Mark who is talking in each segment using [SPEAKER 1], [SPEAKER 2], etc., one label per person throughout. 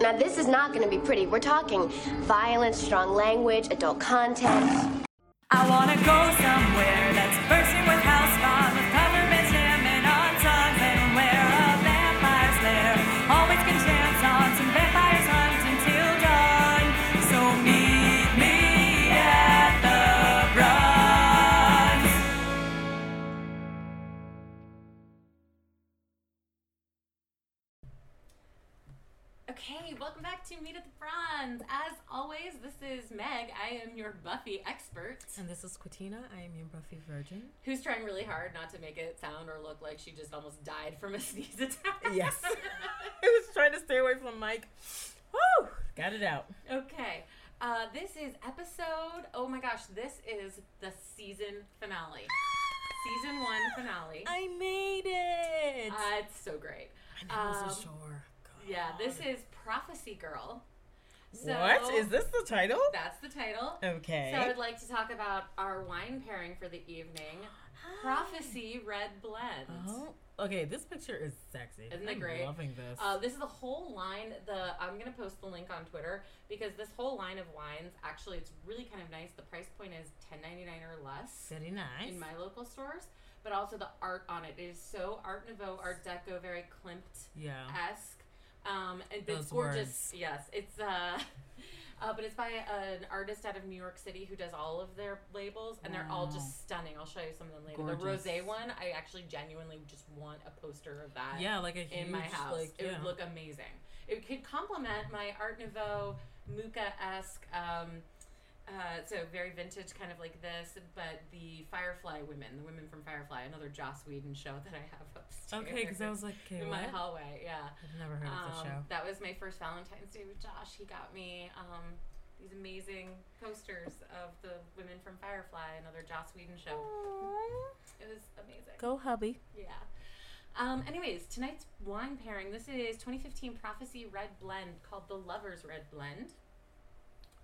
[SPEAKER 1] Now, this is not going to be pretty. We're talking violence, strong language, adult content.
[SPEAKER 2] I wanna go somewhere that's bursting with house fire, with peppermint jamming on tongues, and where a vampire's lair always can chance on some vampires hunt until dawn. So meet me at the bronze.
[SPEAKER 3] Okay, welcome back to Meet at the Bronze. As always, this is Meg. I am your Buffy expert
[SPEAKER 4] And this is Quatina. I am your Buffy virgin.
[SPEAKER 3] who's trying really hard not to make it sound or look like she just almost died from a sneeze attack.
[SPEAKER 4] Yes. I was trying to stay away from Mike. Woo! Got it out.
[SPEAKER 3] okay, uh, this is episode, oh my gosh, this is the season finale. season one finale.
[SPEAKER 4] I made it.
[SPEAKER 3] Uh, it's so great.
[SPEAKER 4] Nails
[SPEAKER 3] um,
[SPEAKER 4] ashore. God.
[SPEAKER 3] Yeah, this is Prophecy Girl. So
[SPEAKER 4] what is this the title?
[SPEAKER 3] That's the title.
[SPEAKER 4] Okay.
[SPEAKER 3] So I would like to talk about our wine pairing for the evening. Prophecy Red Blend.
[SPEAKER 4] oh, okay. This picture is sexy.
[SPEAKER 3] Isn't it
[SPEAKER 4] I'm
[SPEAKER 3] great?
[SPEAKER 4] Loving this.
[SPEAKER 3] Uh, this is a whole line. The I'm gonna post the link on Twitter because this whole line of wines actually it's really kind of nice. The price point is ten ninety nine or less
[SPEAKER 4] Very nice.
[SPEAKER 3] in my local stores, but also the art on it is so Art Nouveau, Art Deco, very Klimt
[SPEAKER 4] yeah.
[SPEAKER 3] esque. Um, and it's
[SPEAKER 4] Those
[SPEAKER 3] gorgeous. Yes, it's uh, uh, but it's by an artist out of New York City who does all of their labels, and they're all
[SPEAKER 4] Wow.
[SPEAKER 3] just stunning. I'll show you some of them later.
[SPEAKER 4] Gorgeous.
[SPEAKER 3] The rosé one, I actually genuinely just want a poster of that
[SPEAKER 4] Yeah, like a huge
[SPEAKER 3] in my house.
[SPEAKER 4] like
[SPEAKER 3] it
[SPEAKER 4] yeah.
[SPEAKER 3] would look amazing. It could complement my Art Nouveau Muka esque. Um, uh, so very vintage, kind of like this, but the Firefly women, the women from Firefly, another Joss Whedon show that I have upstairs.
[SPEAKER 4] Okay, because I was like, okay,
[SPEAKER 3] in
[SPEAKER 4] what?
[SPEAKER 3] my hallway. Yeah,
[SPEAKER 4] I've never heard of
[SPEAKER 3] um,
[SPEAKER 4] the show.
[SPEAKER 3] that was my first Valentine's Day with Josh. He got me um, these amazing posters of the women from Firefly, another Joss Whedon show. Um, It was amazing.
[SPEAKER 4] Go, hubby.
[SPEAKER 3] Yeah. Um, anyways, tonight's wine pairing. This is 2015 Prophecy Red Blend called the Lover's Red Blend.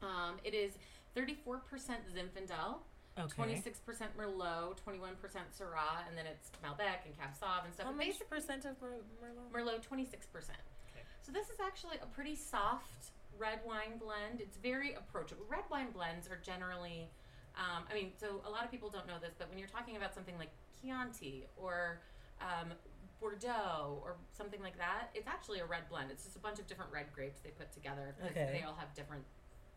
[SPEAKER 3] Um, it is 34% Zinfandel,
[SPEAKER 4] Okay.
[SPEAKER 3] 26% Merlot, 21% Syrah, and then it's Malbec and Cab Sauv and stuff.
[SPEAKER 4] How
[SPEAKER 3] But
[SPEAKER 4] much
[SPEAKER 3] basi-
[SPEAKER 4] percent of Mer- Merlot?
[SPEAKER 3] Merlot, 26%. So this is actually a pretty soft red wine blend. It's very approachable. Red wine blends are generally, um, I mean, so a lot of people don't know this, but when you're talking about something like Chianti or um, Bordeaux or something like that, it's actually a red blend. It's just a bunch of different red grapes they put together because
[SPEAKER 4] Okay.
[SPEAKER 3] they all have different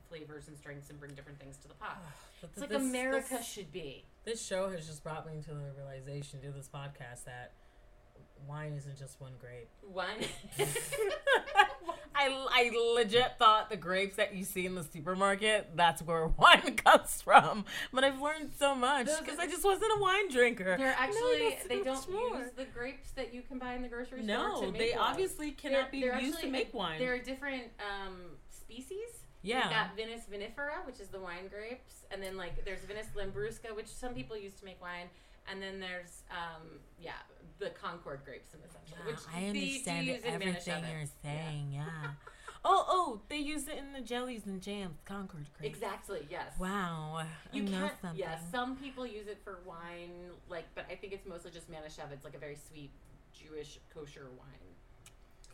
[SPEAKER 3] flavors and strengths and bring different things to the pot.
[SPEAKER 4] Ah, But
[SPEAKER 3] It's
[SPEAKER 4] th-
[SPEAKER 3] like
[SPEAKER 4] this-
[SPEAKER 3] America
[SPEAKER 4] this-
[SPEAKER 3] should be.
[SPEAKER 4] This show has just brought me to the realization through this podcast that wine isn't just one grape.
[SPEAKER 3] One.
[SPEAKER 4] I, I legit thought the grapes that you see in the supermarket, that's where wine comes from. But I've learned so much
[SPEAKER 3] Those-
[SPEAKER 4] because I just wasn't a wine drinker.
[SPEAKER 3] They're actually
[SPEAKER 4] that's
[SPEAKER 3] they
[SPEAKER 4] much
[SPEAKER 3] don't
[SPEAKER 4] more.
[SPEAKER 3] use the grapes that you can buy in the grocery store.
[SPEAKER 4] No,
[SPEAKER 3] to make
[SPEAKER 4] they
[SPEAKER 3] wine.
[SPEAKER 4] obviously cannot
[SPEAKER 3] They're- they're
[SPEAKER 4] be used to
[SPEAKER 3] actually-
[SPEAKER 4] make wine.
[SPEAKER 3] There are different um, species.
[SPEAKER 4] Yeah.
[SPEAKER 3] You've got Vinus vinifera, which is the wine grapes, and then like there's Vinus lambrusca, which some people use to make wine, and then there's um, yeah, the Concord grapes in the center.
[SPEAKER 4] Wow,
[SPEAKER 3] which
[SPEAKER 4] Ah, I
[SPEAKER 3] they do
[SPEAKER 4] understand
[SPEAKER 3] use in Manish
[SPEAKER 4] everything
[SPEAKER 3] Oven.
[SPEAKER 4] you're
[SPEAKER 3] Yeah.
[SPEAKER 4] saying. Yeah. oh, oh, they use it in the jellies and jams, Concord grapes.
[SPEAKER 3] Exactly. Yes.
[SPEAKER 4] Wow.
[SPEAKER 3] You
[SPEAKER 4] I know
[SPEAKER 3] can't.
[SPEAKER 4] something.
[SPEAKER 3] Yeah. Some people use it for wine, like, but I think it's mostly just Manischewitz. It's like a very sweet Jewish kosher wine.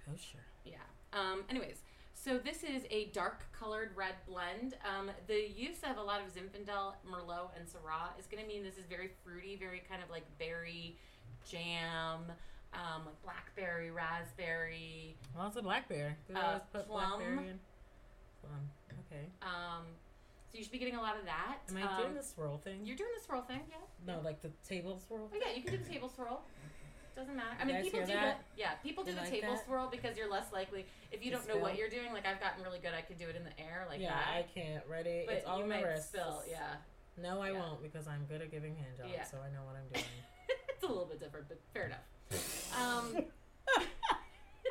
[SPEAKER 4] Kosher.
[SPEAKER 3] Yeah. Um, anyways, so this is a dark colored red blend. Um, the use of a lot of Zinfandel, Merlot, and Syrah is going to mean this is very fruity, very kind of like berry, jam, um, like blackberry, raspberry.
[SPEAKER 4] Well, it's a blackberry. They
[SPEAKER 3] Uh,
[SPEAKER 4] always put
[SPEAKER 3] plum.
[SPEAKER 4] blackberry in. Plum. Okay.
[SPEAKER 3] Um, so you should be getting a lot of that.
[SPEAKER 4] Am I
[SPEAKER 3] Um,
[SPEAKER 4] doing the swirl thing?
[SPEAKER 3] You're doing the swirl thing, yeah.
[SPEAKER 4] no, like the table swirl.
[SPEAKER 3] Oh yeah, you can do the table swirl. Doesn't matter. I
[SPEAKER 4] You
[SPEAKER 3] mean,
[SPEAKER 4] guys
[SPEAKER 3] people
[SPEAKER 4] hear
[SPEAKER 3] do
[SPEAKER 4] that?
[SPEAKER 3] the yeah. People do
[SPEAKER 4] You
[SPEAKER 3] the
[SPEAKER 4] like
[SPEAKER 3] table
[SPEAKER 4] that?
[SPEAKER 3] swirl because you're less likely if you
[SPEAKER 4] To
[SPEAKER 3] don't know what
[SPEAKER 4] spill?
[SPEAKER 3] you're doing. Like I've gotten really good. I could do it in the air like
[SPEAKER 4] yeah,
[SPEAKER 3] that.
[SPEAKER 4] I can't. Ready?
[SPEAKER 3] but
[SPEAKER 4] it's all
[SPEAKER 3] you
[SPEAKER 4] in my
[SPEAKER 3] might
[SPEAKER 4] wrists.
[SPEAKER 3] spill. Yeah.
[SPEAKER 4] No, I
[SPEAKER 3] Yeah.
[SPEAKER 4] won't because I'm good at giving hand jobs,
[SPEAKER 3] Yeah.
[SPEAKER 4] so I know what I'm doing.
[SPEAKER 3] it's a little bit different, but fair enough. Um,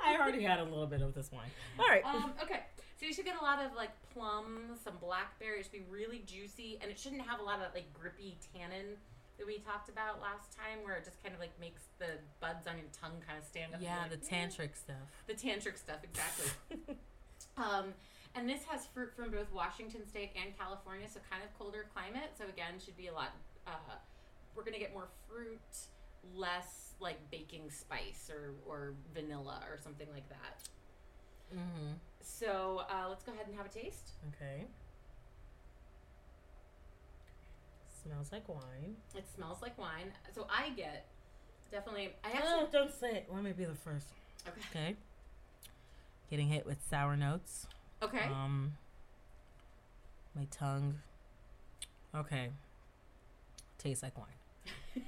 [SPEAKER 4] I already had a little bit of this wine. All right.
[SPEAKER 3] um, okay, so you should get a lot of like plum, some blackberry. It should be really juicy, and it shouldn't have a lot of that like grippy tannin that we talked about last time, where it just kind of like makes the buds on your tongue kind of stand up. and
[SPEAKER 4] yeah,
[SPEAKER 3] be
[SPEAKER 4] the
[SPEAKER 3] like,
[SPEAKER 4] tantric stuff.
[SPEAKER 3] "Mm," the tantric stuff exactly. um, and this has fruit from both Washington State and California, so kind of colder climate. So again, should be a lot. Uh, we're gonna get more fruit, less like baking spice or or vanilla or something like that.
[SPEAKER 4] Mm-hmm.
[SPEAKER 3] So uh, let's go ahead and have a taste.
[SPEAKER 4] Okay. Smells like wine.
[SPEAKER 3] It smells like wine. So I get definitely. I
[SPEAKER 4] Oh,
[SPEAKER 3] actually.
[SPEAKER 4] don't say it. Let me be the first.
[SPEAKER 3] Okay.
[SPEAKER 4] Okay. Getting hit with sour notes.
[SPEAKER 3] Okay.
[SPEAKER 4] Um, my tongue. Okay. Tastes like wine.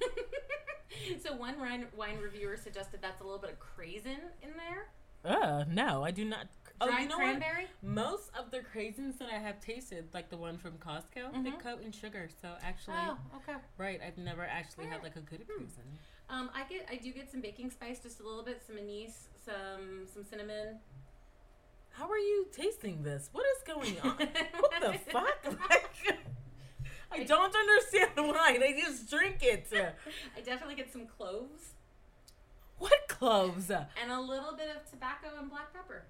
[SPEAKER 3] so one wine, wine reviewer suggested that's a little bit of craisin in there.
[SPEAKER 4] Uh, no, I do not.
[SPEAKER 3] Dried
[SPEAKER 4] Oh, you know what?
[SPEAKER 3] cranberry.
[SPEAKER 4] Most of the craisins that I have tasted, like the one from Costco, they coat in sugar. So actually,
[SPEAKER 3] Mm-hmm. Oh, okay.
[SPEAKER 4] right, I've never actually had
[SPEAKER 3] Yeah.
[SPEAKER 4] like a good craisin.
[SPEAKER 3] Um, I get, I do get some baking spice, just a little bit, some anise, some, some cinnamon.
[SPEAKER 4] How are you tasting this? What is going on? what the fuck? Like, I don't understand why they just drink it.
[SPEAKER 3] I definitely get some cloves
[SPEAKER 4] What cloves?
[SPEAKER 3] and a little bit of tobacco and black pepper.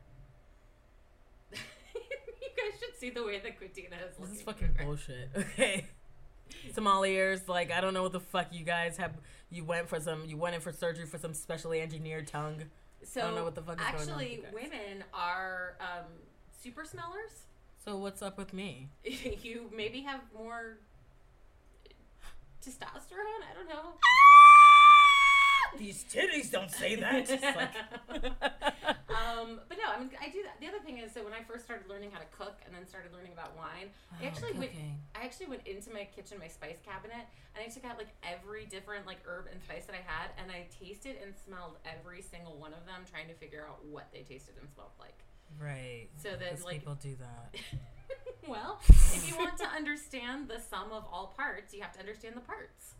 [SPEAKER 3] you guys should see the way that Quintina is looking.
[SPEAKER 4] This is fucking bullshit. Okay. Sommeliers, like I don't know what the fuck you guys have. You went for some. You went in for surgery for some specially engineered tongue.
[SPEAKER 3] So
[SPEAKER 4] I don't know what the fuck is going on with
[SPEAKER 3] actually,
[SPEAKER 4] you guys.
[SPEAKER 3] women are um, super smellers.
[SPEAKER 4] So what's up with me?
[SPEAKER 3] you maybe have more testosterone. I don't know.
[SPEAKER 4] These titties don't say that. It's like-
[SPEAKER 3] Um, but no, I mean, I do that. The other thing is, so when I first started learning how to cook and then started learning about wine, I
[SPEAKER 4] Oh,
[SPEAKER 3] actually went.
[SPEAKER 4] cooking.
[SPEAKER 3] I actually went into my kitchen, my spice cabinet, and I took out like every different like herb and spice that I had, and I tasted and smelled every single one of them, trying to figure out what they tasted and smelled like.
[SPEAKER 4] right.
[SPEAKER 3] So then,
[SPEAKER 4] Because
[SPEAKER 3] like-
[SPEAKER 4] people do that.
[SPEAKER 3] well, if you want to understand the sum of all parts, you have to understand the parts.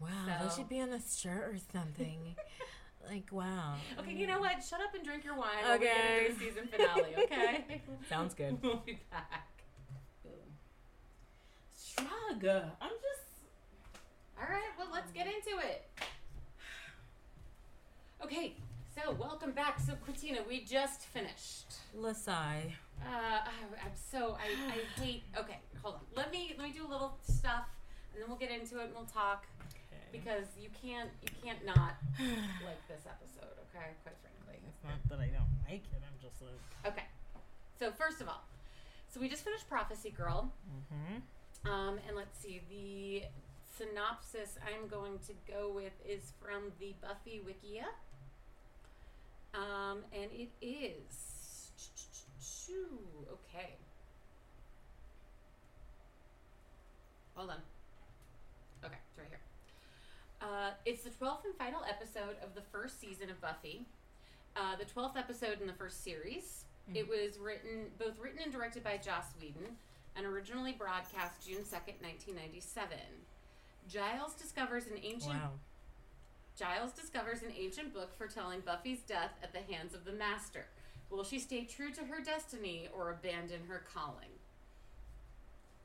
[SPEAKER 4] Wow,
[SPEAKER 3] So-
[SPEAKER 4] they should be on a shirt or something. like wow.
[SPEAKER 3] Okay, you know what? Shut up and drink your wine. while We get into the
[SPEAKER 4] Okay.
[SPEAKER 3] season finale. Okay.
[SPEAKER 4] Sounds good.
[SPEAKER 3] we'll be back. Boom.
[SPEAKER 4] Shrug. I'm just.
[SPEAKER 3] All right, well, let's get into it. Okay, so welcome back. So, Christina, we just finished.
[SPEAKER 4] Lasai.
[SPEAKER 3] Uh, oh, I'm so I, I hate. Okay, hold on. Let me let me do a little stuff, and then we'll get into it and we'll talk because you can't you can't not like this episode. Okay, quite frankly.
[SPEAKER 4] It's not that I don't like it. I'm just like.
[SPEAKER 3] Okay, so first of all, so we just finished Prophecy Girl.
[SPEAKER 4] Hmm.
[SPEAKER 3] Um, and let's see, the synopsis I'm going to go with is from the Buffy Wikia. Um, and it is. Okay. Hold on. Okay, it's right here. Uh, it's the 12th and final episode of the first season of Buffy, uh, the 12th episode in the first series. It was written, both written and directed by Joss Whedon, and originally broadcast June 2nd, 1997. Giles discovers an ancient
[SPEAKER 4] Wow.
[SPEAKER 3] Giles discovers an ancient book foretelling Buffy's death at the hands of the Master. Will she stay true to her destiny or abandon her calling?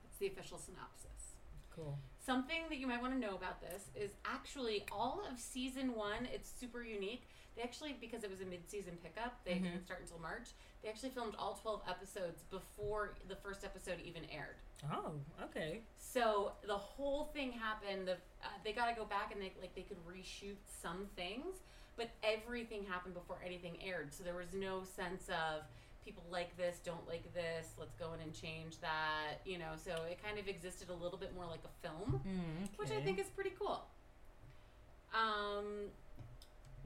[SPEAKER 3] That's the official synopsis.
[SPEAKER 4] Cool.
[SPEAKER 3] Something that you might want to know about this is actually all of season one, it's super unique. They actually, because it was a mid season pickup, they didn't start until March, they actually filmed all 12 episodes before the first episode even aired.
[SPEAKER 4] Oh. Okay.
[SPEAKER 3] So the whole thing happened. The, uh, they got to go back and they like they could reshoot some things, but everything happened before anything aired. So there was no sense of people like this, don't like this. Let's go in and change that. You know, so it kind of existed a little bit more like a film, which I
[SPEAKER 4] Hmm, okay.
[SPEAKER 3] think is pretty cool. Um,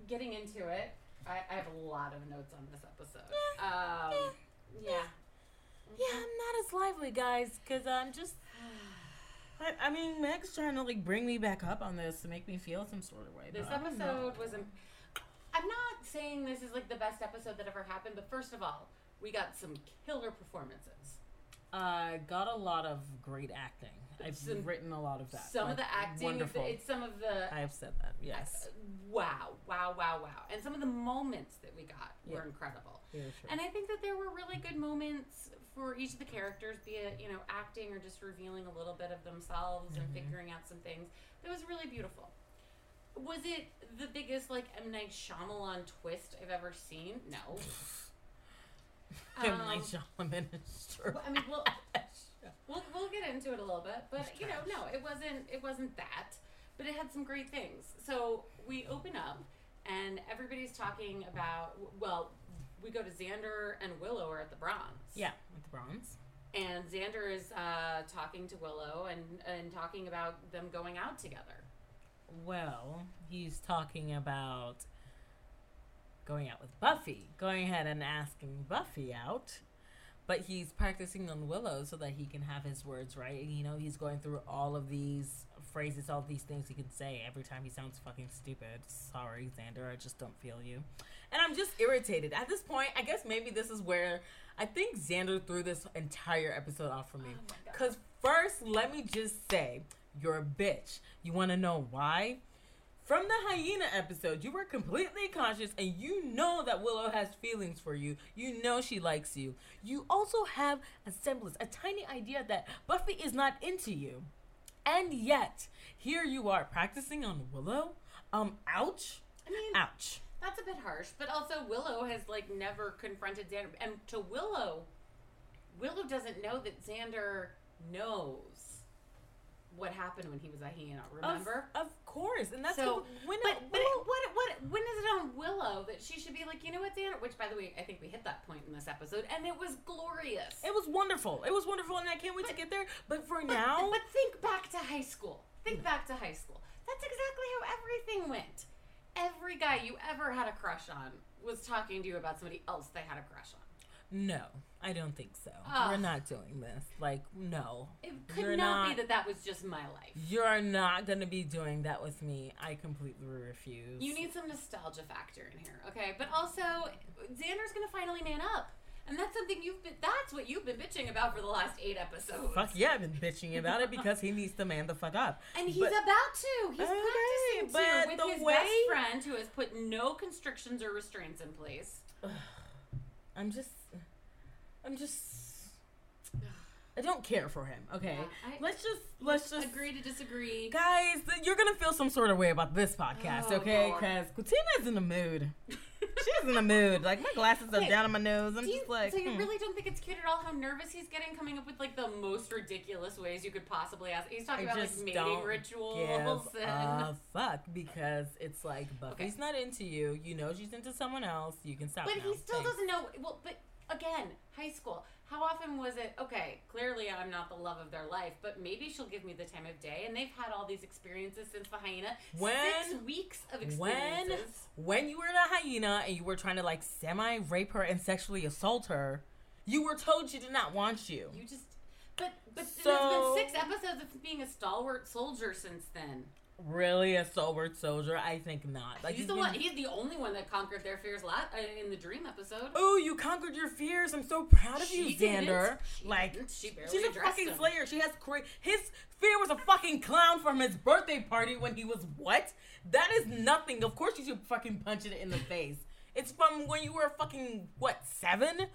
[SPEAKER 3] getting into it, I, I have a lot of notes on this episode. Um, yeah.
[SPEAKER 4] Yeah, I'm not as lively, guys, because I'm just. I, I mean, Meg's trying to like bring me back up on this to make me feel some sort of way.
[SPEAKER 3] This
[SPEAKER 4] but I don't know.
[SPEAKER 3] episode was. Im- I'm not saying this is like the best episode that ever happened, but first of all, we got some killer performances.
[SPEAKER 4] I Uh, got a lot of great acting. I've
[SPEAKER 3] Some-
[SPEAKER 4] written a lot of that.
[SPEAKER 3] some
[SPEAKER 4] Like,
[SPEAKER 3] of the acting,
[SPEAKER 4] wonderful.
[SPEAKER 3] it's some of the uh,
[SPEAKER 4] I have said that. Yes.
[SPEAKER 3] wow, wow, wow, wow, and some of the moments that we got were
[SPEAKER 4] Yeah.
[SPEAKER 3] incredible.
[SPEAKER 4] Very true.
[SPEAKER 3] And I think that there were really good moments for each of the characters, be it you know acting or just revealing a little bit of themselves
[SPEAKER 4] Mm-hmm.
[SPEAKER 3] and figuring out some things. That was really beautiful. Was it the biggest like M Night Shyamalan twist I've ever seen? No.
[SPEAKER 4] M.
[SPEAKER 3] Um,
[SPEAKER 4] Night Shyamalan is true.
[SPEAKER 3] well, I mean, we'll, we'll we'll get into it a little bit, but you know, no, it wasn't it wasn't that, but it had some great things. So we open up, and everybody's talking about well, we go to Xander and Willow are at the Bronx.
[SPEAKER 4] Yeah, with the bronze.
[SPEAKER 3] And Xander is uh, talking to Willow and, and talking about them going out together.
[SPEAKER 4] Well, he's talking about going out with Buffy, going ahead and asking Buffy out. But he's practicing on Willow so that he can have his words right. You know, he's going through all of these phrases, all these things he can say every time he sounds fucking stupid. Sorry, Xander, I just don't feel you. And I'm just irritated. At this point, I guess maybe this is where I think Xander threw this entire episode off for me. Because first, let me just say, you're a bitch. You want to know why? From the hyena episode, you were completely conscious and you know that Willow has feelings for you. You know she likes you. You also have a semblance, a tiny idea that Buffy is not into you. And yet, here you are practicing on Willow. Um, ouch.
[SPEAKER 3] I mean,
[SPEAKER 4] Ouch.
[SPEAKER 3] that's a bit harsh. But also, Willow has like never confronted Xander. And to Willow, Willow doesn't know that Xander knows what happened when he was a hyena. Remember?
[SPEAKER 4] Of, of course. And that's
[SPEAKER 3] so,
[SPEAKER 4] the- when
[SPEAKER 3] but, but
[SPEAKER 4] Willow-
[SPEAKER 3] it, what, what, when is it on Willow that she should be like, you know what, Xander? Which, by the way, I think we hit that point in this episode, and it was glorious.
[SPEAKER 4] It was wonderful. It was wonderful, and I can't wait to get there. But for now,
[SPEAKER 3] But think back to high school. Think back to high school. That's exactly how everything went. Every guy you ever had a crush on was talking to you about somebody else they had a crush on.
[SPEAKER 4] no, I don't think so.
[SPEAKER 3] Ugh.
[SPEAKER 4] We're not doing this. Like, no,
[SPEAKER 3] Ah. It could
[SPEAKER 4] You're
[SPEAKER 3] not,
[SPEAKER 4] not-
[SPEAKER 3] be that that was just my life.
[SPEAKER 4] you're not gonna be doing that with me. I completely refuse.
[SPEAKER 3] You need some nostalgia factor in here, okay? But also, Xander's gonna finally man up, and that's something you've been—that's what you've been bitching about for the last eight episodes.
[SPEAKER 4] Fuck yeah, I've been bitching about it because he needs to man the fuck up.
[SPEAKER 3] And he's
[SPEAKER 4] But-
[SPEAKER 3] about to. He's
[SPEAKER 4] Okay,
[SPEAKER 3] practicing
[SPEAKER 4] but
[SPEAKER 3] to with
[SPEAKER 4] the
[SPEAKER 3] his best
[SPEAKER 4] way-
[SPEAKER 3] friend who has put no constrictions or restraints in place.
[SPEAKER 4] I'm just, I'm just, I don't care for him. Okay,
[SPEAKER 3] Yeah, I-
[SPEAKER 4] let's just let's just
[SPEAKER 3] Agree to disagree.
[SPEAKER 4] Guys, th- you're gonna feel some sort of way about this podcast,
[SPEAKER 3] Oh,
[SPEAKER 4] okay?
[SPEAKER 3] Lord.
[SPEAKER 4] Because Quitina's in the mood. She's in the mood. Like my glasses are
[SPEAKER 3] Okay.
[SPEAKER 4] down on my nose. I'm
[SPEAKER 3] Do you-
[SPEAKER 4] just like,
[SPEAKER 3] so you
[SPEAKER 4] hmm.
[SPEAKER 3] really don't think it's cute at all how nervous he's getting coming up with like the most ridiculous ways you could possibly ask he's
[SPEAKER 4] I
[SPEAKER 3] talking about
[SPEAKER 4] just
[SPEAKER 3] like mating
[SPEAKER 4] don't
[SPEAKER 3] rituals
[SPEAKER 4] give
[SPEAKER 3] and
[SPEAKER 4] a fuck because it's like Buffy's not into you. You know she's into someone else. You can stop.
[SPEAKER 3] but
[SPEAKER 4] now.
[SPEAKER 3] he still
[SPEAKER 4] Thanks.
[SPEAKER 3] doesn't know well but again high school how often was it okay clearly i'm not the love of their life but maybe she'll give me the time of day and they've had all these experiences since the hyena six
[SPEAKER 4] When-
[SPEAKER 3] weeks of
[SPEAKER 4] When
[SPEAKER 3] experiences
[SPEAKER 4] when you were in a hyena and you were trying to like semi rape her and sexually assault her, you were told she did not want you.
[SPEAKER 3] you just but but
[SPEAKER 4] So-
[SPEAKER 3] there's been six episodes of being a stalwart soldier since then
[SPEAKER 4] Really, a stalwart soldier? I think not. Like
[SPEAKER 3] he's
[SPEAKER 4] he's
[SPEAKER 3] the
[SPEAKER 4] been-
[SPEAKER 3] one. He's the only one that conquered their fears lot uh, in the dream episode.
[SPEAKER 4] Oh, you conquered your fears. I'm so proud of
[SPEAKER 3] She
[SPEAKER 4] you, Xander.
[SPEAKER 3] didn't. She
[SPEAKER 4] like,
[SPEAKER 3] didn't. She barely
[SPEAKER 4] she's a
[SPEAKER 3] addressed
[SPEAKER 4] fucking
[SPEAKER 3] him.
[SPEAKER 4] slayer. She has cra- his fear was a fucking clown from his birthday party when he was what? That is nothing. Of course, you should fucking punch it in the face. It's from when you were fucking what seven?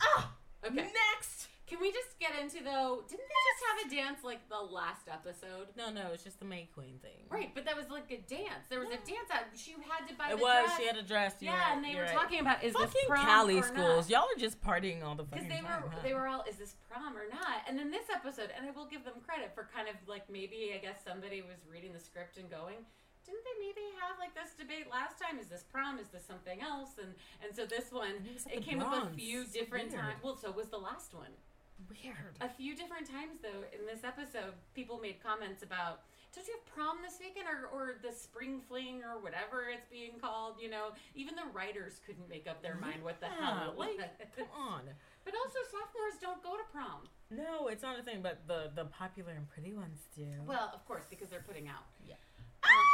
[SPEAKER 4] Ah,
[SPEAKER 3] Okay.
[SPEAKER 4] next.
[SPEAKER 3] Can we just get into though? Didn't they just have a dance like the last episode?
[SPEAKER 4] No, no, it's just the May Queen thing.
[SPEAKER 3] Right, but that was like a dance. There was a dance that she had to buy.
[SPEAKER 4] It
[SPEAKER 3] the
[SPEAKER 4] was.
[SPEAKER 3] dress.
[SPEAKER 4] She had a dress. you're
[SPEAKER 3] yeah,
[SPEAKER 4] right,
[SPEAKER 3] and they
[SPEAKER 4] you're
[SPEAKER 3] were
[SPEAKER 4] right.
[SPEAKER 3] talking about is this
[SPEAKER 4] fucking
[SPEAKER 3] prom
[SPEAKER 4] Cali
[SPEAKER 3] or
[SPEAKER 4] schools.
[SPEAKER 3] not?
[SPEAKER 4] Y'all are just partying all the
[SPEAKER 3] Because
[SPEAKER 4] fucking
[SPEAKER 3] they
[SPEAKER 4] time.
[SPEAKER 3] were
[SPEAKER 4] huh?
[SPEAKER 3] they were all is this prom or not? And then this episode, and I will give them credit for kind of like maybe I guess somebody was reading the script and going. Didn't they maybe have like this debate last time? Is this prom? Is this something else? And and so this one,
[SPEAKER 4] it was at the
[SPEAKER 3] it came up a
[SPEAKER 4] Bronx.
[SPEAKER 3] few
[SPEAKER 4] It's
[SPEAKER 3] different
[SPEAKER 4] weird.
[SPEAKER 3] times. Well, so was the last one.
[SPEAKER 4] weird.
[SPEAKER 3] A few different times though in this episode, people made comments about. Don't you have prom this weekend or, or the spring fling or whatever it's being called? You know, even the writers couldn't make up their mind what the hell
[SPEAKER 4] Yeah,
[SPEAKER 3] it was.
[SPEAKER 4] like, come on.
[SPEAKER 3] But also, sophomores don't go to prom.
[SPEAKER 4] No, it's not a thing, but the the popular and pretty ones do.
[SPEAKER 3] Well, of course, because they're putting out.
[SPEAKER 4] Yeah.
[SPEAKER 3] Um,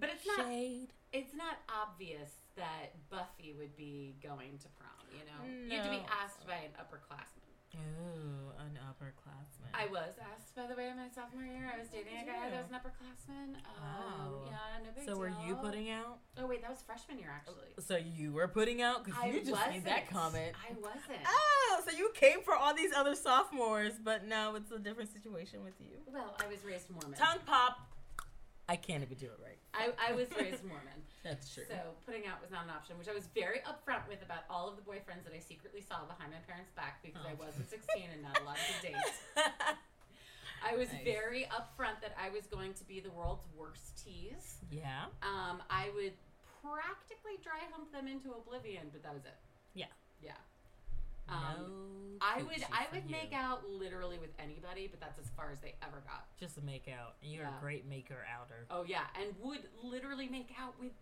[SPEAKER 3] but it's not.
[SPEAKER 4] shade.
[SPEAKER 3] It's not obvious that Buffy would be going to prom. You know, you have to be
[SPEAKER 4] No.
[SPEAKER 3] asked by an upperclassman.
[SPEAKER 4] Ooh, an upperclassman.
[SPEAKER 3] I was asked, by the way, in my sophomore year.
[SPEAKER 4] Oh,
[SPEAKER 3] I was dating a guy that was an upperclassman. Um,
[SPEAKER 4] Wow.
[SPEAKER 3] Yeah, no big
[SPEAKER 4] Oh. so
[SPEAKER 3] deal.
[SPEAKER 4] were you putting out?
[SPEAKER 3] Oh wait, that was freshman year actually.
[SPEAKER 4] So you were putting out because
[SPEAKER 3] I
[SPEAKER 4] Oh, you just
[SPEAKER 3] wasn't.
[SPEAKER 4] made that comment.
[SPEAKER 3] I wasn't.
[SPEAKER 4] Oh, so you came for all these other sophomores, but now it's a different situation with you.
[SPEAKER 3] Well, I was raised Mormon.
[SPEAKER 4] Tongue pop. I can't even do it right.
[SPEAKER 3] I, I was raised Mormon.
[SPEAKER 4] That's true.
[SPEAKER 3] So putting out was not an option, which I was very upfront with about all of the boyfriends that I secretly saw behind my parents' back because I
[SPEAKER 4] Oh.
[SPEAKER 3] wasn't 16 and not allowed to date. I was
[SPEAKER 4] Nice.
[SPEAKER 3] very upfront that I was going to be the world's worst tease.
[SPEAKER 4] yeah.
[SPEAKER 3] Um, I would practically dry humped them into oblivion, but that was it.
[SPEAKER 4] Yeah.
[SPEAKER 3] Yeah. Um,
[SPEAKER 4] no
[SPEAKER 3] I would
[SPEAKER 4] coochie
[SPEAKER 3] I
[SPEAKER 4] for
[SPEAKER 3] would
[SPEAKER 4] you.
[SPEAKER 3] make out literally with anybody, but that's as far as they ever got.
[SPEAKER 4] Just a make out. You're
[SPEAKER 3] Yeah.
[SPEAKER 4] a great maker outer.
[SPEAKER 3] Oh yeah, and would literally make out with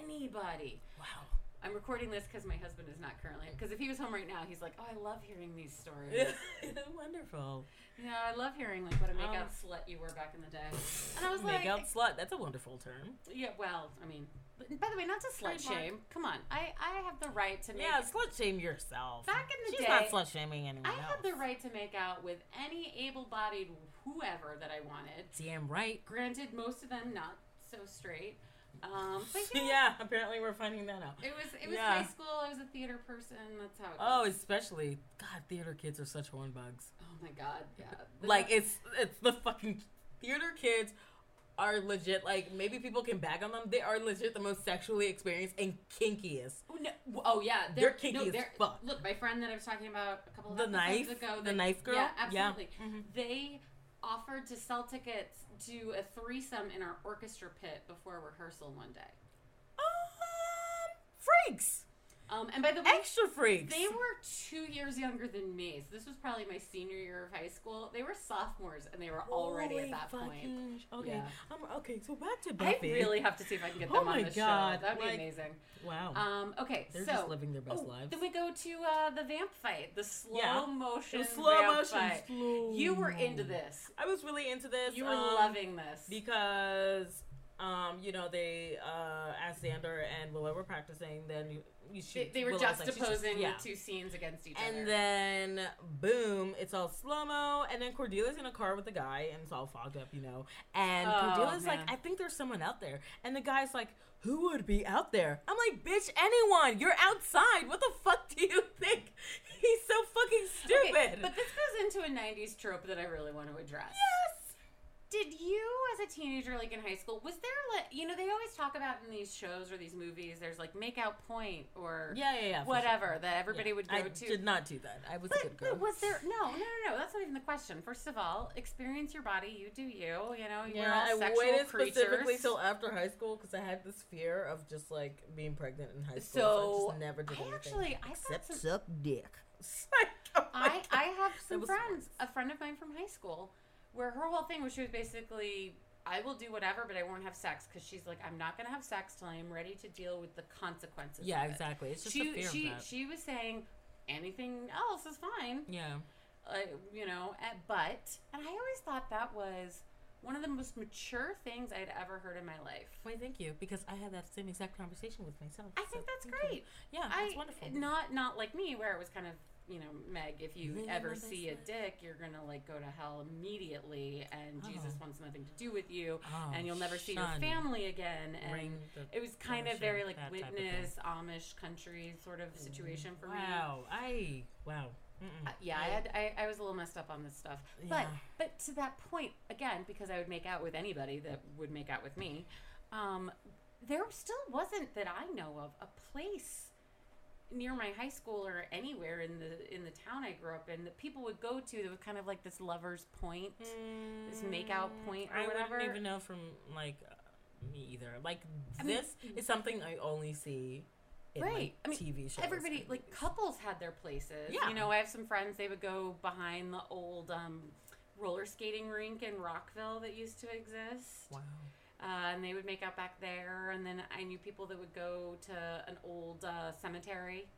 [SPEAKER 3] anybody.
[SPEAKER 4] Wow.
[SPEAKER 3] I'm recording this because my husband is not currently. Because if he was home right now, he's like, "Oh, I love hearing these stories."
[SPEAKER 4] Wonderful.
[SPEAKER 3] yeah, I love hearing like what a makeout
[SPEAKER 4] Um,
[SPEAKER 3] slut you were back in the day. And I was like,
[SPEAKER 4] Make out slut. That's a wonderful term.
[SPEAKER 3] "Yeah, well, I mean, but- by the way, not to
[SPEAKER 4] Trademark.
[SPEAKER 3] slut shame. Come on, I I have the right to make.
[SPEAKER 4] Yeah, slut shame yourself.
[SPEAKER 3] Back in the
[SPEAKER 4] She's
[SPEAKER 3] day,
[SPEAKER 4] not slut shaming anyone
[SPEAKER 3] I
[SPEAKER 4] else.
[SPEAKER 3] had the right to make out with any able-bodied whoever that I wanted.
[SPEAKER 4] Damn right.
[SPEAKER 3] Granted, most of them not so straight. Um, but you know,
[SPEAKER 4] yeah, apparently we're finding that out.
[SPEAKER 3] It was it was
[SPEAKER 4] Yeah.
[SPEAKER 3] high school. I was a theater person. That's how. It
[SPEAKER 4] Oh,
[SPEAKER 3] goes.
[SPEAKER 4] especially God, theater kids are such horn bugs.
[SPEAKER 3] oh my god, yeah. The-
[SPEAKER 4] Like it's it's the fucking theater kids are legit. Like maybe people can bag on them. They are legit the most sexually experienced and kinkiest.
[SPEAKER 3] oh, no, oh yeah,
[SPEAKER 4] They're kinky as fuck.
[SPEAKER 3] Look, my friend that I was talking about a couple of
[SPEAKER 4] The
[SPEAKER 3] episodes
[SPEAKER 4] knife-
[SPEAKER 3] ago,
[SPEAKER 4] the
[SPEAKER 3] that-
[SPEAKER 4] knife girl?
[SPEAKER 3] Yeah,
[SPEAKER 4] Yeah.
[SPEAKER 3] absolutely.
[SPEAKER 4] Mhm.
[SPEAKER 3] They offered to sell tickets to a threesome in our orchestra pit before rehearsal one day.
[SPEAKER 4] Um, freaks,
[SPEAKER 3] Um, and by the way,
[SPEAKER 4] extra freaks.
[SPEAKER 3] they were two years younger than me. So this was probably my senior year of high school. They were sophomores, and they were already
[SPEAKER 4] Holy
[SPEAKER 3] at that point.
[SPEAKER 4] fucking sh- Okay,
[SPEAKER 3] Yeah.
[SPEAKER 4] um, okay. So back to
[SPEAKER 3] I
[SPEAKER 4] Buffy.
[SPEAKER 3] really have to see if I can get them
[SPEAKER 4] Oh
[SPEAKER 3] on
[SPEAKER 4] my
[SPEAKER 3] the show.
[SPEAKER 4] God,
[SPEAKER 3] That'd be
[SPEAKER 4] like-
[SPEAKER 3] amazing.
[SPEAKER 4] wow.
[SPEAKER 3] Um, okay,
[SPEAKER 4] They're
[SPEAKER 3] so
[SPEAKER 4] just living their best
[SPEAKER 3] oh,
[SPEAKER 4] lives.
[SPEAKER 3] Then we go to uh, the vamp fight, the slow
[SPEAKER 4] Yeah. It
[SPEAKER 3] motion,
[SPEAKER 4] was slow
[SPEAKER 3] vamp
[SPEAKER 4] motion.
[SPEAKER 3] fight.
[SPEAKER 4] Slow.
[SPEAKER 3] You were into this.
[SPEAKER 4] I was really into this.
[SPEAKER 3] You were
[SPEAKER 4] um,
[SPEAKER 3] loving this.
[SPEAKER 4] because um, you know they uh, as Xander and Willow were practicing, then you, she,
[SPEAKER 3] they, they were
[SPEAKER 4] Willow's like, she's just-
[SPEAKER 3] juxtaposing
[SPEAKER 4] yeah.
[SPEAKER 3] the two scenes against each
[SPEAKER 4] And
[SPEAKER 3] other.
[SPEAKER 4] then boom, it's all slow mo, and then Cordelia's in a car with a guy, and it's all fogged up, you know. And
[SPEAKER 3] Oh,
[SPEAKER 4] Cordelia's
[SPEAKER 3] man.
[SPEAKER 4] like, I think there's someone out there, and the guy's like, Who would be out there? I'm like, Bitch, anyone. You're outside. What the fuck do you think? He's so fucking
[SPEAKER 3] Okay,
[SPEAKER 4] stupid.
[SPEAKER 3] but this goes into a '90s trope that I really want to address.
[SPEAKER 4] yes.
[SPEAKER 3] Did you, as a teenager, like in high school, was there like you know they always talk about in these shows or these movies? There's like make out point or
[SPEAKER 4] Yeah, yeah, yeah. for sure.
[SPEAKER 3] whatever that everybody
[SPEAKER 4] Yeah.
[SPEAKER 3] would go
[SPEAKER 4] I
[SPEAKER 3] to.
[SPEAKER 4] did not do that. I was a good
[SPEAKER 3] But,
[SPEAKER 4] girl.
[SPEAKER 3] but was there no, no, no, no? That's not even the question. First of all, experience your body. You do you. You know, we're all
[SPEAKER 4] I
[SPEAKER 3] sexual
[SPEAKER 4] waited
[SPEAKER 3] creatures.
[SPEAKER 4] specifically till after high school because I had this fear of just like being pregnant in high school.
[SPEAKER 3] so
[SPEAKER 4] I just never did
[SPEAKER 3] I
[SPEAKER 4] anything
[SPEAKER 3] actually, I got
[SPEAKER 4] except
[SPEAKER 3] some,
[SPEAKER 4] suck dick. It's like, oh my
[SPEAKER 3] I, I
[SPEAKER 4] God.
[SPEAKER 3] have some
[SPEAKER 4] was
[SPEAKER 3] friends. A friend of mine from high school, where her whole thing was she was basically, I will do whatever, but I won't have sex because she's like, I'm not gonna have sex till I am ready to deal with the consequences.
[SPEAKER 4] yeah,
[SPEAKER 3] of it."
[SPEAKER 4] exactly. It's just a
[SPEAKER 3] She
[SPEAKER 4] fear
[SPEAKER 3] she
[SPEAKER 4] of that.
[SPEAKER 3] she was saying anything else is fine.
[SPEAKER 4] yeah,
[SPEAKER 3] uh, you know, at, but and I always thought that was one of the most mature things I'd ever heard in my life.
[SPEAKER 4] why? Thank you, because I had that same exact conversation with myself.
[SPEAKER 3] I
[SPEAKER 4] so
[SPEAKER 3] think that's
[SPEAKER 4] thank you.
[SPEAKER 3] great.
[SPEAKER 4] Yeah,
[SPEAKER 3] I
[SPEAKER 4] that's wonderful.
[SPEAKER 3] not not like me where it was kind of you know Meg. If you
[SPEAKER 4] Living
[SPEAKER 3] ever
[SPEAKER 4] my best
[SPEAKER 3] see a
[SPEAKER 4] life.
[SPEAKER 3] dick, you're gonna like go to hell immediately, and Jesus
[SPEAKER 4] Oh.
[SPEAKER 3] wants nothing to do with you,
[SPEAKER 4] Oh,
[SPEAKER 3] and you'll never see your
[SPEAKER 4] shun.
[SPEAKER 3] family again. And
[SPEAKER 4] Ring the
[SPEAKER 3] it was kind of
[SPEAKER 4] shun,
[SPEAKER 3] very like
[SPEAKER 4] that type of thing.
[SPEAKER 3] witness Amish country sort of situation for me.
[SPEAKER 4] wow, I wow. Mm-mm.
[SPEAKER 3] Uh, yeah, I, had, I, I was a little messed up on this stuff. But
[SPEAKER 4] Mm, Yeah.
[SPEAKER 3] but to that point, again, because I would make out with anybody that would make out with me, um, there still wasn't that I know of a place near my high school or anywhere in the in the town I grew up in that people would go to that was kind of like this lover's point.
[SPEAKER 4] Mm,
[SPEAKER 3] Mm, This makeout point or
[SPEAKER 4] I
[SPEAKER 3] whatever.
[SPEAKER 4] wouldn't even know from like uh, me either. Like
[SPEAKER 3] I mean-
[SPEAKER 4] this is something I only see in
[SPEAKER 3] Right.
[SPEAKER 4] like,
[SPEAKER 3] I mean,
[SPEAKER 4] TV shows.
[SPEAKER 3] Everybody
[SPEAKER 4] and
[SPEAKER 3] like
[SPEAKER 4] movies.
[SPEAKER 3] couples had their places.
[SPEAKER 4] Yeah.
[SPEAKER 3] You know, I have some friends. They would go behind the old um, roller skating rink in Rockville that used to exist.
[SPEAKER 4] Wow.
[SPEAKER 3] uh, and they would make out back there. And then I knew people that would go to an old uh, cemetery,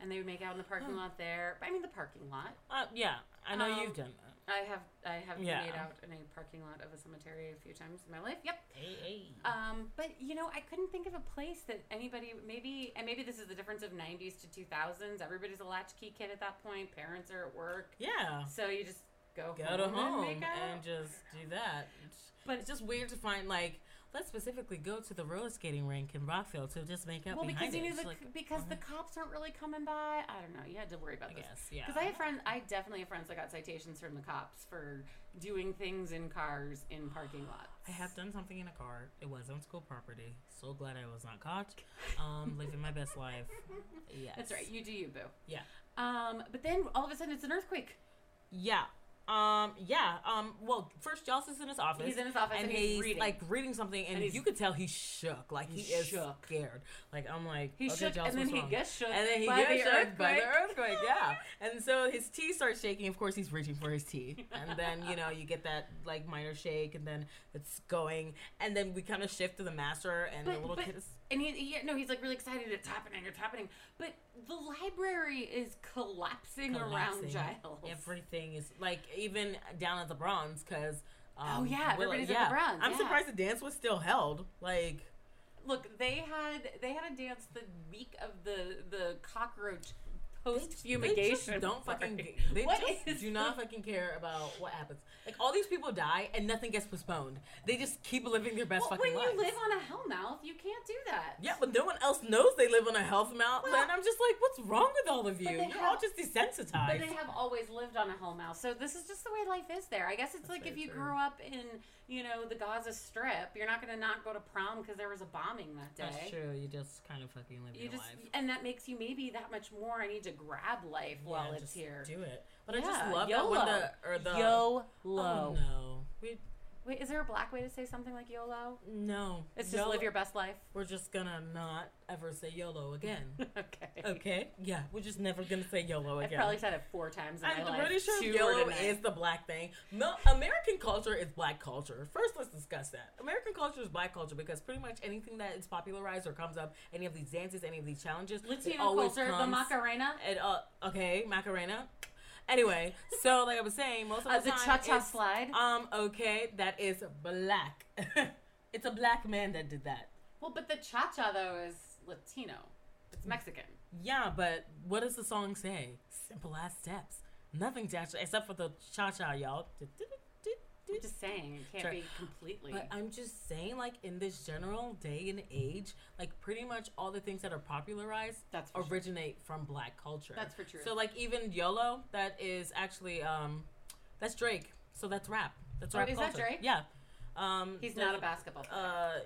[SPEAKER 3] and they would make out in the parking lot there. I mean, the parking lot.
[SPEAKER 4] Uh, yeah, I know
[SPEAKER 3] Um,
[SPEAKER 4] you've done that.
[SPEAKER 3] I have I have
[SPEAKER 4] Yeah.
[SPEAKER 3] made out in a parking lot of a cemetery a few times in my life. Yep.
[SPEAKER 4] Hey, hey.
[SPEAKER 3] Um, but you know, I couldn't think of a place that anybody maybe and maybe this is the difference of '90s to 2000s. Everybody's a latchkey kid at that point. Parents are at work,
[SPEAKER 4] yeah.
[SPEAKER 3] so you just go
[SPEAKER 4] Go to home
[SPEAKER 3] and
[SPEAKER 4] and,
[SPEAKER 3] make out.
[SPEAKER 4] just do that.
[SPEAKER 3] But-
[SPEAKER 4] But it's just weird to find like. Let's specifically go to the roller skating rink in Rockville to just make out
[SPEAKER 3] well,
[SPEAKER 4] behind
[SPEAKER 3] because you
[SPEAKER 4] it.
[SPEAKER 3] knew
[SPEAKER 4] It's
[SPEAKER 3] the,
[SPEAKER 4] like, uh-huh.
[SPEAKER 3] because the cops weren't really coming by. I don't know. You had to worry about
[SPEAKER 4] I
[SPEAKER 3] this.
[SPEAKER 4] guess, yeah.
[SPEAKER 3] Because I have friends, I definitely have friends that got citations from the cops for doing things in cars in parking lots.
[SPEAKER 4] I have done something in a car. It was on school property. So glad I was not caught. Um, living my best life. Yes.
[SPEAKER 3] That's right. You do you, boo.
[SPEAKER 4] Yeah.
[SPEAKER 3] Um, but then all of a sudden it's an earthquake.
[SPEAKER 4] Yeah. Um, yeah. Um, well, first Joss is in his office.
[SPEAKER 3] He's in his office and he's reading.
[SPEAKER 4] like reading something, and,
[SPEAKER 3] And he's-
[SPEAKER 4] you could tell he's shook. Like he
[SPEAKER 3] He's
[SPEAKER 4] is
[SPEAKER 3] shook.
[SPEAKER 4] scared. Like I'm like
[SPEAKER 3] He
[SPEAKER 4] okay,
[SPEAKER 3] shook,
[SPEAKER 4] Joss,
[SPEAKER 3] and then
[SPEAKER 4] what's
[SPEAKER 3] he
[SPEAKER 4] wrong?
[SPEAKER 3] gets shook,
[SPEAKER 4] and then he
[SPEAKER 3] by
[SPEAKER 4] gets
[SPEAKER 3] the
[SPEAKER 4] shook by the
[SPEAKER 3] earthquake.
[SPEAKER 4] earthquake. Yeah. And so his tea starts shaking. Of course, he's reaching for his tea, and then you know you get that like minor shake, and then it's going, and then we kind of shift to the master and the
[SPEAKER 3] But,
[SPEAKER 4] little
[SPEAKER 3] but
[SPEAKER 4] kid. Is,
[SPEAKER 3] and he, he no, he's like really excited. It's happening. It's happening. But the library is collapsing, around
[SPEAKER 4] collapsing.
[SPEAKER 3] Giles.
[SPEAKER 4] Everything is like even down at the bronze because.
[SPEAKER 3] Oh, yeah, everybody's at the Bronze,
[SPEAKER 4] I'm
[SPEAKER 3] yeah.
[SPEAKER 4] surprised the dance was still held. Like
[SPEAKER 3] Look, they had they had a dance the week of the the cockroach post fumigation.
[SPEAKER 4] They just don't fucking. They just do not fucking care about what happens. Like all these people die and nothing gets postponed. They just keep living their best
[SPEAKER 3] Well,
[SPEAKER 4] fucking
[SPEAKER 3] when
[SPEAKER 4] lives.
[SPEAKER 3] you live on a hellmouth, you can't do that.
[SPEAKER 4] yeah, but no one else knows they live on a health mountain.
[SPEAKER 3] Well-
[SPEAKER 4] and I'm just like, what's wrong with all of you?
[SPEAKER 3] But they
[SPEAKER 4] You're all
[SPEAKER 3] have-
[SPEAKER 4] just desensitized.
[SPEAKER 3] But they have always lived on a hellmouth, so this is just the way life is there. I guess it's like
[SPEAKER 4] very
[SPEAKER 3] if you
[SPEAKER 4] true.
[SPEAKER 3] grew up in, you know, the Gaza Strip, you're not going to not go to prom because there was a bombing that day.
[SPEAKER 4] That's true. You just kind of fucking live
[SPEAKER 3] You
[SPEAKER 4] your
[SPEAKER 3] just
[SPEAKER 4] life.
[SPEAKER 3] and that makes you maybe that much more. I need to grab life while
[SPEAKER 4] Yeah,
[SPEAKER 3] it's
[SPEAKER 4] just
[SPEAKER 3] here.
[SPEAKER 4] do it. But I just
[SPEAKER 3] Yeah,
[SPEAKER 4] love that
[SPEAKER 3] YOLO.
[SPEAKER 4] when the or the
[SPEAKER 3] YOLO.
[SPEAKER 4] Oh, no, we
[SPEAKER 3] Wait, is there a black way to say something like YOLO?
[SPEAKER 4] no.
[SPEAKER 3] It's just
[SPEAKER 4] YOLO.
[SPEAKER 3] live your best life.
[SPEAKER 4] We're just gonna not ever say YOLO again.
[SPEAKER 3] okay.
[SPEAKER 4] Okay. Yeah, we're just never gonna say YOLO
[SPEAKER 3] I've
[SPEAKER 4] again.
[SPEAKER 3] probably said it four times in
[SPEAKER 4] I'm
[SPEAKER 3] my
[SPEAKER 4] pretty
[SPEAKER 3] life.
[SPEAKER 4] sure
[SPEAKER 3] Two
[SPEAKER 4] YOLO
[SPEAKER 3] were tonight.
[SPEAKER 4] is the black thing. No, American culture is black culture. First, let's discuss that. American culture is black culture because pretty much anything that is popularized or comes up, any of these dances, any of these challenges, it
[SPEAKER 3] Latino
[SPEAKER 4] always
[SPEAKER 3] culture, the
[SPEAKER 4] comes-
[SPEAKER 3] Macarena,
[SPEAKER 4] It, uh, okay, Macarena. Anyway, so like I was saying, most of the,
[SPEAKER 3] uh, the
[SPEAKER 4] time
[SPEAKER 3] cha cha
[SPEAKER 4] it's-
[SPEAKER 3] slide.
[SPEAKER 4] Um, okay, that is black. it's a black man that did that.
[SPEAKER 3] well, but the cha cha though is Latino. It's Mexican.
[SPEAKER 4] Yeah, but what does the song say? Simple as steps. Nothing to actually, except for the cha cha, y'all.
[SPEAKER 3] I'm just saying, it can't
[SPEAKER 4] Sure.
[SPEAKER 3] be completely.
[SPEAKER 4] But I'm just saying, like, in this general day and age, like, pretty much all the things that are popularized
[SPEAKER 3] That's for sure.
[SPEAKER 4] originate from black culture.
[SPEAKER 3] That's for true.
[SPEAKER 4] So, like, even YOLO, that is actually, um, that's Drake. So that's rap. That's
[SPEAKER 3] Oh,
[SPEAKER 4] rap
[SPEAKER 3] is that
[SPEAKER 4] culture.
[SPEAKER 3] Drake?
[SPEAKER 4] Yeah. Um,
[SPEAKER 3] He's
[SPEAKER 4] there's-
[SPEAKER 3] not a basketball player.
[SPEAKER 4] uh,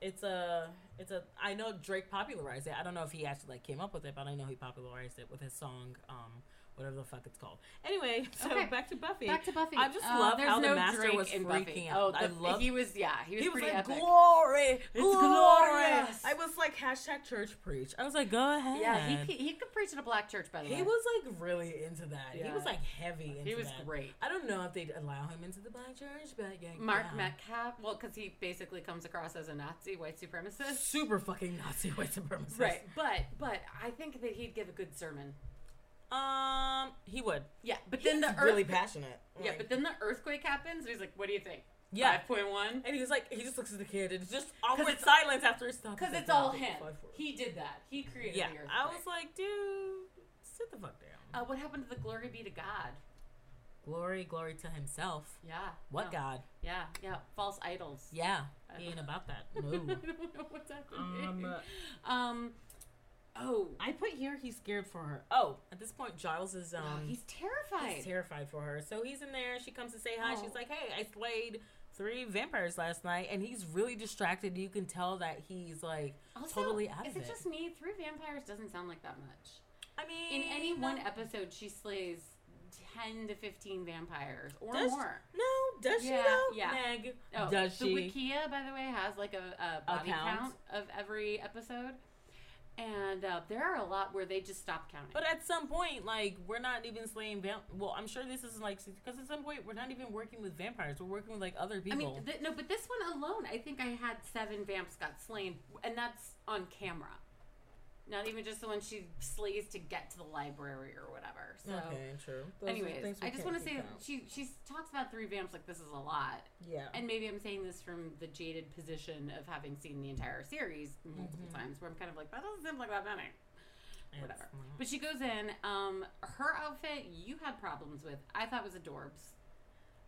[SPEAKER 4] it's a it's a I know Drake popularized it. I don't know if he actually like came up with it, but I know he popularized it with his song, um, whatever the fuck it's called. Anyway, so
[SPEAKER 3] Okay.
[SPEAKER 4] back to Buffy.
[SPEAKER 3] Back to Buffy.
[SPEAKER 4] I just
[SPEAKER 3] Uh,
[SPEAKER 4] love
[SPEAKER 3] there's
[SPEAKER 4] how
[SPEAKER 3] no
[SPEAKER 4] the master
[SPEAKER 3] Drake
[SPEAKER 4] was
[SPEAKER 3] in
[SPEAKER 4] freaking
[SPEAKER 3] Buffy.
[SPEAKER 4] out.
[SPEAKER 3] Oh,
[SPEAKER 4] I
[SPEAKER 3] the-
[SPEAKER 4] love.
[SPEAKER 3] He was yeah. He was
[SPEAKER 4] he was
[SPEAKER 3] pretty
[SPEAKER 4] like
[SPEAKER 3] epic.
[SPEAKER 4] glory, glory.
[SPEAKER 3] glorious."
[SPEAKER 4] I was like hashtag church preach. I was like, go ahead.
[SPEAKER 3] yeah, he, could- he could preach at a black church by the
[SPEAKER 4] He
[SPEAKER 3] way.
[SPEAKER 4] was like really into that. He
[SPEAKER 3] Yeah.
[SPEAKER 4] was like heavy. Into
[SPEAKER 3] He was
[SPEAKER 4] that.
[SPEAKER 3] great.
[SPEAKER 4] I don't know if they'd allow him into the black church, but yeah,
[SPEAKER 3] Mark
[SPEAKER 4] yeah.
[SPEAKER 3] Metcalf, well, because he basically comes across as a Nazi white supremacist.
[SPEAKER 4] super fucking Nazi white supremacist.
[SPEAKER 3] Right, but but I think that he'd give a good sermon.
[SPEAKER 4] Um, he would.
[SPEAKER 3] Yeah, but then the earth,
[SPEAKER 4] passionate.
[SPEAKER 3] yeah, but then the earthquake happens. And he's like, "What do you think?
[SPEAKER 4] yeah.
[SPEAKER 3] Five point one,
[SPEAKER 4] And he was like, he just looks at the kid and it's just awkward
[SPEAKER 3] it's-
[SPEAKER 4] silence after it stops.
[SPEAKER 3] because it's all him. He did that. He created
[SPEAKER 4] yeah,
[SPEAKER 3] the earthquake.
[SPEAKER 4] I was like, dude, sit the fuck down.
[SPEAKER 3] uh, what happened to the glory be to God?
[SPEAKER 4] Glory, glory to himself.
[SPEAKER 3] Yeah.
[SPEAKER 4] What
[SPEAKER 3] no.
[SPEAKER 4] God?
[SPEAKER 3] Yeah, yeah, false idols.
[SPEAKER 4] Yeah,
[SPEAKER 3] I
[SPEAKER 4] he
[SPEAKER 3] don't-
[SPEAKER 4] ain't about that.
[SPEAKER 3] I
[SPEAKER 4] No.
[SPEAKER 3] don't know what's happening.
[SPEAKER 4] um,
[SPEAKER 3] Um, oh,
[SPEAKER 4] I put here he's scared for her. Oh, at this point, Giles is um.
[SPEAKER 3] no, oh, he's terrified.
[SPEAKER 4] He's terrified for her. So he's in there. She comes to say hi.
[SPEAKER 3] Oh.
[SPEAKER 4] She's like, "Hey, I slayed three vampires last night," and he's really distracted. You can tell that he's like
[SPEAKER 3] also,
[SPEAKER 4] totally out
[SPEAKER 3] is
[SPEAKER 4] of it.
[SPEAKER 3] it just me? Three vampires doesn't sound like that much.
[SPEAKER 4] I mean,
[SPEAKER 3] In any one episode, she slays ten to fifteen vampires or
[SPEAKER 4] Does-
[SPEAKER 3] more.
[SPEAKER 4] no, does
[SPEAKER 3] Yeah,
[SPEAKER 4] she though?
[SPEAKER 3] yeah.
[SPEAKER 4] Meg,
[SPEAKER 3] Oh,
[SPEAKER 4] does
[SPEAKER 3] the
[SPEAKER 4] she?
[SPEAKER 3] Wikia, by the way, has like a, a body
[SPEAKER 4] count?
[SPEAKER 3] count. of every episode, and uh, there are a lot where they just stop counting.
[SPEAKER 4] but at some point, like we're not even slaying vamp. Well, I'm sure this is like because at some point we're not even working with vampires. We're working with like other
[SPEAKER 3] I
[SPEAKER 4] people.
[SPEAKER 3] mean, th- no, but this one alone, I think I had seven vamps got slain, and that's on camera. Not even just the one she slays to get to the library or whatever. So,
[SPEAKER 4] okay, true. Those are
[SPEAKER 3] anyways,
[SPEAKER 4] things we
[SPEAKER 3] I just
[SPEAKER 4] can't
[SPEAKER 3] want to
[SPEAKER 4] keep
[SPEAKER 3] say that
[SPEAKER 4] out.
[SPEAKER 3] she she talks about three vamps like this is a lot,
[SPEAKER 4] yeah,
[SPEAKER 3] and maybe I'm saying this from the jaded position of having seen the entire series multiple
[SPEAKER 4] Mm-hmm.
[SPEAKER 3] times, where I'm kind of like, that doesn't seem like that many.
[SPEAKER 4] It's
[SPEAKER 3] whatever.
[SPEAKER 4] not-
[SPEAKER 3] But she goes in. Um, her outfit you had problems with. I thought was adorbs.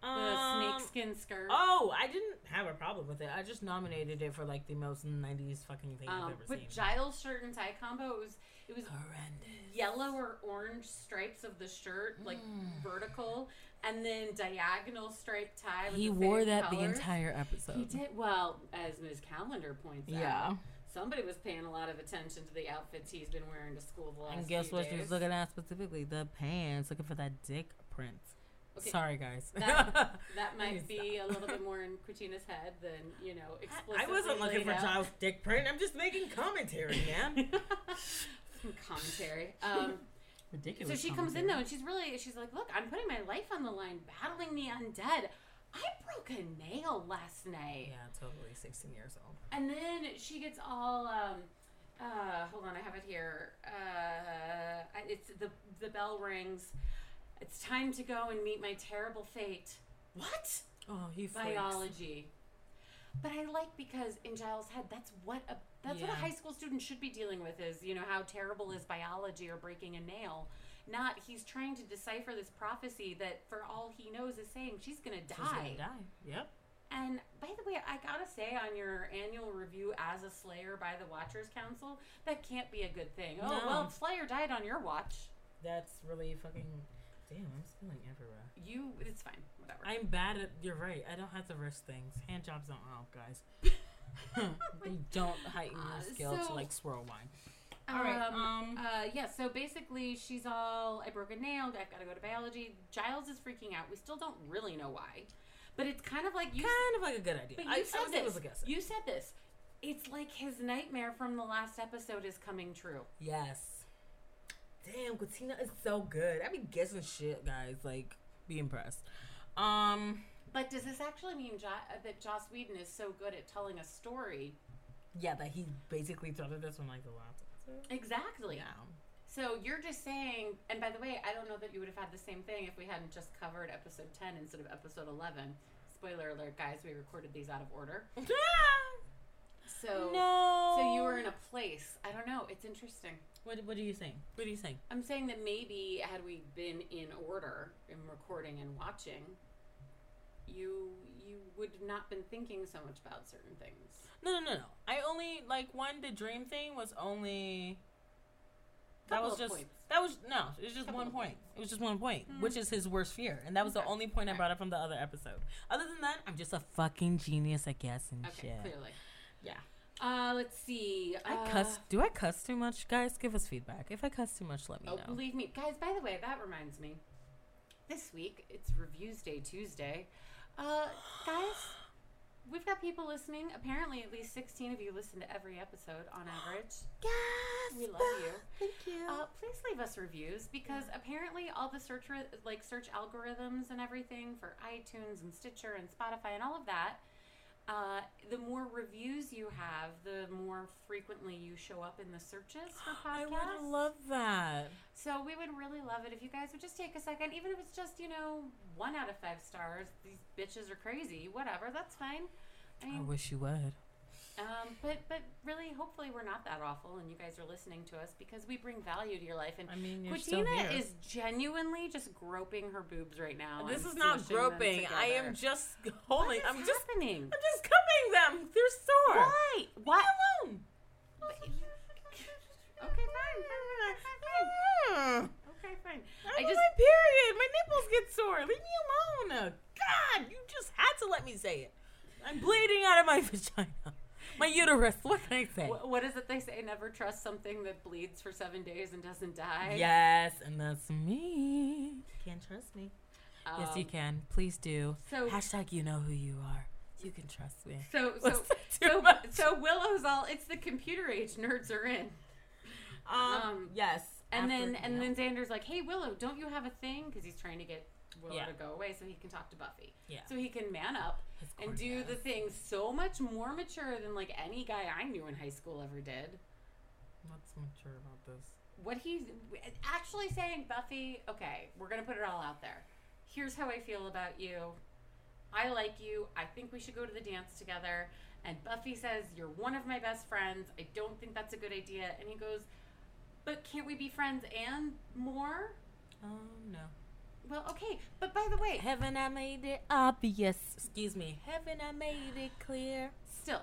[SPEAKER 3] The
[SPEAKER 4] Um,
[SPEAKER 3] snakeskin skirt.
[SPEAKER 4] Oh, I didn't have a problem with it. I just nominated it for like the most '90s fucking thing I've
[SPEAKER 3] um,
[SPEAKER 4] ever
[SPEAKER 3] but
[SPEAKER 4] seen.
[SPEAKER 3] Giles' shirt and tie combo it was it was
[SPEAKER 4] Horrendous.
[SPEAKER 3] yellow or orange stripes of the shirt, like
[SPEAKER 4] Mm.
[SPEAKER 3] vertical, and then diagonal striped tie. With
[SPEAKER 4] He
[SPEAKER 3] the
[SPEAKER 4] wore
[SPEAKER 3] same
[SPEAKER 4] that the
[SPEAKER 3] colors.
[SPEAKER 4] entire episode.
[SPEAKER 3] He did well, as Ms. Calendar points out.
[SPEAKER 4] Yeah.
[SPEAKER 3] Somebody was paying a lot of attention to the outfits he's been wearing to school the last.
[SPEAKER 4] And guess
[SPEAKER 3] few
[SPEAKER 4] what
[SPEAKER 3] days.
[SPEAKER 4] she was looking at specifically? The pants, looking for that dick print.
[SPEAKER 3] Okay.
[SPEAKER 4] Sorry, guys.
[SPEAKER 3] That- That might
[SPEAKER 4] Please
[SPEAKER 3] be a
[SPEAKER 4] stop.
[SPEAKER 3] little bit more in Christina's head than you know explicitly.
[SPEAKER 4] I wasn't looking
[SPEAKER 3] laid
[SPEAKER 4] for
[SPEAKER 3] out.
[SPEAKER 4] child dick print. I'm just making commentary, man.
[SPEAKER 3] Some commentary. Um,
[SPEAKER 4] Ridiculous.
[SPEAKER 3] so she comes in though, and she's really she's like, "Look, I'm putting my life on the line, battling the undead. I broke a nail last night."
[SPEAKER 4] Yeah, totally. 16 years old.
[SPEAKER 3] And then she gets all um uh hold on, I have it here. Uh I- it's the the bell rings. It's time to go and meet my terrible fate. What?
[SPEAKER 4] Oh, he flakes.
[SPEAKER 3] Biology. But I like because in Giles' head, that's what a that's what
[SPEAKER 4] Yeah.
[SPEAKER 3] a high school student should be dealing with is, you know, how terrible is biology or breaking a nail. Not he's trying to decipher this prophecy that for all he knows is saying she's gonna die.
[SPEAKER 4] She's gonna die. Yep.
[SPEAKER 3] And by the way, I gotta say on your annual review as a Slayer by the Watchers Council, that can't be a good thing. Oh
[SPEAKER 4] No.
[SPEAKER 3] well, Slayer died on your watch.
[SPEAKER 4] That's really fucking. Damn, I'm spilling everywhere.
[SPEAKER 3] You, it's fine, whatever.
[SPEAKER 4] I'm bad at. You're right. I don't have to risk things. Hand jobs don't help, guys. they don't heighten
[SPEAKER 3] Uh,
[SPEAKER 4] your skill to
[SPEAKER 3] so-
[SPEAKER 4] like swirl wine. all right, um,
[SPEAKER 3] uh, yeah. So basically, she's all I broke a nail. I've gotta go to biology. Giles is freaking out. We still don't really know why, but it's kind of like you.
[SPEAKER 4] Kind of like a good idea.
[SPEAKER 3] But you
[SPEAKER 4] I, I
[SPEAKER 3] said
[SPEAKER 4] was
[SPEAKER 3] this.
[SPEAKER 4] able to guess it.
[SPEAKER 3] You said this. It's like his nightmare from the last episode is coming true.
[SPEAKER 4] yes. Damn, Katina is so good. I be guessing shit, guys. Like, be impressed. Um,
[SPEAKER 3] But does this actually mean jo- uh, that Joss Whedon is so good at telling a story?
[SPEAKER 4] yeah, that he basically started this one like the last episode.
[SPEAKER 3] Exactly.
[SPEAKER 4] Yeah.
[SPEAKER 3] So you're just saying, and by the way, I don't know that you would have had the same thing if we hadn't just covered episode 10 instead of episode 11. Spoiler alert, guys, we recorded these out of order. So,
[SPEAKER 4] no.
[SPEAKER 3] so you were in a place. I don't know. It's interesting.
[SPEAKER 4] What, what do you think? What do you think?
[SPEAKER 3] I'm saying that maybe had we been in order in recording and watching, you you would not been thinking so much about certain things.
[SPEAKER 4] No, no, no, no. I only like one. The dream thing was only. That
[SPEAKER 3] Couple
[SPEAKER 4] was
[SPEAKER 3] of
[SPEAKER 4] just
[SPEAKER 3] points.
[SPEAKER 4] that was no. It was just
[SPEAKER 3] Couple
[SPEAKER 4] one
[SPEAKER 3] of
[SPEAKER 4] point. It was just one point, which is his worst fear, and that was the
[SPEAKER 3] Okay.
[SPEAKER 4] only point I
[SPEAKER 3] Alright.
[SPEAKER 4] brought up from the other episode. Other than that, I'm just a fucking genius at guessing
[SPEAKER 3] Okay,
[SPEAKER 4] shit.
[SPEAKER 3] clearly.
[SPEAKER 4] Yeah.
[SPEAKER 3] Uh, let's see.
[SPEAKER 4] I
[SPEAKER 3] uh,
[SPEAKER 4] cuss. Do I cuss too much, guys? Give us feedback. If I cuss too much, let me
[SPEAKER 3] Oh,
[SPEAKER 4] know.
[SPEAKER 3] believe me, guys. By the way, that reminds me. This week it's Reviews Day Tuesday. Uh, guys, we've got people listening. Apparently, at least sixteen of you listen to every episode on average.
[SPEAKER 4] Yes,
[SPEAKER 3] We love you.
[SPEAKER 4] Thank you.
[SPEAKER 3] Uh, please leave us reviews because apparently all the search re- like search algorithms and everything for iTunes and Stitcher and Spotify and all of that. Uh, the more reviews you have, the more frequently you show up in the searches for
[SPEAKER 4] I
[SPEAKER 3] podcasts.
[SPEAKER 4] would love that.
[SPEAKER 3] So we would really love it if you guys would just take a second, even if it's just, you know, one out of five stars. These bitches are crazy. Whatever, that's fine. I
[SPEAKER 4] I
[SPEAKER 3] mean,
[SPEAKER 4] wish you would.
[SPEAKER 3] um, but but really, hopefully, we're not that awful, and you guys are listening to us because we bring value to your life. And
[SPEAKER 4] I mean, you're still
[SPEAKER 3] Quatina
[SPEAKER 4] here.
[SPEAKER 3] is genuinely just groping her boobs right now.
[SPEAKER 4] This
[SPEAKER 3] and
[SPEAKER 4] is not
[SPEAKER 3] smushing Oh, them
[SPEAKER 4] groping. I am
[SPEAKER 3] together.
[SPEAKER 4] just
[SPEAKER 3] What
[SPEAKER 4] holding.
[SPEAKER 3] is
[SPEAKER 4] I'm just.
[SPEAKER 3] happening.
[SPEAKER 4] I'm just cupping them. They're sore.
[SPEAKER 3] Why? Why?
[SPEAKER 4] alone.
[SPEAKER 3] But you- Okay, fine. fine, fine,
[SPEAKER 4] Mm.
[SPEAKER 3] fine. Okay, fine.
[SPEAKER 4] I
[SPEAKER 3] I
[SPEAKER 4] just
[SPEAKER 3] just
[SPEAKER 4] my period. My nipples get sore. Leave me alone. God, you just had to let me say it. I'm bleeding out of my vagina. My uterus. What can I say?
[SPEAKER 3] Wh- What is it they say? Never trust something that bleeds for seven days and doesn't die.
[SPEAKER 4] Yes, and that's me. Can't trust me.
[SPEAKER 3] Um,
[SPEAKER 4] yes, you can. Please do.
[SPEAKER 3] so-
[SPEAKER 4] Hashtag you know who you are. You can trust me.
[SPEAKER 3] So
[SPEAKER 4] Was
[SPEAKER 3] so
[SPEAKER 4] that too
[SPEAKER 3] so,
[SPEAKER 4] much?
[SPEAKER 3] so Willow's all. It's the computer age. Nerds are in. um,
[SPEAKER 4] yes.
[SPEAKER 3] And
[SPEAKER 4] after-
[SPEAKER 3] then and
[SPEAKER 4] yeah.
[SPEAKER 3] then Xander's like, "Hey Willow, don't you have a thing?" Because he's trying to get Willow
[SPEAKER 4] Yeah.
[SPEAKER 3] to go away so he can talk to Buffy.
[SPEAKER 4] Yeah.
[SPEAKER 3] So he can man up
[SPEAKER 4] His
[SPEAKER 3] and
[SPEAKER 4] corny
[SPEAKER 3] do
[SPEAKER 4] ass.
[SPEAKER 3] the thing so much more mature than like any guy I knew in high school ever did.
[SPEAKER 4] What's mature about this?
[SPEAKER 3] What he's actually saying, Buffy. Okay, we're gonna put it all out there. Here's how I feel about you. I like you. I think we should go to the dance together. And Buffy says, You're one of my best friends. I don't think that's a good idea. And he goes, But can't we be friends and more?
[SPEAKER 4] Oh no.
[SPEAKER 3] Well, okay. But by the way,
[SPEAKER 4] Heaven, I made it obvious. Excuse me. Heaven, I made it clear.
[SPEAKER 3] still,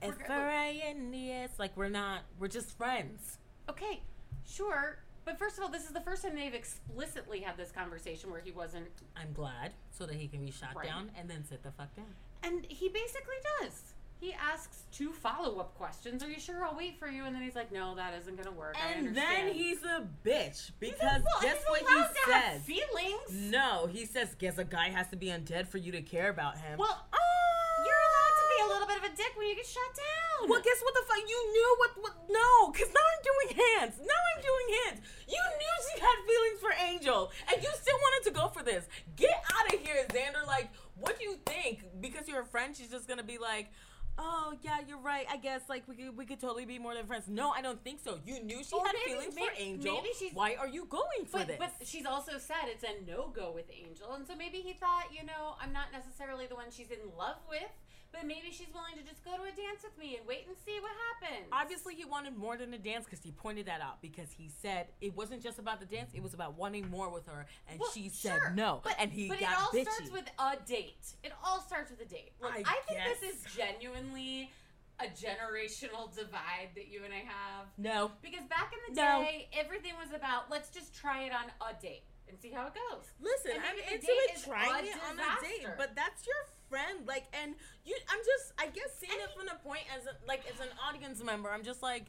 [SPEAKER 4] F
[SPEAKER 3] We're go-
[SPEAKER 4] R I N D S. Like we're not. We're just friends.
[SPEAKER 3] okay, sure. But first of all, this is the first time they've explicitly had this conversation where he wasn't.
[SPEAKER 4] I'm glad so that he can be shot
[SPEAKER 3] Right.
[SPEAKER 4] down and then sit the fuck down.
[SPEAKER 3] And he basically does. He asks two follow up questions. Are you sure? I'll wait for you. And then he's like, No, that isn't gonna work. I
[SPEAKER 4] And then
[SPEAKER 3] understand."
[SPEAKER 4] he's a bitch because
[SPEAKER 3] well,
[SPEAKER 4] guess
[SPEAKER 3] he's
[SPEAKER 4] what
[SPEAKER 3] allowed
[SPEAKER 4] he
[SPEAKER 3] to have
[SPEAKER 4] says.
[SPEAKER 3] feelings.
[SPEAKER 4] No, he says, guess a guy has to be undead for you to care about him.
[SPEAKER 3] Well,
[SPEAKER 4] oh,
[SPEAKER 3] you're allowed to be a little bit of a dick when you get shut down.
[SPEAKER 4] Well, guess what the fuck? You knew what, what no, because now I'm doing hands. Now I'm doing hands. You knew she had feelings for Angel, and you still wanted to go for this. Get out of here, Xander. Like, what do you think? Because you're a friend, she's just gonna be like, oh yeah, you're right. I guess like we could we could totally be more than friends. No, I don't think so. You knew she
[SPEAKER 3] Or
[SPEAKER 4] had
[SPEAKER 3] maybe-
[SPEAKER 4] feelings
[SPEAKER 3] may-
[SPEAKER 4] for Angel.
[SPEAKER 3] maybe she's-
[SPEAKER 4] Why are you going for
[SPEAKER 3] But,
[SPEAKER 4] this?
[SPEAKER 3] but she's also said it's a no go with Angel, and so maybe he thought, you know, I'm not necessarily the one she's in love with, but maybe she's willing to just go to a dance with me and wait and see what happens.
[SPEAKER 4] Obviously, he wanted more than a dance because he pointed that out because he said it wasn't just about the dance; it was about wanting more with her, and
[SPEAKER 3] Well,
[SPEAKER 4] she said
[SPEAKER 3] sure,
[SPEAKER 4] no,
[SPEAKER 3] but,
[SPEAKER 4] and he
[SPEAKER 3] but
[SPEAKER 4] got
[SPEAKER 3] it all
[SPEAKER 4] bitchy.
[SPEAKER 3] starts with a date. It all starts with a date. Look,
[SPEAKER 4] I
[SPEAKER 3] I, think this
[SPEAKER 4] guess.
[SPEAKER 3] is genuinely a generational divide that you and I have.
[SPEAKER 4] no,
[SPEAKER 3] Because back in the
[SPEAKER 4] No.
[SPEAKER 3] day, everything was about let's just try it on a date and see how it goes.
[SPEAKER 4] Listen,
[SPEAKER 3] And
[SPEAKER 4] I'm
[SPEAKER 3] maybe the
[SPEAKER 4] into
[SPEAKER 3] date
[SPEAKER 4] it
[SPEAKER 3] is
[SPEAKER 4] trying
[SPEAKER 3] a
[SPEAKER 4] it on a date,
[SPEAKER 3] disaster.
[SPEAKER 4] but that's your friend. Like, and you, I'm just, I guess, seeing it from the point as, a, like, as an audience member, I'm just like,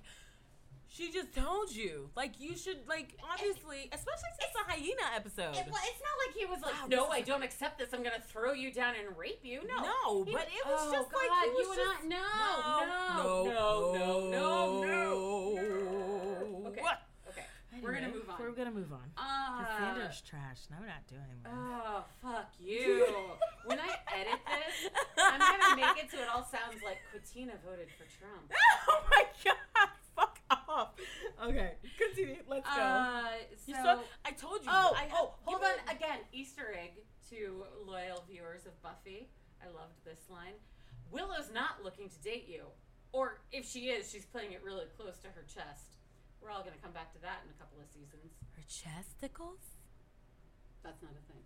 [SPEAKER 4] she just told you. Like, you should, like, obviously, especially since the hyena episode.
[SPEAKER 3] It, well, it's not like he was like,
[SPEAKER 4] Wow,
[SPEAKER 3] no,
[SPEAKER 4] this
[SPEAKER 3] I
[SPEAKER 4] is-
[SPEAKER 3] don't accept this. I'm gonna throw you down and rape you. No,
[SPEAKER 4] No,
[SPEAKER 3] He-
[SPEAKER 4] but it was
[SPEAKER 3] oh,
[SPEAKER 4] just
[SPEAKER 3] God,
[SPEAKER 4] like he was
[SPEAKER 3] you
[SPEAKER 4] just,
[SPEAKER 3] and I. No, no, no, no, no, no. Okay, okay, we're gonna move on.
[SPEAKER 4] We're gonna move on.
[SPEAKER 3] Uh,
[SPEAKER 4] Cassandra's trash. No, we're not doing it.
[SPEAKER 3] oh, fuck you. when I edit this, I'm gonna make it so it all sounds like Katina voted for Trump.
[SPEAKER 4] Oh my god! Fuck off. Okay, continue. Let's go.
[SPEAKER 3] Uh, so,
[SPEAKER 4] you saw, I told you.
[SPEAKER 3] oh,
[SPEAKER 4] I have-
[SPEAKER 3] oh, hold
[SPEAKER 4] you
[SPEAKER 3] on.
[SPEAKER 4] know-
[SPEAKER 3] Again, Easter egg to loyal viewers of Buffy. I loved this line. Willow's not looking to date you, or if she is, she's playing it really close to her chest. We're all gonna come back to that in a couple of seasons.
[SPEAKER 4] Her chesticles.
[SPEAKER 3] That's not a thing.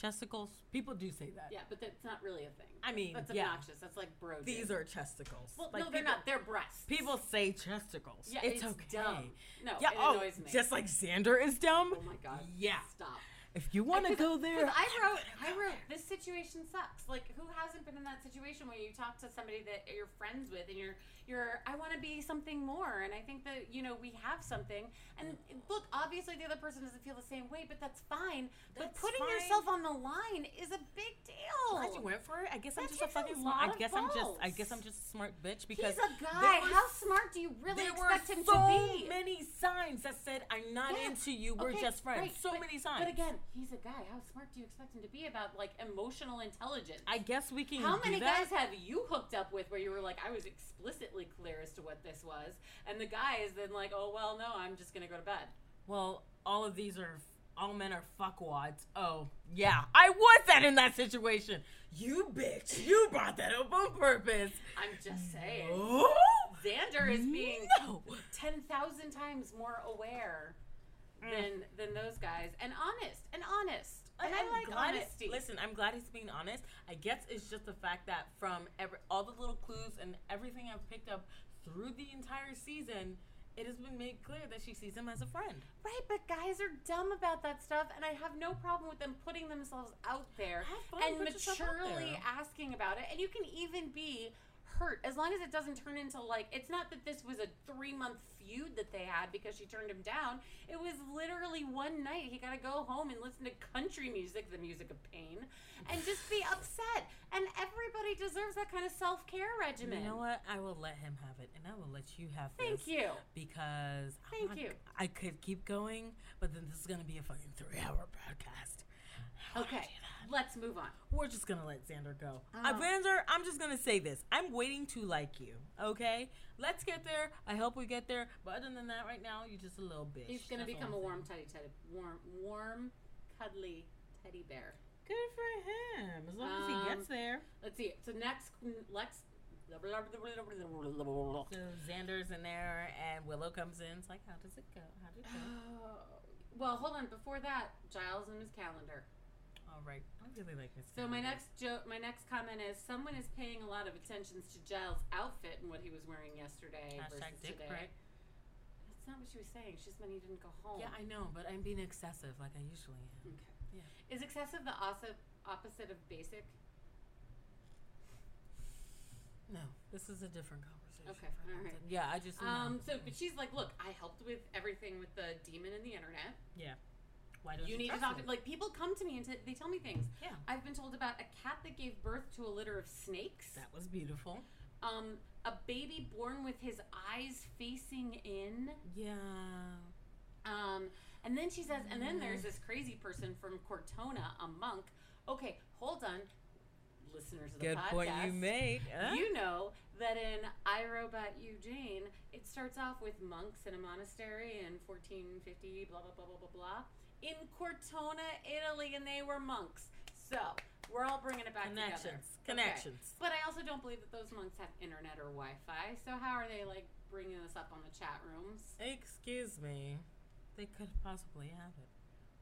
[SPEAKER 4] Chesticles. People do say that.
[SPEAKER 3] Yeah, but that's not really a thing.
[SPEAKER 4] I mean,
[SPEAKER 3] that's
[SPEAKER 4] yeah.
[SPEAKER 3] obnoxious. That's like bro. dude.
[SPEAKER 4] These are chesticles.
[SPEAKER 3] well,
[SPEAKER 4] Like,
[SPEAKER 3] no, they're
[SPEAKER 4] people-
[SPEAKER 3] not. They're breasts.
[SPEAKER 4] People say chesticles.
[SPEAKER 3] Yeah,
[SPEAKER 4] it's,
[SPEAKER 3] it's,
[SPEAKER 4] okay.
[SPEAKER 3] dumb. No,
[SPEAKER 4] Yeah.
[SPEAKER 3] it
[SPEAKER 4] oh,
[SPEAKER 3] annoys me.
[SPEAKER 4] just like Xander is dumb.
[SPEAKER 3] oh my god.
[SPEAKER 4] Yeah.
[SPEAKER 3] Stop.
[SPEAKER 4] If you want to
[SPEAKER 3] Because-
[SPEAKER 4] go there,
[SPEAKER 3] because I wrote, I wrote, this situation sucks. Like, who hasn't been in that situation where you talk to somebody that you're friends with and you're, you're, I want to be something more, and I think that you know we have something. And look, obviously the other person doesn't feel the same way, but that's fine. but
[SPEAKER 4] That's
[SPEAKER 3] putting
[SPEAKER 4] fine.
[SPEAKER 3] yourself on the line is a big
[SPEAKER 4] I just
[SPEAKER 3] deal.
[SPEAKER 4] went for it. I guess I'm
[SPEAKER 3] That
[SPEAKER 4] just a
[SPEAKER 3] takes a
[SPEAKER 4] fucking.
[SPEAKER 3] lot
[SPEAKER 4] smart, I
[SPEAKER 3] of
[SPEAKER 4] guess I'm just. I
[SPEAKER 3] balls.
[SPEAKER 4] guess I'm just a smart bitch because
[SPEAKER 3] He's a guy.
[SPEAKER 4] there was
[SPEAKER 3] How smart do you really
[SPEAKER 4] there
[SPEAKER 3] expect
[SPEAKER 4] were
[SPEAKER 3] him
[SPEAKER 4] so
[SPEAKER 3] to be?
[SPEAKER 4] many signs that said I'm not
[SPEAKER 3] Yeah.
[SPEAKER 4] into you. We're
[SPEAKER 3] Okay,
[SPEAKER 4] just friends.
[SPEAKER 3] right,
[SPEAKER 4] So
[SPEAKER 3] but-
[SPEAKER 4] many signs.
[SPEAKER 3] But again, he's a guy. How smart do you expect him to be about like emotional intelligence?
[SPEAKER 4] I guess we can.
[SPEAKER 3] How
[SPEAKER 4] do
[SPEAKER 3] many
[SPEAKER 4] that.
[SPEAKER 3] guys have you hooked up with where you were like, I was explicitly clear as to what this was, and the guy is then like, oh well, no, I'm just gonna go to bed.
[SPEAKER 4] Well, all of these are all men are fuckwads. Oh yeah, I was that in that situation. You bitch, you brought that up on purpose.
[SPEAKER 3] I'm just saying.
[SPEAKER 4] Oh,
[SPEAKER 3] Xander is being
[SPEAKER 4] no.
[SPEAKER 3] ten thousand times more aware
[SPEAKER 4] Mm.
[SPEAKER 3] than than those guys, and honest, and honest, and I,
[SPEAKER 4] I'm
[SPEAKER 3] like
[SPEAKER 4] glad it-
[SPEAKER 3] honesty.
[SPEAKER 4] listen, I'm glad he's being honest. I guess it's just the fact that from every, all the little clues and everything I've picked up through the entire season, it has been made clear that she sees him as a friend.
[SPEAKER 3] Right, but guys are dumb about that stuff, and I have no problem with them putting themselves out there
[SPEAKER 4] Have fun,
[SPEAKER 3] and
[SPEAKER 4] put yourself out
[SPEAKER 3] maturely
[SPEAKER 4] there.
[SPEAKER 3] asking about it. And you can even be hurt as long as it doesn't turn into like it's not that this was a three month feud that they had because she turned him down. It was literally one night he got to go home and listen to country music, the music of pain, and just be upset. And everybody deserves that kind of self care regimen.
[SPEAKER 4] You know what? I will let him have it, and I will let you have.
[SPEAKER 3] Thank
[SPEAKER 4] this
[SPEAKER 3] you.
[SPEAKER 4] Because I'm
[SPEAKER 3] Thank
[SPEAKER 4] not-
[SPEAKER 3] you.
[SPEAKER 4] I could keep going, but then this is gonna be a fucking three-hour podcast. How would I
[SPEAKER 3] Okay,
[SPEAKER 4] do that?
[SPEAKER 3] let's move on.
[SPEAKER 4] We're just gonna let Xander go. Uh, Xander, I'm just gonna say this. I'm waiting to like you. Okay, let's get there. I hope we get there. But other than that, right now, you're just a little bitch.
[SPEAKER 3] He's gonna
[SPEAKER 4] That's all I'm
[SPEAKER 3] become a
[SPEAKER 4] saying.
[SPEAKER 3] warm teddy teddy warm warm cuddly teddy bear.
[SPEAKER 4] Good for him. As long as he
[SPEAKER 3] Um,
[SPEAKER 4] gets there.
[SPEAKER 3] Let's see. So next Lex Oh
[SPEAKER 4] So Xander's in there, and Willow comes in. It's like, how does it go? How did it go?
[SPEAKER 3] well, hold on. Before that, Giles and his calendar.
[SPEAKER 4] All right, I really like this.
[SPEAKER 3] So my
[SPEAKER 4] calendar.
[SPEAKER 3] next joke, my next comment is: someone is paying a lot of attentions to Giles' outfit and what he was wearing yesterday versus
[SPEAKER 4] Hashtag dick
[SPEAKER 3] today.
[SPEAKER 4] break.
[SPEAKER 3] That's not what she was saying. She just meant he didn't go home.
[SPEAKER 4] Yeah, I know, but I'm being excessive like I usually am.
[SPEAKER 3] Okay.
[SPEAKER 4] Yeah.
[SPEAKER 3] Is excessive the opposite opposite of basic?
[SPEAKER 4] No, this is a different conversation.
[SPEAKER 3] Okay,
[SPEAKER 4] for
[SPEAKER 3] all
[SPEAKER 4] another
[SPEAKER 3] right.
[SPEAKER 4] time. Yeah, I just. no.
[SPEAKER 3] Um, so but she's like, look, I helped with everything with the demon and the internet.
[SPEAKER 4] yeah. Why don't
[SPEAKER 3] You need to
[SPEAKER 4] trust
[SPEAKER 3] talk to
[SPEAKER 4] me?
[SPEAKER 3] like people come to me and t- they tell me things.
[SPEAKER 4] Yeah.
[SPEAKER 3] I've been told about a cat that gave birth to a litter of snakes.
[SPEAKER 4] That was beautiful.
[SPEAKER 3] Um, a baby born with his eyes facing in.
[SPEAKER 4] Yeah.
[SPEAKER 3] Um, and then she says,
[SPEAKER 4] Mm-hmm.
[SPEAKER 3] and then there's this crazy person from Cortona, a monk. Okay, hold on, listeners of the
[SPEAKER 4] Good
[SPEAKER 3] podcast.
[SPEAKER 4] point you make. huh?
[SPEAKER 3] You know that in I Robot Eugene, it starts off with monks in a monastery in 1450, blah, blah, blah, blah, blah, blah, in Cortona, Italy, and they were monks. So we're all bringing it back together.
[SPEAKER 4] Connections.
[SPEAKER 3] Okay.
[SPEAKER 4] Connections.
[SPEAKER 3] But I also don't believe that those monks have internet or Wi Fi. So how are they like bringing this up on the chat rooms?
[SPEAKER 4] Excuse me. They could possibly have it.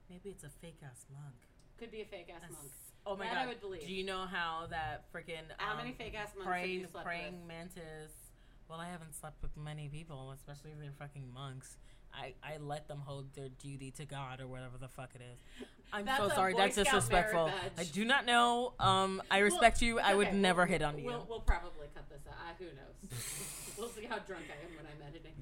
[SPEAKER 4] Maybe it's a fake ass monk.
[SPEAKER 3] Could be a fake ass
[SPEAKER 4] That's-
[SPEAKER 3] monk.
[SPEAKER 4] Oh my
[SPEAKER 3] That
[SPEAKER 4] god.
[SPEAKER 3] I would believe.
[SPEAKER 4] Do you know how that freaking
[SPEAKER 3] How
[SPEAKER 4] um,
[SPEAKER 3] many fake-ass monks have
[SPEAKER 4] praying,
[SPEAKER 3] you slept
[SPEAKER 4] praying
[SPEAKER 3] with?
[SPEAKER 4] mantis? Well, I haven't slept with many people, especially if they're fucking monks. I, I let them hold their duty to God or whatever the fuck it is. I'm
[SPEAKER 3] That's
[SPEAKER 4] so
[SPEAKER 3] a
[SPEAKER 4] sorry.
[SPEAKER 3] Boy
[SPEAKER 4] That's
[SPEAKER 3] Scout
[SPEAKER 4] disrespectful.
[SPEAKER 3] merit
[SPEAKER 4] I
[SPEAKER 3] badge.
[SPEAKER 4] do not know. Um, I respect you. I would
[SPEAKER 3] okay,
[SPEAKER 4] never
[SPEAKER 3] we'll-
[SPEAKER 4] hit on you.
[SPEAKER 3] We'll, we'll probably cut this out. Uh, who knows? we'll see how drunk I am when I'm editing.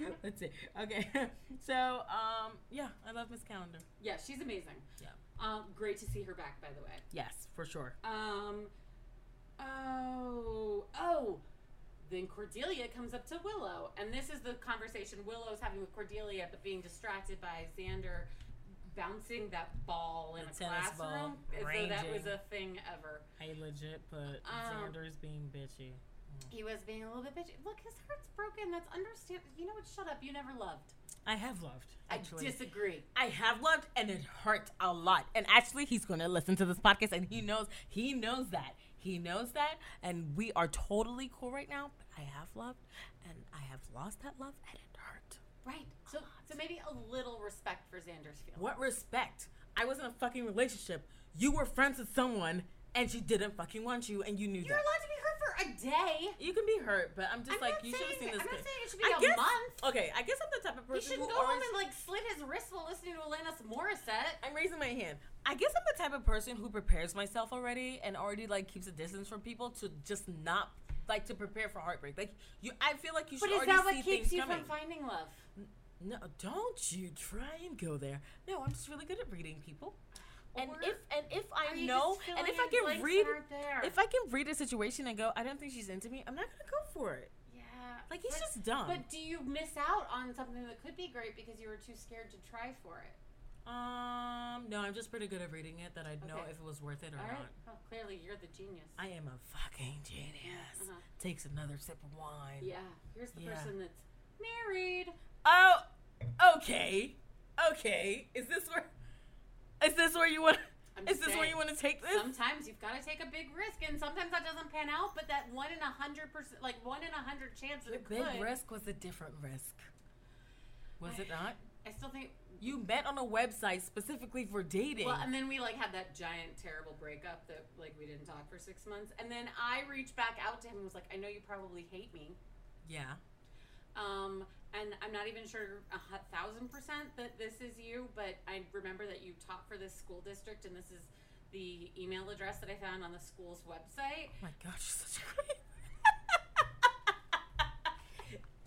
[SPEAKER 4] yeah, that's it. Okay, so um, yeah, I love Miss Calendar.
[SPEAKER 3] yeah, she's amazing.
[SPEAKER 4] Yeah.
[SPEAKER 3] Um, great to see her back, by the way.
[SPEAKER 4] Yes, for sure.
[SPEAKER 3] Um, oh, oh. Then Cordelia comes up to Willow, and this is the conversation Willow's having with Cordelia, but being distracted by Xander bouncing that ball in
[SPEAKER 4] The
[SPEAKER 3] a
[SPEAKER 4] tennis ball,
[SPEAKER 3] classroom. as though that was
[SPEAKER 4] ranging.
[SPEAKER 3] a thing ever.
[SPEAKER 4] I legit put
[SPEAKER 3] Um,
[SPEAKER 4] Xander's being bitchy.
[SPEAKER 3] He was being a little bit bitchy. Look, his heart's broken. That's understandable. You know what? Shut up. You never loved.
[SPEAKER 4] I have loved. Actually.
[SPEAKER 3] I disagree.
[SPEAKER 4] I have loved and it hurt a lot. And actually, he's going to listen to this podcast and he knows, he knows that. He knows that. And we are totally cool right now. But I have loved and I have lost that love and it hurt.
[SPEAKER 3] Right. So, so maybe a little respect for Xander's feelings.
[SPEAKER 4] Oh, What respect? I was in a fucking relationship. You were friends with someone and she didn't fucking want you and you knew
[SPEAKER 3] You're
[SPEAKER 4] that.
[SPEAKER 3] allowed to be hurt for a day.
[SPEAKER 4] you can be hurt, but I'm just
[SPEAKER 3] I'm
[SPEAKER 4] like,
[SPEAKER 3] not
[SPEAKER 4] you should have
[SPEAKER 3] saying-
[SPEAKER 4] seen this.
[SPEAKER 3] I'm not
[SPEAKER 4] thing.
[SPEAKER 3] saying it should
[SPEAKER 4] I
[SPEAKER 3] be a
[SPEAKER 4] guess-
[SPEAKER 3] month.
[SPEAKER 4] Okay, I guess I'm the type of
[SPEAKER 3] He
[SPEAKER 4] person
[SPEAKER 3] should
[SPEAKER 4] who
[SPEAKER 3] go
[SPEAKER 4] always-
[SPEAKER 3] home and like slit his wrist while listening to Alanis Morissette.
[SPEAKER 4] I'm raising my hand. I guess I'm the type of person who prepares myself already and already like keeps a distance from people to just not like to prepare for heartbreak. Like you, I feel like you should
[SPEAKER 3] But is
[SPEAKER 4] already
[SPEAKER 3] that
[SPEAKER 4] see
[SPEAKER 3] what keeps
[SPEAKER 4] things
[SPEAKER 3] you
[SPEAKER 4] coming.
[SPEAKER 3] from finding love?
[SPEAKER 4] no, don't you try and go there. No, I'm just really good at reading people. And
[SPEAKER 3] Or
[SPEAKER 4] if and if
[SPEAKER 3] Are
[SPEAKER 4] I
[SPEAKER 3] you
[SPEAKER 4] know
[SPEAKER 3] just
[SPEAKER 4] and
[SPEAKER 3] filling
[SPEAKER 4] if I
[SPEAKER 3] in
[SPEAKER 4] can
[SPEAKER 3] blanks that
[SPEAKER 4] read
[SPEAKER 3] aren't there?
[SPEAKER 4] if I can read a situation and go, I don't think she's into me. I'm not gonna go for it.
[SPEAKER 3] yeah,
[SPEAKER 4] Like he's
[SPEAKER 3] but-
[SPEAKER 4] just dumb.
[SPEAKER 3] But do you miss out on something that could be great because you were too scared to try for it?
[SPEAKER 4] um, no, I'm just pretty good at reading it that I'd know
[SPEAKER 3] Okay.
[SPEAKER 4] if it was worth it or
[SPEAKER 3] All
[SPEAKER 4] not.
[SPEAKER 3] right. Oh, clearly you're the genius.
[SPEAKER 4] I am a fucking genius.
[SPEAKER 3] Uh-huh.
[SPEAKER 4] Takes another sip of wine.
[SPEAKER 3] yeah. Here's the
[SPEAKER 4] Yeah.
[SPEAKER 3] person that's married.
[SPEAKER 4] Oh, okay, okay. Is this where? Is this where you want?
[SPEAKER 3] I'm
[SPEAKER 4] Is
[SPEAKER 3] just
[SPEAKER 4] this where
[SPEAKER 3] saying.
[SPEAKER 4] you want to take this?
[SPEAKER 3] sometimes you've got to take a big risk, and sometimes that doesn't pan out. But that one in a hundred percent, like one in a hundred chance that
[SPEAKER 4] the
[SPEAKER 3] it
[SPEAKER 4] big
[SPEAKER 3] could.
[SPEAKER 4] risk was a different risk. Was it not?
[SPEAKER 3] I still think.
[SPEAKER 4] You met on a website specifically for dating.
[SPEAKER 3] Well, and then we like had that giant terrible breakup that like we didn't talk for six months, and then I reached back out to him and was like, I know you probably hate me,
[SPEAKER 4] yeah.
[SPEAKER 3] um, and I'm not even sure a hu- thousand percent that this is you, but I remember that you taught for this school district, and this is the email address that I found on the school's website.
[SPEAKER 4] Oh my gosh, you're such a great.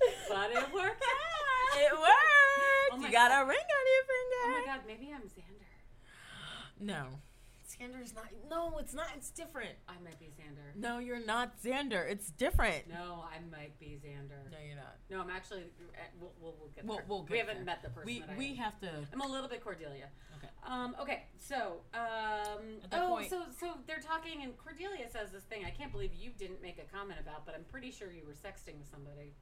[SPEAKER 3] But it worked out.
[SPEAKER 4] It worked.
[SPEAKER 3] Oh my
[SPEAKER 4] you got
[SPEAKER 3] God.
[SPEAKER 4] a ring on
[SPEAKER 3] Oh
[SPEAKER 4] your
[SPEAKER 3] my
[SPEAKER 4] finger.
[SPEAKER 3] god, maybe I'm Xander.
[SPEAKER 4] No. Xander's not. No, it's not. It's different.
[SPEAKER 3] I might be Xander.
[SPEAKER 4] No, you're not Xander. It's different.
[SPEAKER 3] No, I might be Xander.
[SPEAKER 4] No, you're not.
[SPEAKER 3] No, I'm actually. uh, We'll, we'll, we'll get
[SPEAKER 4] We'll,
[SPEAKER 3] there.
[SPEAKER 4] we'll get
[SPEAKER 3] we haven't
[SPEAKER 4] there.
[SPEAKER 3] met the person.
[SPEAKER 4] We,
[SPEAKER 3] that I
[SPEAKER 4] we
[SPEAKER 3] am.
[SPEAKER 4] have to.
[SPEAKER 3] I'm a little bit Cordelia.
[SPEAKER 4] Okay.
[SPEAKER 3] Um, okay, so um,
[SPEAKER 4] At that
[SPEAKER 3] oh,
[SPEAKER 4] point-
[SPEAKER 3] so so they're talking, and Cordelia says this thing. I can't believe you didn't make a comment about, but I'm pretty sure you were sexting with somebody.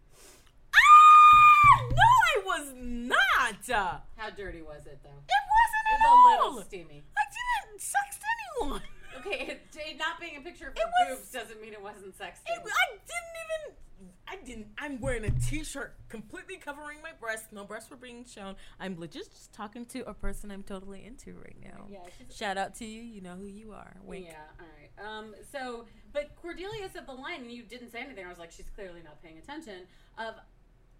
[SPEAKER 4] Ah! No, I was not. Uh,
[SPEAKER 3] How dirty was it though?
[SPEAKER 4] It wasn't
[SPEAKER 3] It
[SPEAKER 4] at
[SPEAKER 3] was a
[SPEAKER 4] all.
[SPEAKER 3] little steamy.
[SPEAKER 4] I didn't sext anyone.
[SPEAKER 3] Okay, it, it not being a picture of
[SPEAKER 4] It
[SPEAKER 3] her
[SPEAKER 4] was-
[SPEAKER 3] boobs doesn't mean it wasn't sexting.
[SPEAKER 4] It, I didn't even. I didn't. I'm wearing a t-shirt completely covering my breasts. No breasts were being shown. I'm legit just talking to a person I'm totally into right now.
[SPEAKER 3] yeah, she's
[SPEAKER 4] Shout out to you. You know who you are. Wink.
[SPEAKER 3] Yeah, all right. Um, so, but Cordelia said the line, and you didn't say anything. I was like, she's clearly not paying attention. Of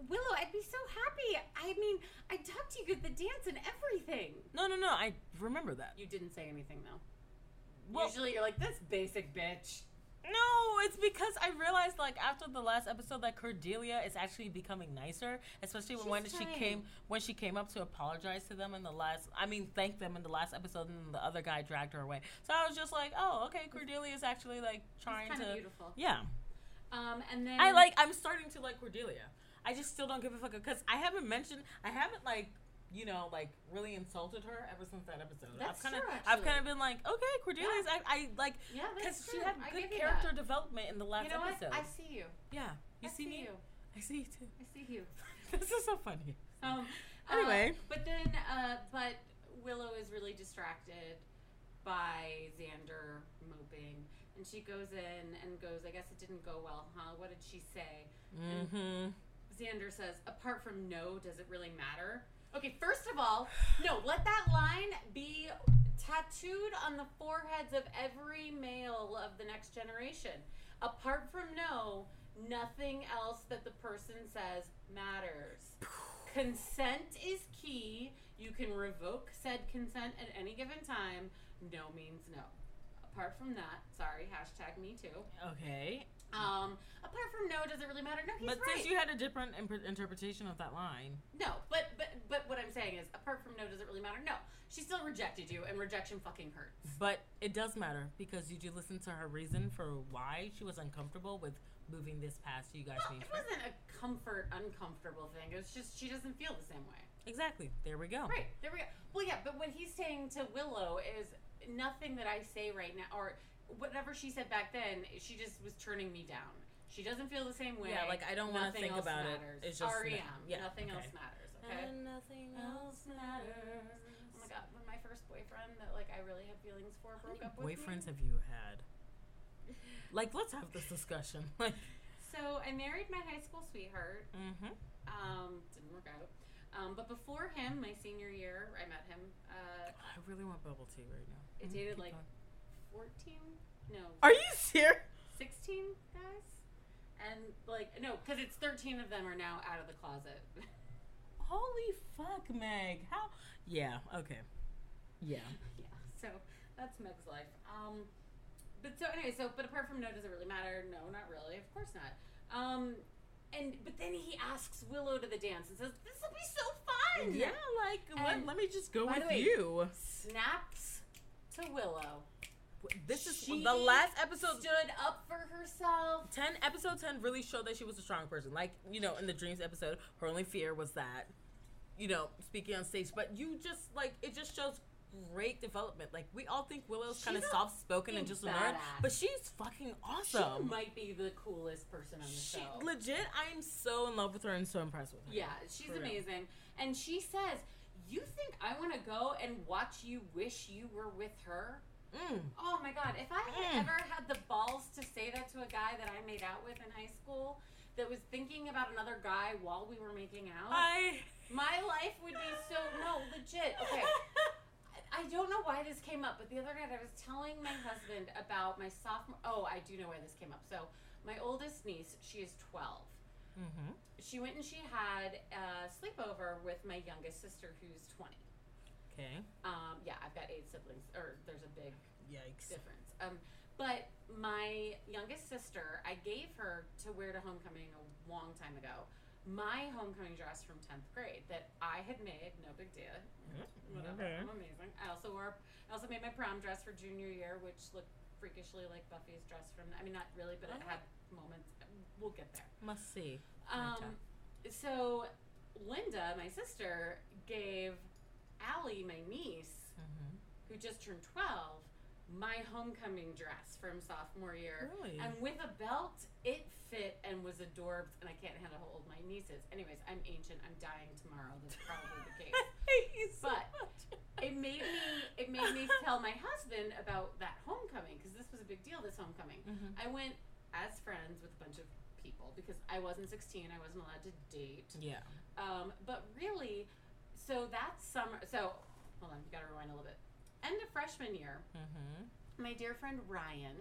[SPEAKER 3] Willow, I'd be so happy. I mean, I talked to you at the dance and everything.
[SPEAKER 4] No, no, no. I remember that.
[SPEAKER 3] You didn't say anything though.
[SPEAKER 4] Well,
[SPEAKER 3] Usually, you're like this basic bitch.
[SPEAKER 4] No, it's because I realized like after the last episode that Cordelia is actually becoming nicer, especially when
[SPEAKER 3] She's
[SPEAKER 4] she
[SPEAKER 3] trying.
[SPEAKER 4] came when she came up to apologize to them in the last. I mean, thank them in the last episode, and the other guy dragged her away. So I was just like, oh, okay, Cordelia is actually like trying
[SPEAKER 3] kind
[SPEAKER 4] to.
[SPEAKER 3] of beautiful.
[SPEAKER 4] Yeah,
[SPEAKER 3] Um, and then
[SPEAKER 4] I like. I'm starting to like Cordelia. I just still don't give a fuck because I haven't mentioned. I haven't like. You know, like really insulted her ever since that episode. I've
[SPEAKER 3] That's
[SPEAKER 4] kind of,
[SPEAKER 3] true,
[SPEAKER 4] I've
[SPEAKER 3] actually.
[SPEAKER 4] kind of been like, okay, Cordelia's. I, I like
[SPEAKER 3] Yeah, that's
[SPEAKER 4] because she
[SPEAKER 3] true.
[SPEAKER 4] had
[SPEAKER 3] I
[SPEAKER 4] good
[SPEAKER 3] give you
[SPEAKER 4] character
[SPEAKER 3] that.
[SPEAKER 4] development in the last
[SPEAKER 3] You know
[SPEAKER 4] episode.
[SPEAKER 3] what? I see you.
[SPEAKER 4] yeah, you
[SPEAKER 3] I
[SPEAKER 4] see, me.
[SPEAKER 3] you.
[SPEAKER 4] I see you too.
[SPEAKER 3] I see you.
[SPEAKER 4] This is so funny.
[SPEAKER 3] Um, uh,
[SPEAKER 4] Anyway.
[SPEAKER 3] but then, uh, but Willow is really distracted by Xander moping, and she goes in and goes. I guess it didn't go well, huh? What did she say?
[SPEAKER 4] Mm-hmm.
[SPEAKER 3] Xander says, apart from no, does it really matter? Okay, first of all, no, let that line be tattooed on the foreheads of every male of the next generation. Apart from no, nothing else that the person says matters. Consent is key. You can revoke said consent at any given time. No means no. Apart from that, sorry, hashtag me too.
[SPEAKER 4] Okay,
[SPEAKER 3] Um, apart from no, does it really matter? No, he's
[SPEAKER 4] but
[SPEAKER 3] right.
[SPEAKER 4] since you had a different imp- interpretation of that line,
[SPEAKER 3] No, but but but what I'm saying is, apart from no, does it really matter? No, she still rejected you, and rejection fucking hurts.
[SPEAKER 4] but it does matter because you do listen to her reason for why she was uncomfortable with moving this past you guys
[SPEAKER 3] Well,
[SPEAKER 4] being
[SPEAKER 3] it
[SPEAKER 4] friends.
[SPEAKER 3] wasn't a comfort uncomfortable thing. It was just she doesn't feel the same way.
[SPEAKER 4] Exactly. There we go.
[SPEAKER 3] Right there we go. Well, yeah, but what he's saying to Willow is nothing that I say right now, or whatever she said back then. She just was turning me down. She doesn't feel the same way.
[SPEAKER 4] Yeah, like, I don't wanna think
[SPEAKER 3] Nothing else
[SPEAKER 4] about it.
[SPEAKER 3] matters.
[SPEAKER 4] It's just no-
[SPEAKER 3] REM.
[SPEAKER 4] yeah,
[SPEAKER 3] nothing
[SPEAKER 4] okay.
[SPEAKER 3] else matters. Okay.
[SPEAKER 4] And nothing else matters.
[SPEAKER 3] Oh my god, when my first boyfriend that like I really had feelings for broke up with me.
[SPEAKER 4] boyfriends have you had? Like, let's have this discussion. Like,
[SPEAKER 3] So I married my high school sweetheart.
[SPEAKER 4] mm-hmm.
[SPEAKER 3] Um, didn't work out. Um, but before him, my senior year, I met him. Uh,
[SPEAKER 4] I really want bubble tea right now.
[SPEAKER 3] It
[SPEAKER 4] Mm,
[SPEAKER 3] dated,
[SPEAKER 4] keep
[SPEAKER 3] like-
[SPEAKER 4] going.
[SPEAKER 3] 14? No,
[SPEAKER 4] Are you serious?
[SPEAKER 3] 16 guys? And like, no, because it's 13 of them are now out of the closet.
[SPEAKER 4] Holy fuck, Meg. How? Yeah. Okay. Yeah.
[SPEAKER 3] yeah, so that's Meg's life. Um, but so anyway, so but apart from no, does it really matter? No, not really. Of course not. Um, and but then he asks Willow to the dance and says, "This will be so fun."
[SPEAKER 4] Yeah. Like, let,
[SPEAKER 3] And-
[SPEAKER 4] let me just go
[SPEAKER 3] by the
[SPEAKER 4] with
[SPEAKER 3] way-
[SPEAKER 4] you.
[SPEAKER 3] Snaps to Willow.
[SPEAKER 4] This is
[SPEAKER 3] She
[SPEAKER 4] the last episode.
[SPEAKER 3] stood up for herself.
[SPEAKER 4] Ten episode ten really showed that she was a strong person. Like you know, in the dreams episode, her only fear was that, you know, speaking on stage. But you just like it just shows great development. Like we all think Willow's kind of
[SPEAKER 3] She's a
[SPEAKER 4] soft spoken and
[SPEAKER 3] fucking
[SPEAKER 4] just a nerd,
[SPEAKER 3] badass.
[SPEAKER 4] but she's fucking awesome.
[SPEAKER 3] She might be the coolest person on the
[SPEAKER 4] She
[SPEAKER 3] show.
[SPEAKER 4] legit. I'm so in love with her and so impressed with her.
[SPEAKER 3] yeah, she's
[SPEAKER 4] For real.
[SPEAKER 3] amazing. And she says, "You think I want to go and watch you wish you were with her?"
[SPEAKER 4] Mm.
[SPEAKER 3] Oh my god, if I had
[SPEAKER 4] Mm.
[SPEAKER 3] ever had the balls to say that to a guy that I made out with in high school that was thinking about another guy while we were making out,
[SPEAKER 4] I.
[SPEAKER 3] my life would be so no, legit. Okay. I don't know why this came up, but the other night I was telling my husband about my sophomore. Oh, I do know why this came up. So, my oldest niece, she is 12.
[SPEAKER 4] mm-hmm.
[SPEAKER 3] She went and she had a sleepover with my youngest sister, who's 20.
[SPEAKER 4] Okay.
[SPEAKER 3] Um, yeah, I've got eight siblings, or there's a big
[SPEAKER 4] Yikes.
[SPEAKER 3] difference. Um, but my youngest sister, I gave her to wear to homecoming a long time ago. My homecoming dress from 10th grade that I had made, no big deal. Whatever.
[SPEAKER 4] Okay.
[SPEAKER 3] I'm amazing. I also wore. I also made my prom dress for junior year, which looked freakishly like Buffy's dress from. I mean, not really, but it had moments. We'll get there.
[SPEAKER 4] Must see.
[SPEAKER 3] Um,
[SPEAKER 4] Gotcha.
[SPEAKER 3] so Linda, my sister, gave Allie, my niece,
[SPEAKER 4] Mm-hmm.
[SPEAKER 3] who just turned twelve, my homecoming dress from sophomore year.
[SPEAKER 4] Really?
[SPEAKER 3] And with a belt, it fit and was adorbs, and I can't handle how old my niece is. Anyways, I'm ancient. I'm dying tomorrow. That's probably the case. But it made me it made me tell my husband about that homecoming because this was a big deal this homecoming
[SPEAKER 4] Mhm.
[SPEAKER 3] i went as friends with a bunch of people because i wasn't 16 i wasn't allowed to date
[SPEAKER 4] Yeah.
[SPEAKER 3] um, but really so that summer so hold on you gotta rewind a little bit end of freshman year
[SPEAKER 4] Mm-hmm.
[SPEAKER 3] my dear friend ryan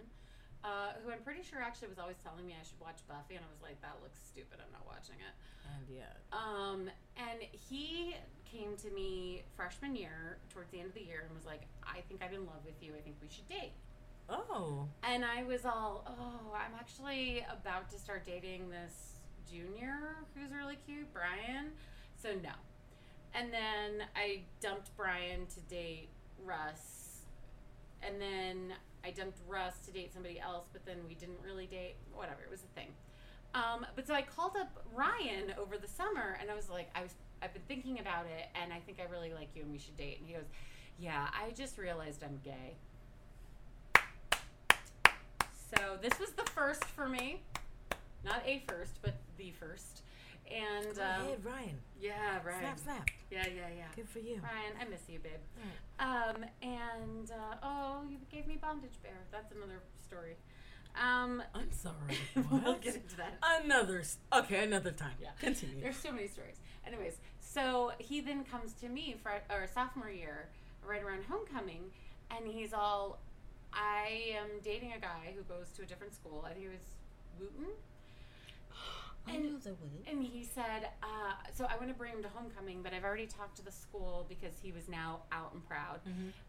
[SPEAKER 3] uh, who i'm pretty sure actually was always telling me i should watch buffy and i was like that looks stupid i'm not watching it
[SPEAKER 4] And yeah.
[SPEAKER 3] um, and he came to me freshman year, towards the end of the year, and was like, I think I'm in love with you. I think we should date.
[SPEAKER 4] Oh.
[SPEAKER 3] And I was all, oh, I'm actually about to start dating this junior who's really cute, Brian. So no. And then I dumped Brian to date Russ. And then I dumped Russ to date somebody else, but then we didn't really date. Whatever, it was a thing. Um, but so I called up Ryan over the summer and I was like, I was I've been thinking about it and I think I really like you and we should date. And he goes, Yeah, I just realized I'm gay. So this was the first for me. Not a first, but the first. And um,
[SPEAKER 4] hey, Ryan.
[SPEAKER 3] yeah, right.
[SPEAKER 4] Snap, snap.
[SPEAKER 3] Yeah, yeah, yeah.
[SPEAKER 4] Good for you.
[SPEAKER 3] Ryan, I miss you, babe. Um, and uh, oh, you gave me bondage bear. That's another story. Um,
[SPEAKER 4] I'm sorry.
[SPEAKER 3] we'll
[SPEAKER 4] What?
[SPEAKER 3] get into that.
[SPEAKER 4] another. s- Okay, another time.
[SPEAKER 3] Yeah.
[SPEAKER 4] Continue.
[SPEAKER 3] There's so many stories. Anyways, so he then comes to me for or sophomore year, right around homecoming, and he's all, "I am dating a guy who goes to a different school. I think it was Wooten."
[SPEAKER 4] I know there would.
[SPEAKER 3] And he said, uh, so I want to bring him to homecoming, but I've already talked to the school because he was now out and proud.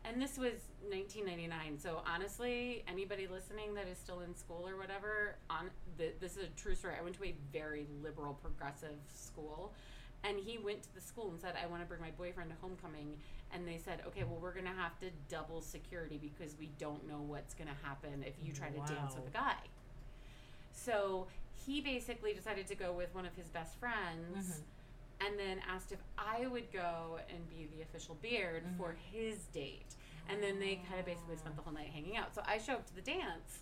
[SPEAKER 3] And this was 1999. So honestly, anybody listening that is still in school or whatever, on th- this is a true story. I went to a very liberal, progressive school. And he went to the school and said, I want to bring my boyfriend to homecoming. And they said, okay, well, we're going to have to double security because we don't know what's going to happen if you try to dance
[SPEAKER 4] Wow.
[SPEAKER 3] with a guy. So he basically decided to go with one of his best friends and then asked if I would go and be the official beard for his date. And then they kind of basically spent the whole night hanging out. So I show up to the dance.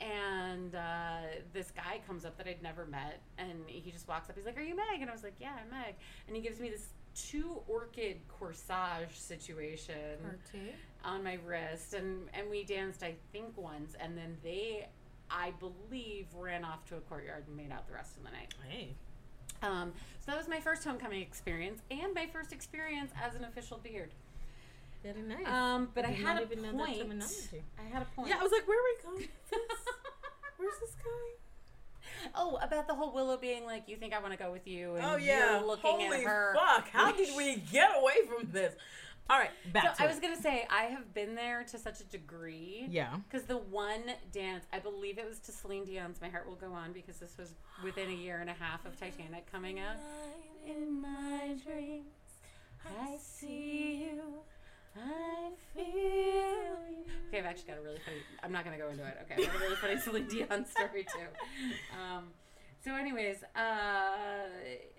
[SPEAKER 3] And uh, this guy comes up that I'd never met, and he just walks up. He's like, "Are you Meg?" And I was like, "Yeah, I'm Meg." And he gives me this two orchid corsage situation on my wrist and and we danced i think once and then they i believe ran off to a courtyard and made out the rest of the night
[SPEAKER 4] Hey.
[SPEAKER 3] um, so that was my first homecoming experience and my first experience as an official beard
[SPEAKER 4] Very nice.
[SPEAKER 3] um, but i,
[SPEAKER 4] did
[SPEAKER 3] had
[SPEAKER 4] not
[SPEAKER 3] a
[SPEAKER 4] even know that
[SPEAKER 3] point
[SPEAKER 4] terminology.
[SPEAKER 3] i had a point
[SPEAKER 4] yeah, I was like, where are we going? with this? Where's this going?
[SPEAKER 3] oh about the whole willow being like you think i want to go with you and you're looking
[SPEAKER 4] Oh, Holy
[SPEAKER 3] at her
[SPEAKER 4] fuck! How did we get away from this? All right, back
[SPEAKER 3] so
[SPEAKER 4] to
[SPEAKER 3] i
[SPEAKER 4] it.
[SPEAKER 3] was gonna say i have been there to such a degree
[SPEAKER 4] Yeah.
[SPEAKER 3] Because the one dance, I believe it was to Celine Dion's "My Heart Will Go On," because this was within a year and a half of Titanic coming out. In my dreams, I see you. I feel you. Okay, I've actually got a really funny. I'm not gonna go into it. Okay, I've got a really funny Celine Dion story too. Um, so, anyways, uh,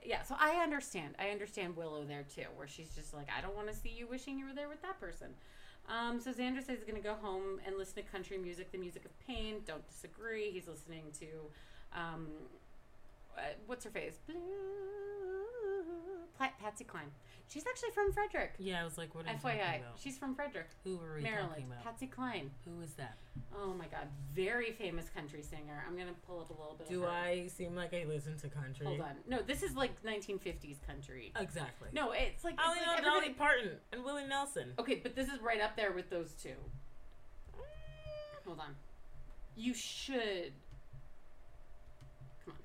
[SPEAKER 3] yeah. So I understand. I understand Willow there too, where she's just like, I don't want to see you wishing you were there with that person. Um, so Xander says he's going to go home and listen to country music, the music of pain. Don't disagree. He's listening to, um, uh, what's her face? Blue. Pla- Patsy Cline. She's actually from Frederick.
[SPEAKER 4] Yeah, I was like, what are you
[SPEAKER 3] FYI,
[SPEAKER 4] talking about?
[SPEAKER 3] she's from Frederick,
[SPEAKER 4] Who were we
[SPEAKER 3] Maryland.
[SPEAKER 4] talking about?
[SPEAKER 3] Patsy Cline.
[SPEAKER 4] Who is that?
[SPEAKER 3] Oh my God, very famous country singer. I'm going to pull up a little bit.
[SPEAKER 4] Do
[SPEAKER 3] of her.
[SPEAKER 4] I seem like I listen to country?
[SPEAKER 3] Hold on. No, this is like 1950s country.
[SPEAKER 4] Exactly.
[SPEAKER 3] No, it's like, it's
[SPEAKER 4] Ollie Nelson,
[SPEAKER 3] like everybody-
[SPEAKER 4] Dolly Parton, and Willie Nelson.
[SPEAKER 3] Okay, but this is right up there with those two. Hold on. You should. Come on.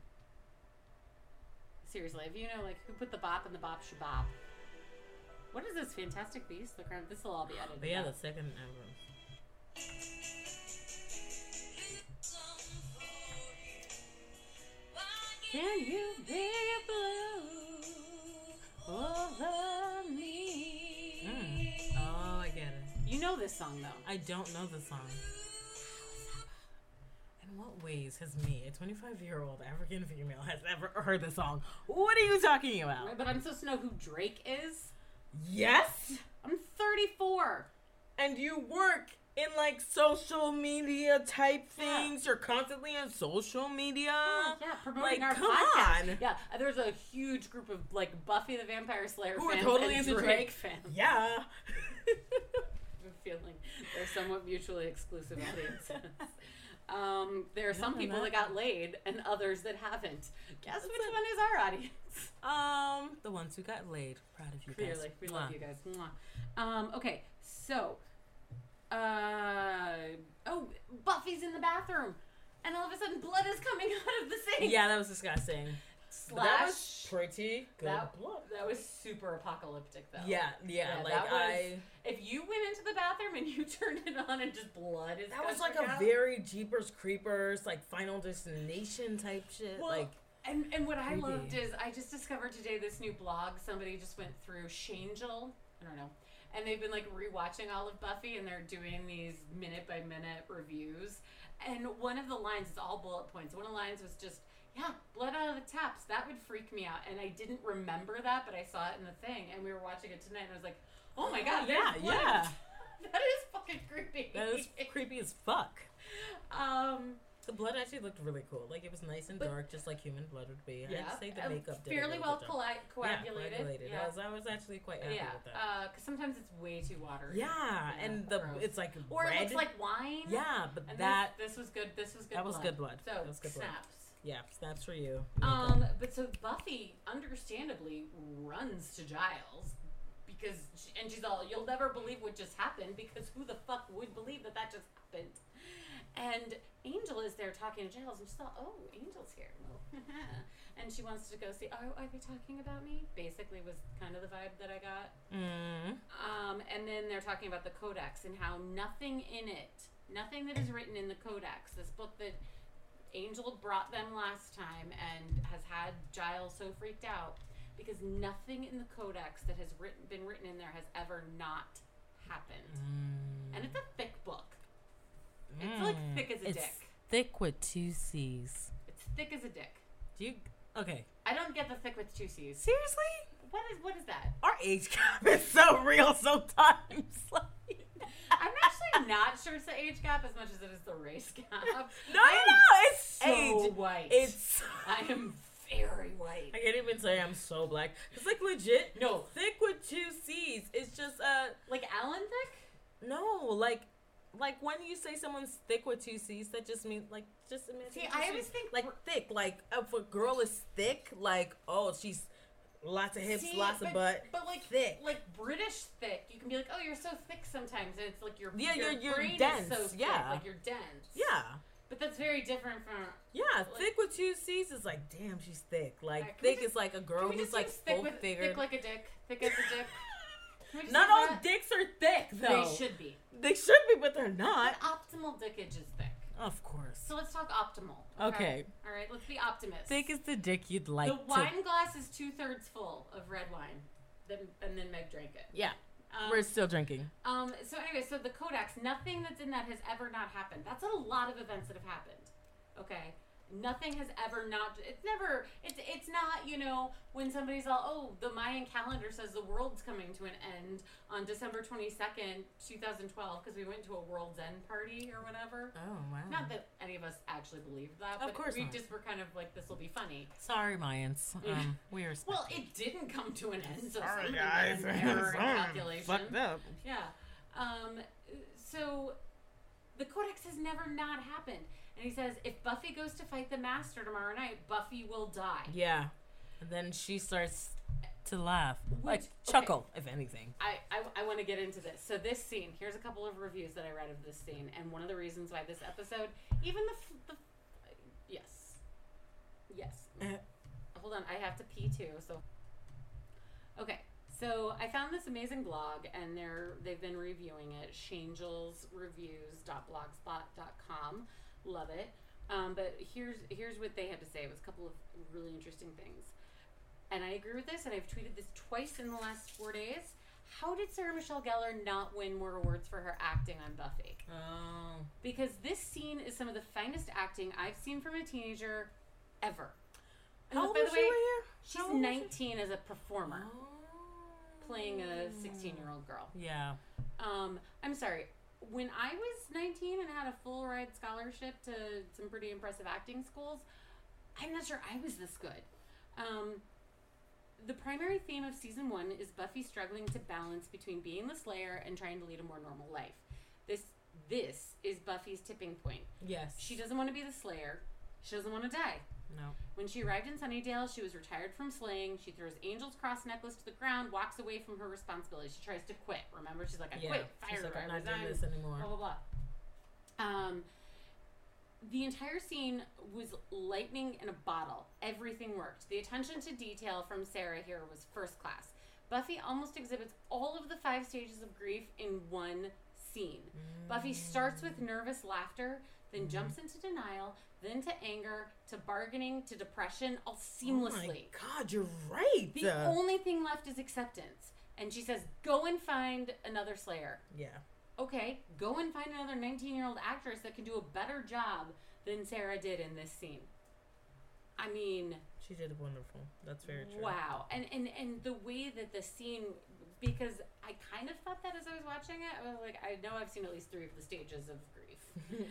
[SPEAKER 3] Seriously, if you know, like, who put the bop in the bop shabop? What is this fantastic beast? Look around. This will all be edited.
[SPEAKER 4] But yeah,
[SPEAKER 3] out.
[SPEAKER 4] the second album.
[SPEAKER 3] Can you be blue over me?
[SPEAKER 4] Mm. Oh, I get it.
[SPEAKER 3] You know this song, though.
[SPEAKER 4] I don't know the song. In what ways has me, a 25 year old African female, has ever heard the song? What are you talking about?
[SPEAKER 3] But I'm supposed to know who Drake is?
[SPEAKER 4] Yes?
[SPEAKER 3] I'm 34.
[SPEAKER 4] And you work in like social media type things. You're constantly on social media.
[SPEAKER 3] Yeah, promoting
[SPEAKER 4] Uh, Like,
[SPEAKER 3] our
[SPEAKER 4] come
[SPEAKER 3] podcast.
[SPEAKER 4] on.
[SPEAKER 3] Yeah, uh, there's a huge group of like Buffy the Vampire Slayer
[SPEAKER 4] Who are
[SPEAKER 3] fans
[SPEAKER 4] totally
[SPEAKER 3] and
[SPEAKER 4] into
[SPEAKER 3] Drake,
[SPEAKER 4] Drake.
[SPEAKER 3] fans.
[SPEAKER 4] Yeah.
[SPEAKER 3] I'm feeling they're somewhat mutually exclusive audiences. um, there are some
[SPEAKER 4] No,
[SPEAKER 3] people
[SPEAKER 4] not-
[SPEAKER 3] that got laid and others that haven't. Guess which one is our audience?
[SPEAKER 4] um, the ones who got laid. Proud of you guys.
[SPEAKER 3] Clearly, we love
[SPEAKER 4] Mwah.
[SPEAKER 3] you guys. Mwah. Um, okay, so, uh, oh, Buffy's in the bathroom, and all of a sudden, blood is coming out of the sink.
[SPEAKER 4] Yeah, that was disgusting. But
[SPEAKER 3] slash.
[SPEAKER 4] that was pretty good
[SPEAKER 3] that,
[SPEAKER 4] blood.
[SPEAKER 3] that was super apocalyptic though.
[SPEAKER 4] Yeah, yeah, like
[SPEAKER 3] that was-
[SPEAKER 4] I
[SPEAKER 3] If you went into the bathroom and you turned it on and just blood is
[SPEAKER 5] That was like
[SPEAKER 3] gushing
[SPEAKER 5] a
[SPEAKER 3] out.
[SPEAKER 5] very Jeepers Creepers, like Final Destination type shit.
[SPEAKER 3] Well,
[SPEAKER 5] like,
[SPEAKER 3] and and what
[SPEAKER 4] creepy.
[SPEAKER 3] I loved is I just discovered today this new blog. Somebody just went through Shangel. I don't know. And they've been like rewatching all of Buffy and they're doing these minute by minute reviews. And one of the lines is all bullet points. One of the lines was just, yeah, blood out of the taps. That would freak me out. And I didn't remember that, but I saw it in the thing. And we were watching it tonight and I was like, oh my God,
[SPEAKER 4] yeah,
[SPEAKER 3] there's blood.
[SPEAKER 4] yeah.
[SPEAKER 3] That is fucking creepy.
[SPEAKER 4] That is creepy as fuck.
[SPEAKER 3] um,
[SPEAKER 5] the blood actually looked really cool. Like, it was nice and dark, just like human blood would be.
[SPEAKER 3] yeah.
[SPEAKER 5] I'd say the
[SPEAKER 3] uh,
[SPEAKER 5] makeup did a
[SPEAKER 3] Fairly
[SPEAKER 5] really
[SPEAKER 3] well
[SPEAKER 5] good job.
[SPEAKER 3] colli- coagulated.
[SPEAKER 5] Yeah, coagulated. I, was, I was actually quite happy
[SPEAKER 3] Yeah,
[SPEAKER 5] with that.
[SPEAKER 3] because sometimes it's way too watery.
[SPEAKER 5] yeah, and the
[SPEAKER 3] gross.
[SPEAKER 5] it's like
[SPEAKER 3] Or
[SPEAKER 5] red.
[SPEAKER 3] it looks like wine.
[SPEAKER 5] yeah, but
[SPEAKER 3] And
[SPEAKER 5] that
[SPEAKER 3] this, this was good. This was good.
[SPEAKER 5] That was
[SPEAKER 3] blood.
[SPEAKER 5] good blood.
[SPEAKER 3] So
[SPEAKER 5] That was good blood.
[SPEAKER 3] snaps.
[SPEAKER 5] yeah, snaps for you.
[SPEAKER 3] Um, but so Buffy, understandably, runs to Giles because, she, and she's all, "You'll never believe what just happened because who the fuck would believe that that just happened?" And Angel is there talking to Giles, and she's all, "Oh, Angel's here," and she wants to go see. Oh, are they talking about me? Basically, was kind of the vibe that I got.
[SPEAKER 5] Mm.
[SPEAKER 3] Um, and then they're talking about the Codex and how nothing in it, nothing that is written in the Codex, this book that Angel brought them last time and has had Giles so freaked out, because nothing in the Codex that has written, been written in there has ever not
[SPEAKER 4] Mm.
[SPEAKER 3] happened.
[SPEAKER 5] Mm.
[SPEAKER 3] And it's a thick book. It's like thick as a
[SPEAKER 4] Mm. It's
[SPEAKER 3] dick.
[SPEAKER 4] thick with two C's.
[SPEAKER 3] It's thick as a dick.
[SPEAKER 4] Do you? Okay.
[SPEAKER 3] I don't get the thick with two C's.
[SPEAKER 4] Seriously?
[SPEAKER 3] What is what is that?
[SPEAKER 4] Our age gap is so real sometimes. Like,
[SPEAKER 3] I'm actually not sure it's the age gap as much as it is the race gap.
[SPEAKER 4] no,
[SPEAKER 3] I am
[SPEAKER 4] no, it's
[SPEAKER 3] so
[SPEAKER 4] age.
[SPEAKER 3] white.
[SPEAKER 4] It's.
[SPEAKER 3] I am very white.
[SPEAKER 5] I can't even say I'm so black. It's like legit.
[SPEAKER 3] No.
[SPEAKER 5] thick with two C's. It's just uh
[SPEAKER 3] Like Alan Thick?
[SPEAKER 5] no like. Like when you say someone's thick with two C's, that just means like just imagine.
[SPEAKER 3] See,
[SPEAKER 5] two
[SPEAKER 3] I always
[SPEAKER 5] Cs.
[SPEAKER 3] think
[SPEAKER 5] like
[SPEAKER 3] we're-
[SPEAKER 5] thick, like if a girl is thick, like oh she's lots of hips,
[SPEAKER 3] See,
[SPEAKER 5] lots of butt.
[SPEAKER 3] But like
[SPEAKER 5] thick.
[SPEAKER 3] like British thick, you can be like, oh, you're so thick sometimes, and it's like your
[SPEAKER 5] Yeah,
[SPEAKER 3] your,
[SPEAKER 5] you're- you're
[SPEAKER 3] brain
[SPEAKER 5] dense,
[SPEAKER 3] Is so thick,
[SPEAKER 5] yeah.
[SPEAKER 3] like you're dense.
[SPEAKER 5] Yeah,
[SPEAKER 3] but that's very different from.
[SPEAKER 5] yeah.
[SPEAKER 3] Like-
[SPEAKER 5] thick with two C's is like damn, she's thick. Like
[SPEAKER 3] Alright, can we
[SPEAKER 5] thick
[SPEAKER 3] just-
[SPEAKER 5] is like a girl
[SPEAKER 3] Can we
[SPEAKER 5] who's
[SPEAKER 3] just
[SPEAKER 5] like
[SPEAKER 3] use thick
[SPEAKER 5] full
[SPEAKER 3] with
[SPEAKER 5] figured.
[SPEAKER 3] thick like a dick, thick as a dick. Can we just
[SPEAKER 5] Not
[SPEAKER 3] use
[SPEAKER 5] all
[SPEAKER 3] that?
[SPEAKER 5] dicks are thick though.
[SPEAKER 3] They should be.
[SPEAKER 5] They should be, but they're not.
[SPEAKER 3] Optimal dickage is thick.
[SPEAKER 5] Of course.
[SPEAKER 3] So let's talk optimal.
[SPEAKER 4] Okay.
[SPEAKER 3] All right. Let's be optimists.
[SPEAKER 4] Thick is the dick you'd like
[SPEAKER 3] the
[SPEAKER 4] to.
[SPEAKER 3] wine glass is two thirds full of red wine, then, and then Meg drank it.
[SPEAKER 4] Yeah,
[SPEAKER 3] Um,
[SPEAKER 4] we're still drinking.
[SPEAKER 3] Um, so anyway, so the Codex, nothing that's in that has ever not happened. That's a lot of events that have happened. Okay. Nothing has ever not it's never it's it's not, you know, when somebody's all, oh, the Mayan calendar says the world's coming to an end on December twenty second, two thousand twelve, because we went to a world's end party or whatever.
[SPEAKER 5] Oh wow.
[SPEAKER 3] Not that any of us actually believed that,
[SPEAKER 5] Of
[SPEAKER 3] but
[SPEAKER 5] course
[SPEAKER 3] we
[SPEAKER 5] not.
[SPEAKER 3] just were kind of like this will be funny.
[SPEAKER 4] Sorry, Mayans. Um, we are.
[SPEAKER 3] Well, it didn't come to an end, so
[SPEAKER 5] Sorry,
[SPEAKER 3] somebody made
[SPEAKER 5] guys.
[SPEAKER 3] an error in
[SPEAKER 5] Sorry,
[SPEAKER 3] calculation.
[SPEAKER 5] up.
[SPEAKER 3] Yeah. Um, so the Codex has never not happened. And he says, if Buffy goes to fight the Master tomorrow night, Buffy will die.
[SPEAKER 5] Yeah. And then she starts to laugh. Like
[SPEAKER 3] okay.
[SPEAKER 5] chuckle, if anything.
[SPEAKER 3] I, I, I want to get into this. So this scene, here's a couple of reviews that I read of this scene. And one of the reasons why this episode, even the, f- the yes, yes, hold on, I have to pee too. So, okay, so I found this amazing blog, and they're they've been reviewing it. Shangelsreviews.blogspot.com. Love it. Um, but here's here's what they had to say. It was a couple of really interesting things, and I agree with this. And I've tweeted this twice in the last four days. How did Sarah Michelle Gellar not win more awards for her acting on Buffy?
[SPEAKER 5] Oh.
[SPEAKER 3] Because this scene is some of the finest acting I've seen from a teenager ever. And
[SPEAKER 5] How old
[SPEAKER 3] look, Oh, by
[SPEAKER 5] was
[SPEAKER 3] the
[SPEAKER 5] she
[SPEAKER 3] way,
[SPEAKER 5] right here?
[SPEAKER 3] She's
[SPEAKER 5] How old was she?
[SPEAKER 3] 19 as a performer, playing a 16 year old girl.
[SPEAKER 4] yeah.
[SPEAKER 3] Um, I'm sorry. When I was 19 and had a full ride scholarship to some pretty impressive acting schools, I'm not sure I was this good. Um, the primary theme of season one is Buffy struggling to balance between being the Slayer and trying to lead a more normal life. This this is Buffy's tipping point.
[SPEAKER 5] Yes.
[SPEAKER 3] She doesn't want to be the Slayer. She doesn't want to die.
[SPEAKER 5] No.
[SPEAKER 3] When she arrived in Sunnydale, she was retired from slaying. She throws Angel's cross necklace to the ground, walks away from her responsibility. She tries to quit. Remember, she's like, "I
[SPEAKER 5] Yeah.
[SPEAKER 3] quit,
[SPEAKER 5] She's
[SPEAKER 3] fired,
[SPEAKER 5] like,
[SPEAKER 3] her,
[SPEAKER 5] I'm
[SPEAKER 3] I
[SPEAKER 5] not doing
[SPEAKER 3] resigned,
[SPEAKER 5] this anymore.
[SPEAKER 3] blah blah blah." Um, the entire scene was lightning in a bottle. Everything worked. The attention to detail from Sarah here was first class. Buffy almost exhibits all of the five stages of grief in one scene. Buffy starts with nervous laughter, then jumps into denial, then to anger, to bargaining, to depression, all seamlessly.
[SPEAKER 4] Oh God, you're right. Uh,
[SPEAKER 3] The only thing left is acceptance. And she says, go and find another Slayer.
[SPEAKER 4] yeah.
[SPEAKER 3] Okay, go and find another 19 year old actress that can do a better job than Sarah did in this scene. I mean,
[SPEAKER 4] She did wonderful. That's very true.
[SPEAKER 3] wow. And, and, and the way that the scene, because I kind of thought that as I was watching it, I was like, I know I've seen at least three of the stages of grief.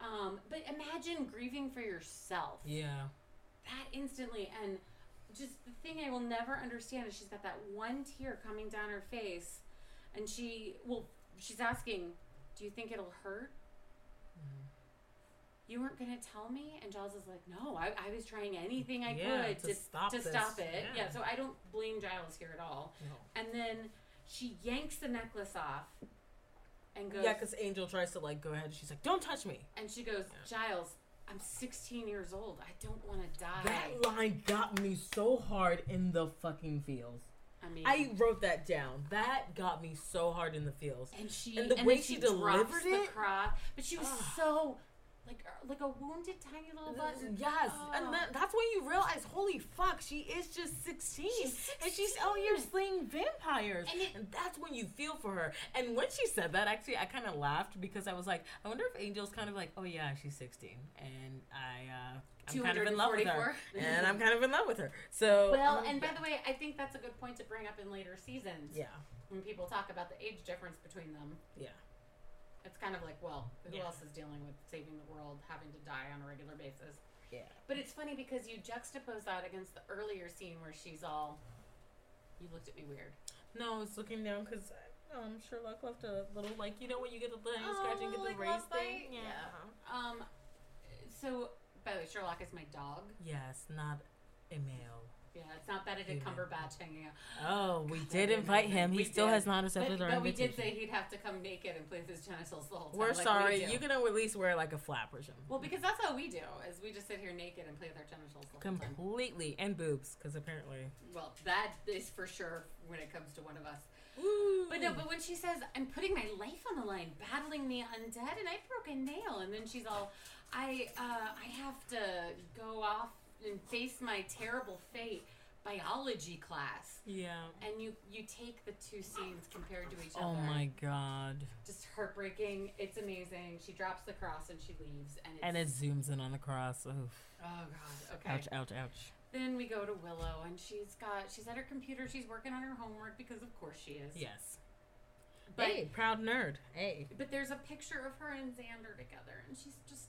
[SPEAKER 3] um, but imagine grieving for yourself
[SPEAKER 4] Yeah.
[SPEAKER 3] that instantly and just the thing i will never understand is she's got that one tear coming down her face and she well she's asking do you think it'll hurt
[SPEAKER 4] Mm-hmm.
[SPEAKER 3] you weren't going to tell me and giles is like no i, I was trying anything i
[SPEAKER 4] Yeah,
[SPEAKER 3] could
[SPEAKER 4] to
[SPEAKER 3] to,
[SPEAKER 4] stop
[SPEAKER 3] to
[SPEAKER 4] this.
[SPEAKER 3] stop it
[SPEAKER 4] Yeah.
[SPEAKER 3] yeah so i don't blame giles here at all
[SPEAKER 4] No.
[SPEAKER 3] and then she yanks the necklace off and goes
[SPEAKER 4] Yeah, because Angel tries to like go ahead. and She's like, "Don't touch me."
[SPEAKER 3] and she goes giles i'm 16 years old i don't want to die
[SPEAKER 4] That line got me so hard in the fucking feels.
[SPEAKER 3] i mean
[SPEAKER 4] I wrote that down. That got me so hard in the feels.
[SPEAKER 3] and she
[SPEAKER 4] And the
[SPEAKER 3] then
[SPEAKER 4] way she
[SPEAKER 3] drops
[SPEAKER 4] delivered
[SPEAKER 3] the
[SPEAKER 4] it?
[SPEAKER 3] cry, but she was so like uh, like a wounded tiny little button.
[SPEAKER 4] Yes,
[SPEAKER 3] Oh.
[SPEAKER 4] and that, that's when you realize, holy fuck, she is just 16.
[SPEAKER 3] She's
[SPEAKER 4] And she's out here slaying vampires. And,
[SPEAKER 3] And it-
[SPEAKER 4] that's when you feel for her. And when she said that, actually, I kind of laughed because I was like, I wonder if Angel's kind of like, oh yeah, she's 16. And I, uh, I'm kind of in love with her.
[SPEAKER 3] 244.
[SPEAKER 4] and I'm kind of in love with her. So.
[SPEAKER 3] Well,
[SPEAKER 4] um,
[SPEAKER 3] and by
[SPEAKER 4] yeah.
[SPEAKER 3] the way, I think that's a good point to bring up in later seasons
[SPEAKER 4] Yeah,
[SPEAKER 3] when people talk about the age difference between them.
[SPEAKER 4] yeah.
[SPEAKER 3] It's kind of like, well, who
[SPEAKER 4] Yeah.
[SPEAKER 3] else is dealing with saving the world, having to die on a regular basis?
[SPEAKER 4] Yeah.
[SPEAKER 3] But it's funny because you juxtapose that against the earlier scene where she's all, "You looked at me weird."
[SPEAKER 4] No, I was looking down because um, Sherlock left a little, like, you know, when you get the little
[SPEAKER 3] Oh,
[SPEAKER 4] scratch and get the
[SPEAKER 3] like
[SPEAKER 4] race
[SPEAKER 3] love
[SPEAKER 4] thing?
[SPEAKER 3] bite? Yeah. Um, so by the way, Sherlock is my dog.
[SPEAKER 4] Yes, not a male.
[SPEAKER 3] Yeah, it's not Benedict
[SPEAKER 4] Amen.
[SPEAKER 3] Cumberbatch hanging out.
[SPEAKER 4] Oh, we did
[SPEAKER 3] Well,
[SPEAKER 4] invite
[SPEAKER 3] we-
[SPEAKER 4] him. He
[SPEAKER 3] we
[SPEAKER 4] still
[SPEAKER 3] did.
[SPEAKER 4] has not accepted
[SPEAKER 3] But,
[SPEAKER 4] our
[SPEAKER 3] but we
[SPEAKER 4] invitation.
[SPEAKER 3] did say he'd have to come naked and play with his genitals the whole time.
[SPEAKER 4] We're
[SPEAKER 3] like we
[SPEAKER 4] sorry.
[SPEAKER 3] do.
[SPEAKER 4] you can at least wear like a flap or something.
[SPEAKER 3] Well, because that's how we do, is we just sit here naked and play with our genitals the whole time.
[SPEAKER 4] Completely and boobs, because apparently.
[SPEAKER 3] Well, that is for sure when it comes to one of us. But no, but when she says, I'm putting my life on the line, battling the undead, and I broke a nail, and then she's all, I, uh, I have to go off and face my terrible fate, biology class.
[SPEAKER 4] yeah.
[SPEAKER 3] And you, you take the two scenes compared to each other.
[SPEAKER 4] Oh my god.
[SPEAKER 3] just heartbreaking. It's amazing. She drops the cross and she leaves, and it's,
[SPEAKER 4] And it zooms in on the cross. Oof.
[SPEAKER 3] oh god, okay.
[SPEAKER 4] Ouch! Ouch! Ouch!
[SPEAKER 3] Then we go to Willow, and she's got she's at her computer. She's working on her homework because of course she is.
[SPEAKER 4] Yes.
[SPEAKER 3] But
[SPEAKER 4] hey, proud nerd. Hey.
[SPEAKER 3] but there's a picture of her and Xander together, and she's just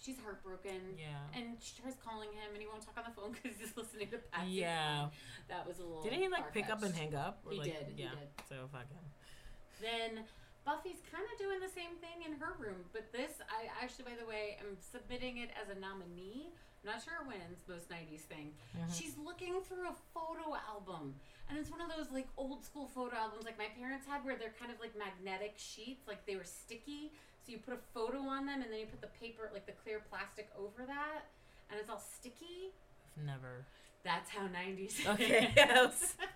[SPEAKER 3] she's heartbroken.
[SPEAKER 4] Yeah.
[SPEAKER 3] And she tries calling him, and he won't talk on the phone because he's listening to Patsy.
[SPEAKER 4] Yeah.
[SPEAKER 3] that was a little.
[SPEAKER 4] Didn't he like pick up and hang
[SPEAKER 3] far-fetched.
[SPEAKER 4] up?
[SPEAKER 3] He
[SPEAKER 4] like,
[SPEAKER 3] did, he
[SPEAKER 4] Yeah.
[SPEAKER 3] did.
[SPEAKER 4] So fuck him.
[SPEAKER 3] Then Buffy's kind of doing the same thing in her room, but this, I actually, by the way, am submitting it as a nominee. I'm not sure when's most 90s thing. She's looking through a photo album, and it's one of those like old school photo albums like my parents had where they're kind of like magnetic sheets, like they were sticky. So you put a photo on them and then you put the paper, like the clear plastic over that, and it's all sticky.
[SPEAKER 4] I've never.
[SPEAKER 3] That's how 90s
[SPEAKER 4] Okay.
[SPEAKER 3] is.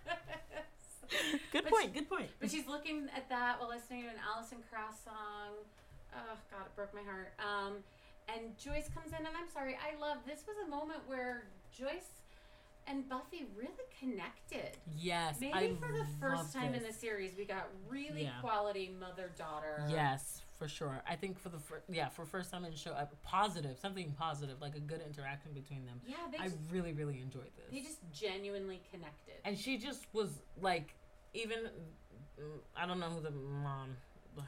[SPEAKER 4] Good
[SPEAKER 3] But
[SPEAKER 4] point. Good point.
[SPEAKER 3] But she's looking at that while listening to an Alison Krauss song. Oh God, it broke my heart. Um, and Joyce comes in, and I'm sorry, I love this was a moment where Joyce and Buffy really connected.
[SPEAKER 4] Yes.
[SPEAKER 3] Maybe
[SPEAKER 4] I
[SPEAKER 3] for the
[SPEAKER 4] love
[SPEAKER 3] first time
[SPEAKER 4] this.
[SPEAKER 3] in the series, we got really
[SPEAKER 4] Yeah.
[SPEAKER 3] quality mother daughter.
[SPEAKER 4] Yes, for sure. I think for the fir- yeah for first time in show uh, positive something positive like a good interaction between them.
[SPEAKER 3] yeah, they
[SPEAKER 4] I
[SPEAKER 3] just,
[SPEAKER 4] really really enjoyed this.
[SPEAKER 3] they just genuinely connected.
[SPEAKER 4] and she just was like even mm, I don't know who the mom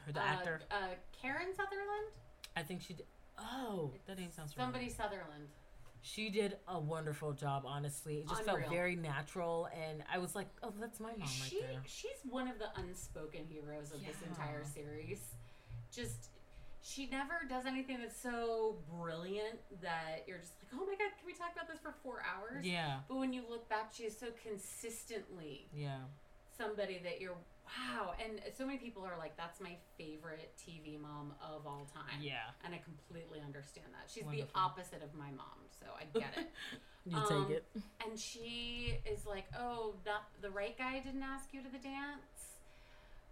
[SPEAKER 4] her the
[SPEAKER 3] Uh,
[SPEAKER 4] actor.
[SPEAKER 3] uh, Karen Sutherland,
[SPEAKER 4] I think she did. Oh, that name sounds familiar.
[SPEAKER 3] somebody Sutherland.
[SPEAKER 4] She did a wonderful job. Honestly, it just felt
[SPEAKER 3] Unreal.
[SPEAKER 4] very natural, and I was like, oh, that's my mom
[SPEAKER 3] she,
[SPEAKER 4] right there.
[SPEAKER 3] She's one of the unspoken heroes of this entire
[SPEAKER 4] Yeah.
[SPEAKER 3] series. Just, she never does anything that's so brilliant that you're just like, oh my god, can we talk about this for four hours?
[SPEAKER 4] Yeah,
[SPEAKER 3] But when you look back, she is so consistently
[SPEAKER 4] yeah,
[SPEAKER 3] somebody that you're wow and so many people are like that's my favorite tv mom of all time
[SPEAKER 4] Yeah.
[SPEAKER 3] and i completely understand that she's
[SPEAKER 4] Wonderful.
[SPEAKER 3] the opposite of my mom so i get it
[SPEAKER 4] You
[SPEAKER 3] Um,
[SPEAKER 4] take it.
[SPEAKER 3] and she is like oh not the right guy didn't ask you to the dance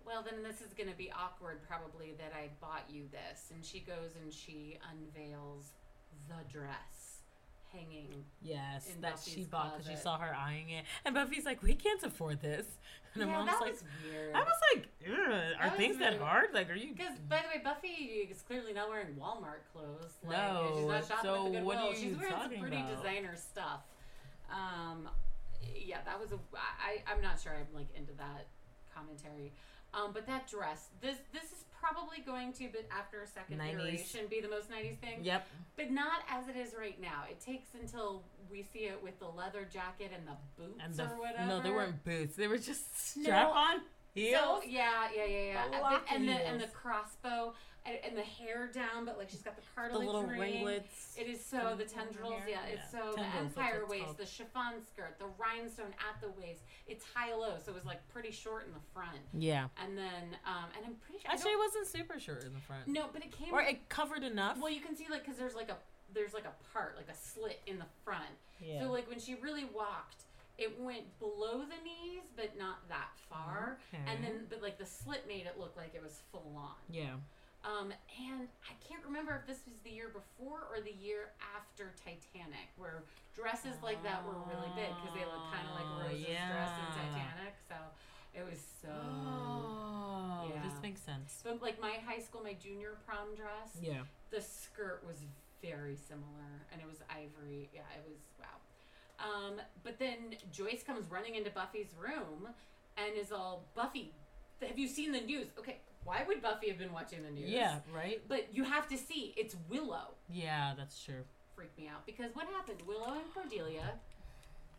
[SPEAKER 3] well then this is going to be awkward probably that i bought you this and she goes and she unveils the dress hanging
[SPEAKER 4] Yes,
[SPEAKER 3] in
[SPEAKER 4] that
[SPEAKER 3] Buffy's
[SPEAKER 4] she bought because she
[SPEAKER 3] closet.
[SPEAKER 4] saw her eyeing it, and Buffy's like, "We can't afford this," and her
[SPEAKER 3] yeah
[SPEAKER 4] mom's
[SPEAKER 3] that
[SPEAKER 4] like,
[SPEAKER 3] was weird
[SPEAKER 4] "I was like, "Ugh, are
[SPEAKER 3] was
[SPEAKER 4] things
[SPEAKER 3] really-
[SPEAKER 4] that hard? Like, are you?"
[SPEAKER 3] Because, by the way, Buffy is clearly not wearing Walmart clothes. Like,
[SPEAKER 4] No,
[SPEAKER 3] she's not
[SPEAKER 4] so
[SPEAKER 3] shopping at the Goodwill.
[SPEAKER 4] what are
[SPEAKER 3] she's
[SPEAKER 4] you
[SPEAKER 3] wearing some
[SPEAKER 4] talking
[SPEAKER 3] pretty
[SPEAKER 4] about?
[SPEAKER 3] designer stuff. Um, yeah, that was a. I, I- I'm not sure. I'm like into that commentary. Um, but that dress, this this is probably going to, but after a second
[SPEAKER 4] 90s.
[SPEAKER 3] iteration, be the most '90s thing.
[SPEAKER 4] Yep.
[SPEAKER 3] But not as it is right now. It takes until we see it with the leather jacket and the boots
[SPEAKER 4] And the,
[SPEAKER 3] or whatever.
[SPEAKER 4] no, they weren't boots. They were just strap on heels.
[SPEAKER 3] So yeah, yeah, yeah, yeah.
[SPEAKER 4] The
[SPEAKER 3] Uh,
[SPEAKER 4] lock
[SPEAKER 3] but- and the and the
[SPEAKER 4] heels.
[SPEAKER 3] crossbow and, and the hair down, but like she's got the
[SPEAKER 4] the
[SPEAKER 3] cartilage
[SPEAKER 4] little
[SPEAKER 3] ring.
[SPEAKER 4] ringlets.
[SPEAKER 3] It is so the tendrils, yeah.
[SPEAKER 4] hair?
[SPEAKER 3] It's
[SPEAKER 4] Yeah.
[SPEAKER 3] so
[SPEAKER 4] Tendrils, that's
[SPEAKER 3] the
[SPEAKER 4] what
[SPEAKER 3] empire
[SPEAKER 4] it's
[SPEAKER 3] waist,
[SPEAKER 4] called.
[SPEAKER 3] the chiffon skirt, the rhinestone at the waist. It's high low, so it was like pretty short in the front,
[SPEAKER 4] yeah.
[SPEAKER 3] and then um, and I'm pretty sure I
[SPEAKER 4] Actually, it
[SPEAKER 3] don't-
[SPEAKER 4] wasn't super short in the front.
[SPEAKER 3] no, but it came
[SPEAKER 4] Or it covered enough.
[SPEAKER 3] well, you can see like because there's like a there's like a part like a slit in the front.
[SPEAKER 4] Yeah.
[SPEAKER 3] So like when she really walked, it went below the knees, but not that far.
[SPEAKER 4] Okay.
[SPEAKER 3] And then but like the slit made it look like it was full on.
[SPEAKER 4] yeah.
[SPEAKER 3] Um, and I can't remember if this was the year before or the year after Titanic, where dresses like that were really big because they look kind
[SPEAKER 4] Oh,
[SPEAKER 3] of like Rose's dress in
[SPEAKER 4] yeah.
[SPEAKER 3] Titanic. So it was so.
[SPEAKER 4] Oh, this
[SPEAKER 3] Yeah.
[SPEAKER 4] makes sense.
[SPEAKER 3] So like my high school, my junior prom dress,
[SPEAKER 4] Yeah.
[SPEAKER 3] the skirt was very similar and it was ivory yeah it was wow um, but then joyce comes running into buffy's room and is all buffy have you seen the news okay why would buffy have been watching the news
[SPEAKER 4] Yeah. Right.
[SPEAKER 3] but you have to see it's willow
[SPEAKER 4] Yeah, that's true.
[SPEAKER 3] freaked me out because what happened willow and cordelia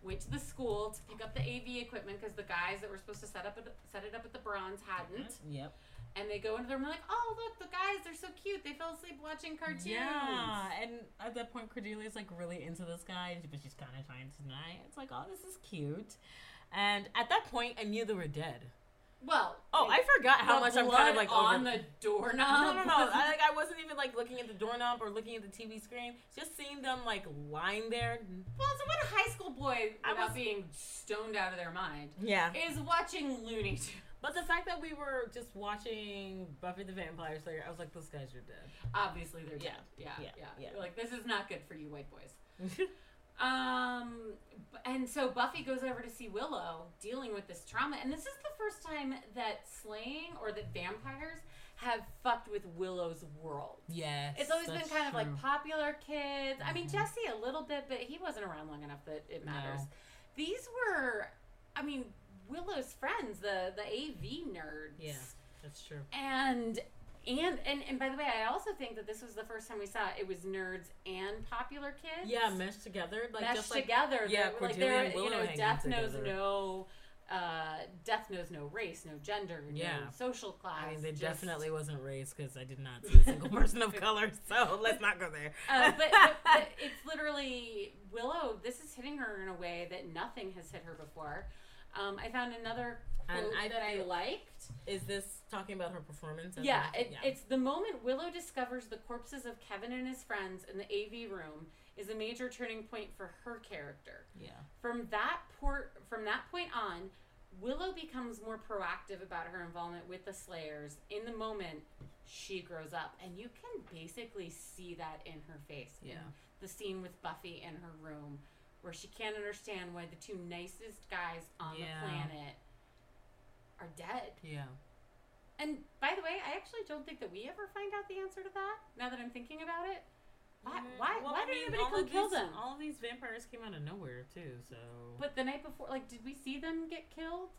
[SPEAKER 3] went to the school to pick up the av equipment because the guys that were supposed to set up at the, set it up at the bronze hadn't
[SPEAKER 4] Yep.
[SPEAKER 3] and they go into their room like oh look the guys they're so cute they fell asleep watching cartoons
[SPEAKER 4] Yeah, and at that point, Cordelia's like really into this guy, but she's kind of trying to deny it. It's like, oh, this is cute. And at that point, I knew they were dead.
[SPEAKER 3] Well,
[SPEAKER 4] Oh, I forgot how
[SPEAKER 3] the
[SPEAKER 4] much I'm kind
[SPEAKER 3] blood
[SPEAKER 4] of like
[SPEAKER 3] on
[SPEAKER 4] over-
[SPEAKER 3] the doorknob.
[SPEAKER 4] No, no, no. I, like I wasn't even like looking at the doorknob or looking at the TV screen. Just seeing them like lying there.
[SPEAKER 3] well, so what a high school boy
[SPEAKER 4] I
[SPEAKER 3] without
[SPEAKER 4] was-
[SPEAKER 3] being stoned out of their mind
[SPEAKER 4] Yeah.
[SPEAKER 3] is watching Looney Tunes.
[SPEAKER 4] But the fact that we were just watching Buffy the Vampire Slayer, I was like, those guys are
[SPEAKER 3] Obviously, they're dead. Yeah, yeah,
[SPEAKER 4] Yeah,
[SPEAKER 3] yeah.
[SPEAKER 4] yeah.
[SPEAKER 3] Like this is not good for you, white boys.
[SPEAKER 4] dead.
[SPEAKER 3] Um, b- and so Buffy goes over to see Willow dealing with this trauma, and this is the first time that slaying or that vampires have fucked with Willow's world.
[SPEAKER 4] yes.
[SPEAKER 3] It's always been
[SPEAKER 4] that's
[SPEAKER 3] kind of
[SPEAKER 4] true.
[SPEAKER 3] like popular kids. I mean,
[SPEAKER 4] Mhm.
[SPEAKER 3] Jesse a little bit, but he wasn't around long enough that it matters.
[SPEAKER 4] No.
[SPEAKER 3] These were, I mean, Willow's friends, the the AV nerds.
[SPEAKER 4] Yeah, that's true.
[SPEAKER 3] And and and and by the way, I also think that this was the first time we saw it, it was nerds and popular kids.
[SPEAKER 4] Yeah, meshed together, like
[SPEAKER 3] meshed
[SPEAKER 4] just like
[SPEAKER 3] together.
[SPEAKER 4] yeah,
[SPEAKER 3] They were like
[SPEAKER 4] Cordelia
[SPEAKER 3] they're
[SPEAKER 4] and
[SPEAKER 3] you
[SPEAKER 4] Willow
[SPEAKER 3] know,
[SPEAKER 4] hanging
[SPEAKER 3] death knows
[SPEAKER 4] together.
[SPEAKER 3] no. Uh, death knows no race, no gender, no
[SPEAKER 4] Yeah.
[SPEAKER 3] social class.
[SPEAKER 4] I mean, they
[SPEAKER 3] just-
[SPEAKER 4] definitely wasn't raised because I did not see a single person of color. So let's not go there.
[SPEAKER 3] Uh, but, but, but it's literally Willow. This is hitting her in a way that nothing has hit her before. Um, I found another quote
[SPEAKER 4] And I
[SPEAKER 3] that I
[SPEAKER 4] feel-
[SPEAKER 3] liked.
[SPEAKER 4] Is this talking about her performance? as
[SPEAKER 3] Yeah,
[SPEAKER 4] a-
[SPEAKER 3] it, it's the moment Willow discovers the corpses of Kevin and his friends in the AV room is a major turning point for her character.
[SPEAKER 4] yeah,
[SPEAKER 3] From that port, from that point on, Willow becomes more proactive about her involvement with the Slayers. In the moment, she grows up, and you can basically see that in her face. in
[SPEAKER 4] Yeah.
[SPEAKER 3] the scene with Buffy in her room, where she can't understand why the two nicest guys on
[SPEAKER 4] Yeah.
[SPEAKER 3] the planet are dead.
[SPEAKER 4] yeah.
[SPEAKER 3] And by the way, I actually don't think that we ever find out the answer to that. Now that I'm thinking about it, why?
[SPEAKER 4] Mhm.
[SPEAKER 3] Why?
[SPEAKER 4] Well,
[SPEAKER 3] why
[SPEAKER 4] I
[SPEAKER 3] did
[SPEAKER 4] mean,
[SPEAKER 3] everybody
[SPEAKER 4] all
[SPEAKER 3] come
[SPEAKER 4] of
[SPEAKER 3] kill
[SPEAKER 4] these-
[SPEAKER 3] them?
[SPEAKER 4] All of these vampires came out of nowhere too. So
[SPEAKER 3] But the night before, like, did we see them get killed?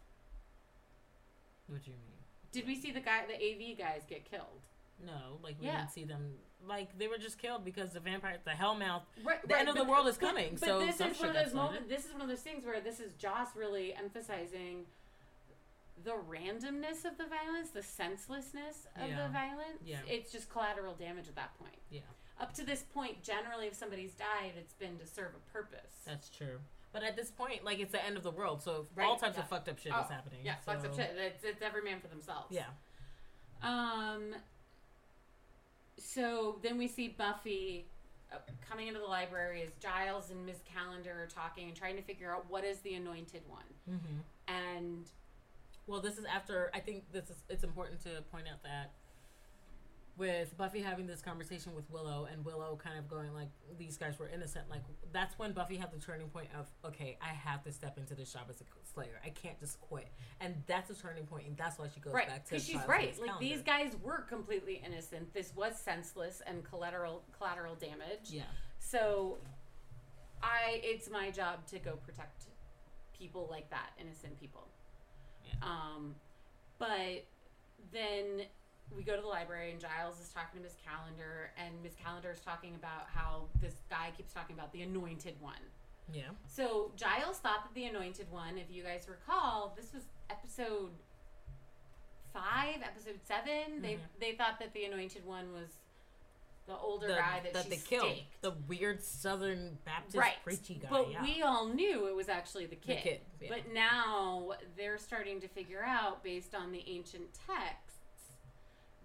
[SPEAKER 4] what do you mean?
[SPEAKER 3] Did we see the guy, the AV guys, get killed?
[SPEAKER 4] No, like we
[SPEAKER 3] Yeah.
[SPEAKER 4] didn't see them. Like they were just killed because the vampire, the Hellmouth.
[SPEAKER 3] Right,
[SPEAKER 4] The end of the world is coming,
[SPEAKER 3] But,
[SPEAKER 4] so
[SPEAKER 3] this
[SPEAKER 4] some
[SPEAKER 3] is one
[SPEAKER 4] shit
[SPEAKER 3] of those
[SPEAKER 4] got
[SPEAKER 3] moments. This is one of those things where this is Joss really emphasizing the randomness of the violence, the senselessness of
[SPEAKER 4] Yeah.
[SPEAKER 3] the violence.
[SPEAKER 4] Yeah.
[SPEAKER 3] It's just collateral damage at that point.
[SPEAKER 4] Yeah,
[SPEAKER 3] Up to this point, generally, if somebody's died, it's been to serve a purpose.
[SPEAKER 4] that's true. But at this point, like it's the end of the world, so
[SPEAKER 3] Right,
[SPEAKER 4] all types
[SPEAKER 3] yeah.
[SPEAKER 4] of fucked up shit
[SPEAKER 3] Oh,
[SPEAKER 4] is happening.
[SPEAKER 3] Yeah, fucked up
[SPEAKER 4] so-
[SPEAKER 3] shit. It's, it's every man for themselves.
[SPEAKER 4] Yeah,
[SPEAKER 3] Um. So then we see Buffy uh, coming into the library as Giles and Miss Calendar are talking and trying to figure out what is the Anointed One.
[SPEAKER 4] hmm
[SPEAKER 3] And
[SPEAKER 4] Well, this is after I think this is it's important to point out that with Buffy having this conversation with Willow and Willow kind of going like these guys were innocent, like that's when Buffy had the turning point of okay, I have to step into this job as a slayer. I can't just quit. And that's a turning point and that's why she goes
[SPEAKER 3] right,
[SPEAKER 4] back to
[SPEAKER 3] because she's
[SPEAKER 4] Giles and
[SPEAKER 3] right.
[SPEAKER 4] his
[SPEAKER 3] Like
[SPEAKER 4] calendar.
[SPEAKER 3] these guys were completely innocent. This was senseless and collateral collateral damage.
[SPEAKER 4] Yeah.
[SPEAKER 3] So I it's my job to go protect people like that, innocent people.
[SPEAKER 4] Yeah.
[SPEAKER 3] Um but then we go to the library and Giles is talking to Miss Calendar and Miss Calendar is talking about how this guy keeps talking about the anointed one.
[SPEAKER 4] Yeah.
[SPEAKER 3] So Giles thought that the anointed one, if you guys recall, this was episode 5, episode 7,
[SPEAKER 4] Mm-hmm.
[SPEAKER 3] they they thought that the anointed one was the older guy that, she
[SPEAKER 4] they killed.
[SPEAKER 3] staked.
[SPEAKER 4] The weird Southern Baptist preachy guy.
[SPEAKER 3] But
[SPEAKER 4] yeah.
[SPEAKER 3] we all knew it was actually the kid.
[SPEAKER 4] kid, yeah.
[SPEAKER 3] But now they're starting to figure out, based on the ancient texts,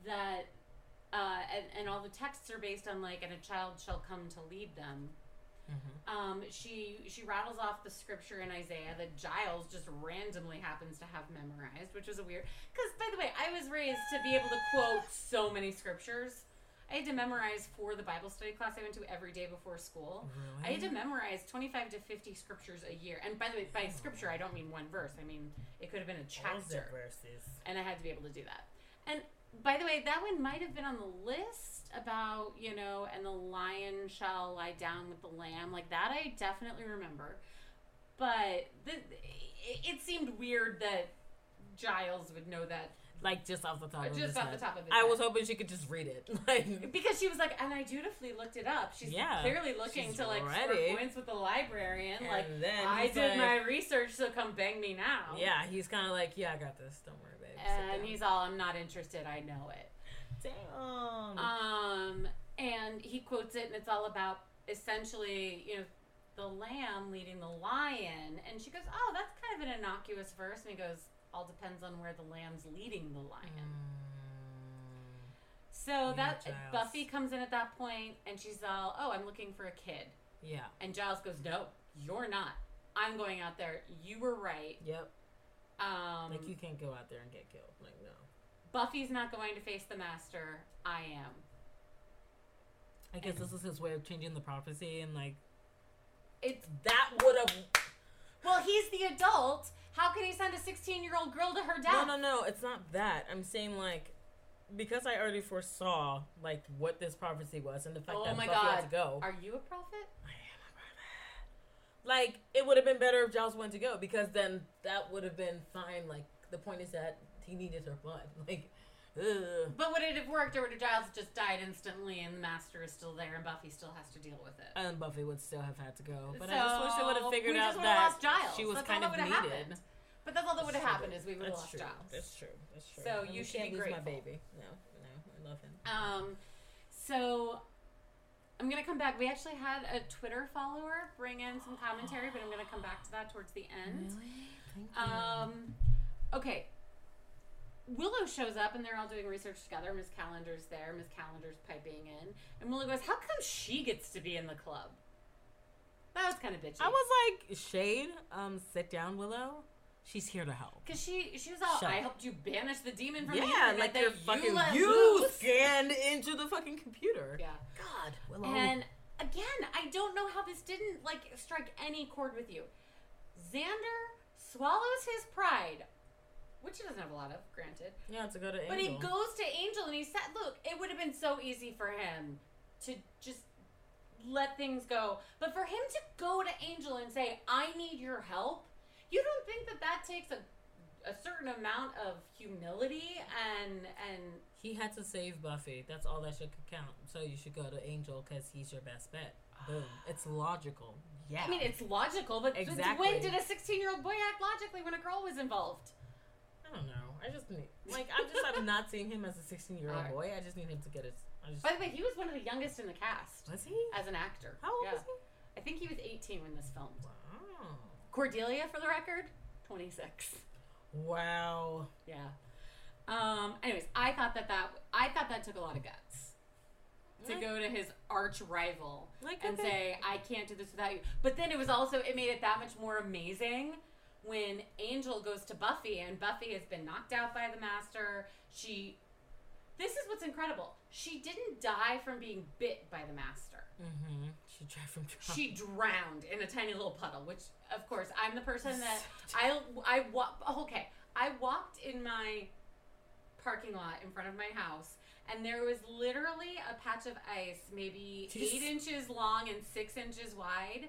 [SPEAKER 3] that uh, and, and all the texts are based on like, and a child shall come to lead them. Um, she she rattles off the scripture in Isaiah that Giles just randomly happens to have memorized, which was a weird. Because by the way, I was raised to be able to quote so many scriptures. I had to memorize for the Bible study class I went to every day before school. I had to memorize 25 to 50 scriptures a year. And by the way, by scripture, I don't mean one verse. I mean, it could have been a
[SPEAKER 4] Those are
[SPEAKER 3] chapter.
[SPEAKER 4] verses.
[SPEAKER 3] And I had to be able to do that. And by the way, that one might have been on the list about, you know, and the lion shall lie down with the lamb. Like that, I definitely remember. But the, it, it seemed weird that Giles would know that
[SPEAKER 4] Like just off the top of
[SPEAKER 3] Just
[SPEAKER 4] his
[SPEAKER 3] off
[SPEAKER 4] head.
[SPEAKER 3] the top of his
[SPEAKER 4] I
[SPEAKER 3] head.
[SPEAKER 4] was hoping she could just read it. Like
[SPEAKER 3] Because she was like, and I dutifully looked it up. She's
[SPEAKER 4] Yeah.
[SPEAKER 3] clearly looking
[SPEAKER 4] She's
[SPEAKER 3] to like
[SPEAKER 4] ready.
[SPEAKER 3] score points with the librarian.
[SPEAKER 4] And
[SPEAKER 3] like,
[SPEAKER 4] then
[SPEAKER 3] I
[SPEAKER 4] he's
[SPEAKER 3] did
[SPEAKER 4] like-
[SPEAKER 3] my research, so come bang me now.
[SPEAKER 4] Yeah, he's kind of like, yeah, I got this. Don't worry, babe. Sit
[SPEAKER 3] And
[SPEAKER 4] down."
[SPEAKER 3] he's all, I'm not interested. I know it.
[SPEAKER 4] damn.
[SPEAKER 3] Um, and he quotes it, and it's all about essentially, you know, the lamb leading the lion. And she goes, oh, that's kind of an innocuous verse. And he goes, all depends on where the lamb's leading the lion. So
[SPEAKER 4] Mm. Yeah,
[SPEAKER 3] that
[SPEAKER 4] Giles.
[SPEAKER 3] Buffy comes in at that point, and she's all, oh, I'm looking for a kid.
[SPEAKER 4] yeah.
[SPEAKER 3] And Giles goes, No, you're not. I'm going out there. You were right.
[SPEAKER 4] Yep.
[SPEAKER 3] Um,
[SPEAKER 4] Like you can't go out there and get killed. Like no.
[SPEAKER 3] Buffy's not going to face the master. I am.
[SPEAKER 4] I guess this is his way of changing the prophecy and like
[SPEAKER 3] It's
[SPEAKER 4] that would have.
[SPEAKER 3] well, he's the adult. How can he send a 16 year old girl to her death?
[SPEAKER 4] No, no, no. It's not that. I'm saying like because I already foresaw like what this prophecy was and the fact
[SPEAKER 3] Oh
[SPEAKER 4] that
[SPEAKER 3] my
[SPEAKER 4] Buffy
[SPEAKER 3] god.
[SPEAKER 4] had to go.
[SPEAKER 3] Are you a prophet?
[SPEAKER 4] like it would have been better if Giles went to go because then that would have been fine. Like the point is that he needed her blood. Like, ugh.
[SPEAKER 3] But would it have worked, or would Giles just died instantly, and the master is still there, and Buffy still has to deal with it?
[SPEAKER 4] and Buffy would still have had to go. But I just wish they would have
[SPEAKER 3] So,
[SPEAKER 4] figured
[SPEAKER 3] we
[SPEAKER 4] out
[SPEAKER 3] just would've
[SPEAKER 4] that
[SPEAKER 3] lost Giles.
[SPEAKER 4] she was
[SPEAKER 3] That's all
[SPEAKER 4] kind
[SPEAKER 3] that
[SPEAKER 4] of
[SPEAKER 3] would've
[SPEAKER 4] needed.
[SPEAKER 3] happened. But that's all that would have happened is we would have
[SPEAKER 4] That's
[SPEAKER 3] lost
[SPEAKER 4] true.
[SPEAKER 3] Giles.
[SPEAKER 4] That's true. That's true.
[SPEAKER 3] So
[SPEAKER 4] And
[SPEAKER 3] you
[SPEAKER 4] we
[SPEAKER 3] should
[SPEAKER 4] can't
[SPEAKER 3] be
[SPEAKER 4] lose my
[SPEAKER 3] grateful.
[SPEAKER 4] baby. No, no, I love him.
[SPEAKER 3] Um, so I'm gonna come back. We actually had a Twitter follower bring in some commentary, but I'm gonna come back to that towards the end. Um, okay. Willow shows up and they're all doing research together. Miss Calendar's there. Miss Calendar's piping in, and Willow goes, "How come she gets to be in the club?" That was kind of bitchy.
[SPEAKER 4] I was like, Shade, um, sit down, Willow. She's here to help.
[SPEAKER 3] Cause she she was all,
[SPEAKER 4] Shut
[SPEAKER 3] I
[SPEAKER 4] up.
[SPEAKER 3] helped you banish the demon from the
[SPEAKER 4] Yeah,
[SPEAKER 3] internet
[SPEAKER 4] like
[SPEAKER 3] that
[SPEAKER 4] they're
[SPEAKER 3] you
[SPEAKER 4] fucking
[SPEAKER 3] let
[SPEAKER 4] you
[SPEAKER 3] loose."
[SPEAKER 4] scanned into the fucking computer.
[SPEAKER 3] Yeah.
[SPEAKER 4] God, Willow.
[SPEAKER 3] And again, I don't know how this didn't like strike any chord with you. Xander swallows his pride, which he doesn't have a lot of, granted.
[SPEAKER 4] yeah, to go to
[SPEAKER 3] But he
[SPEAKER 4] Angel.
[SPEAKER 3] goes to Angel and he said, "Look, it would have been so easy for him to just let things go, but for him to go to Angel and say, "I need your help." You don't think that that takes a a certain amount of humility and and
[SPEAKER 4] He had to save Buffy. That's all that should count. So you should go to Angel because he's your best bet. Boom. It's logical. Yeah.
[SPEAKER 3] I mean, it's logical, but it's-
[SPEAKER 4] Exactly.
[SPEAKER 3] when did a 16 year old boy act logically when a girl was involved?
[SPEAKER 4] I don't know. I just need, like I'm just I'm not seeing him as a 16 year old
[SPEAKER 3] Alright.
[SPEAKER 4] boy. I just need him to get his. I just,
[SPEAKER 3] By the way, he was one of the youngest in the cast
[SPEAKER 4] was he?
[SPEAKER 3] as an actor.
[SPEAKER 4] How old
[SPEAKER 3] Yeah.
[SPEAKER 4] was he?
[SPEAKER 3] I think he was 18 when this filmed.
[SPEAKER 4] Wow.
[SPEAKER 3] Cordelia, for the record, 26.
[SPEAKER 4] Wow.
[SPEAKER 3] Yeah. Um. Anyways, I thought that that I thought that took a lot of guts to
[SPEAKER 4] Like-
[SPEAKER 3] go to his arch rival
[SPEAKER 4] Like,
[SPEAKER 3] and
[SPEAKER 4] okay.
[SPEAKER 3] say, "I can't do this without you." But then it was also it made it that much more amazing when Angel goes to Buffy and Buffy has been knocked out by the Master. She, this is what's incredible. She didn't die from being bit by the Master.
[SPEAKER 4] Mm-hmm. She tried from Trump.
[SPEAKER 3] She drowned in a tiny little puddle, which, of course, I'm the person that I I wa- okay. I walked in my parking lot in front of my house, and there was literally a patch of ice, maybe
[SPEAKER 4] Jeez.
[SPEAKER 3] eight inches long and six inches wide,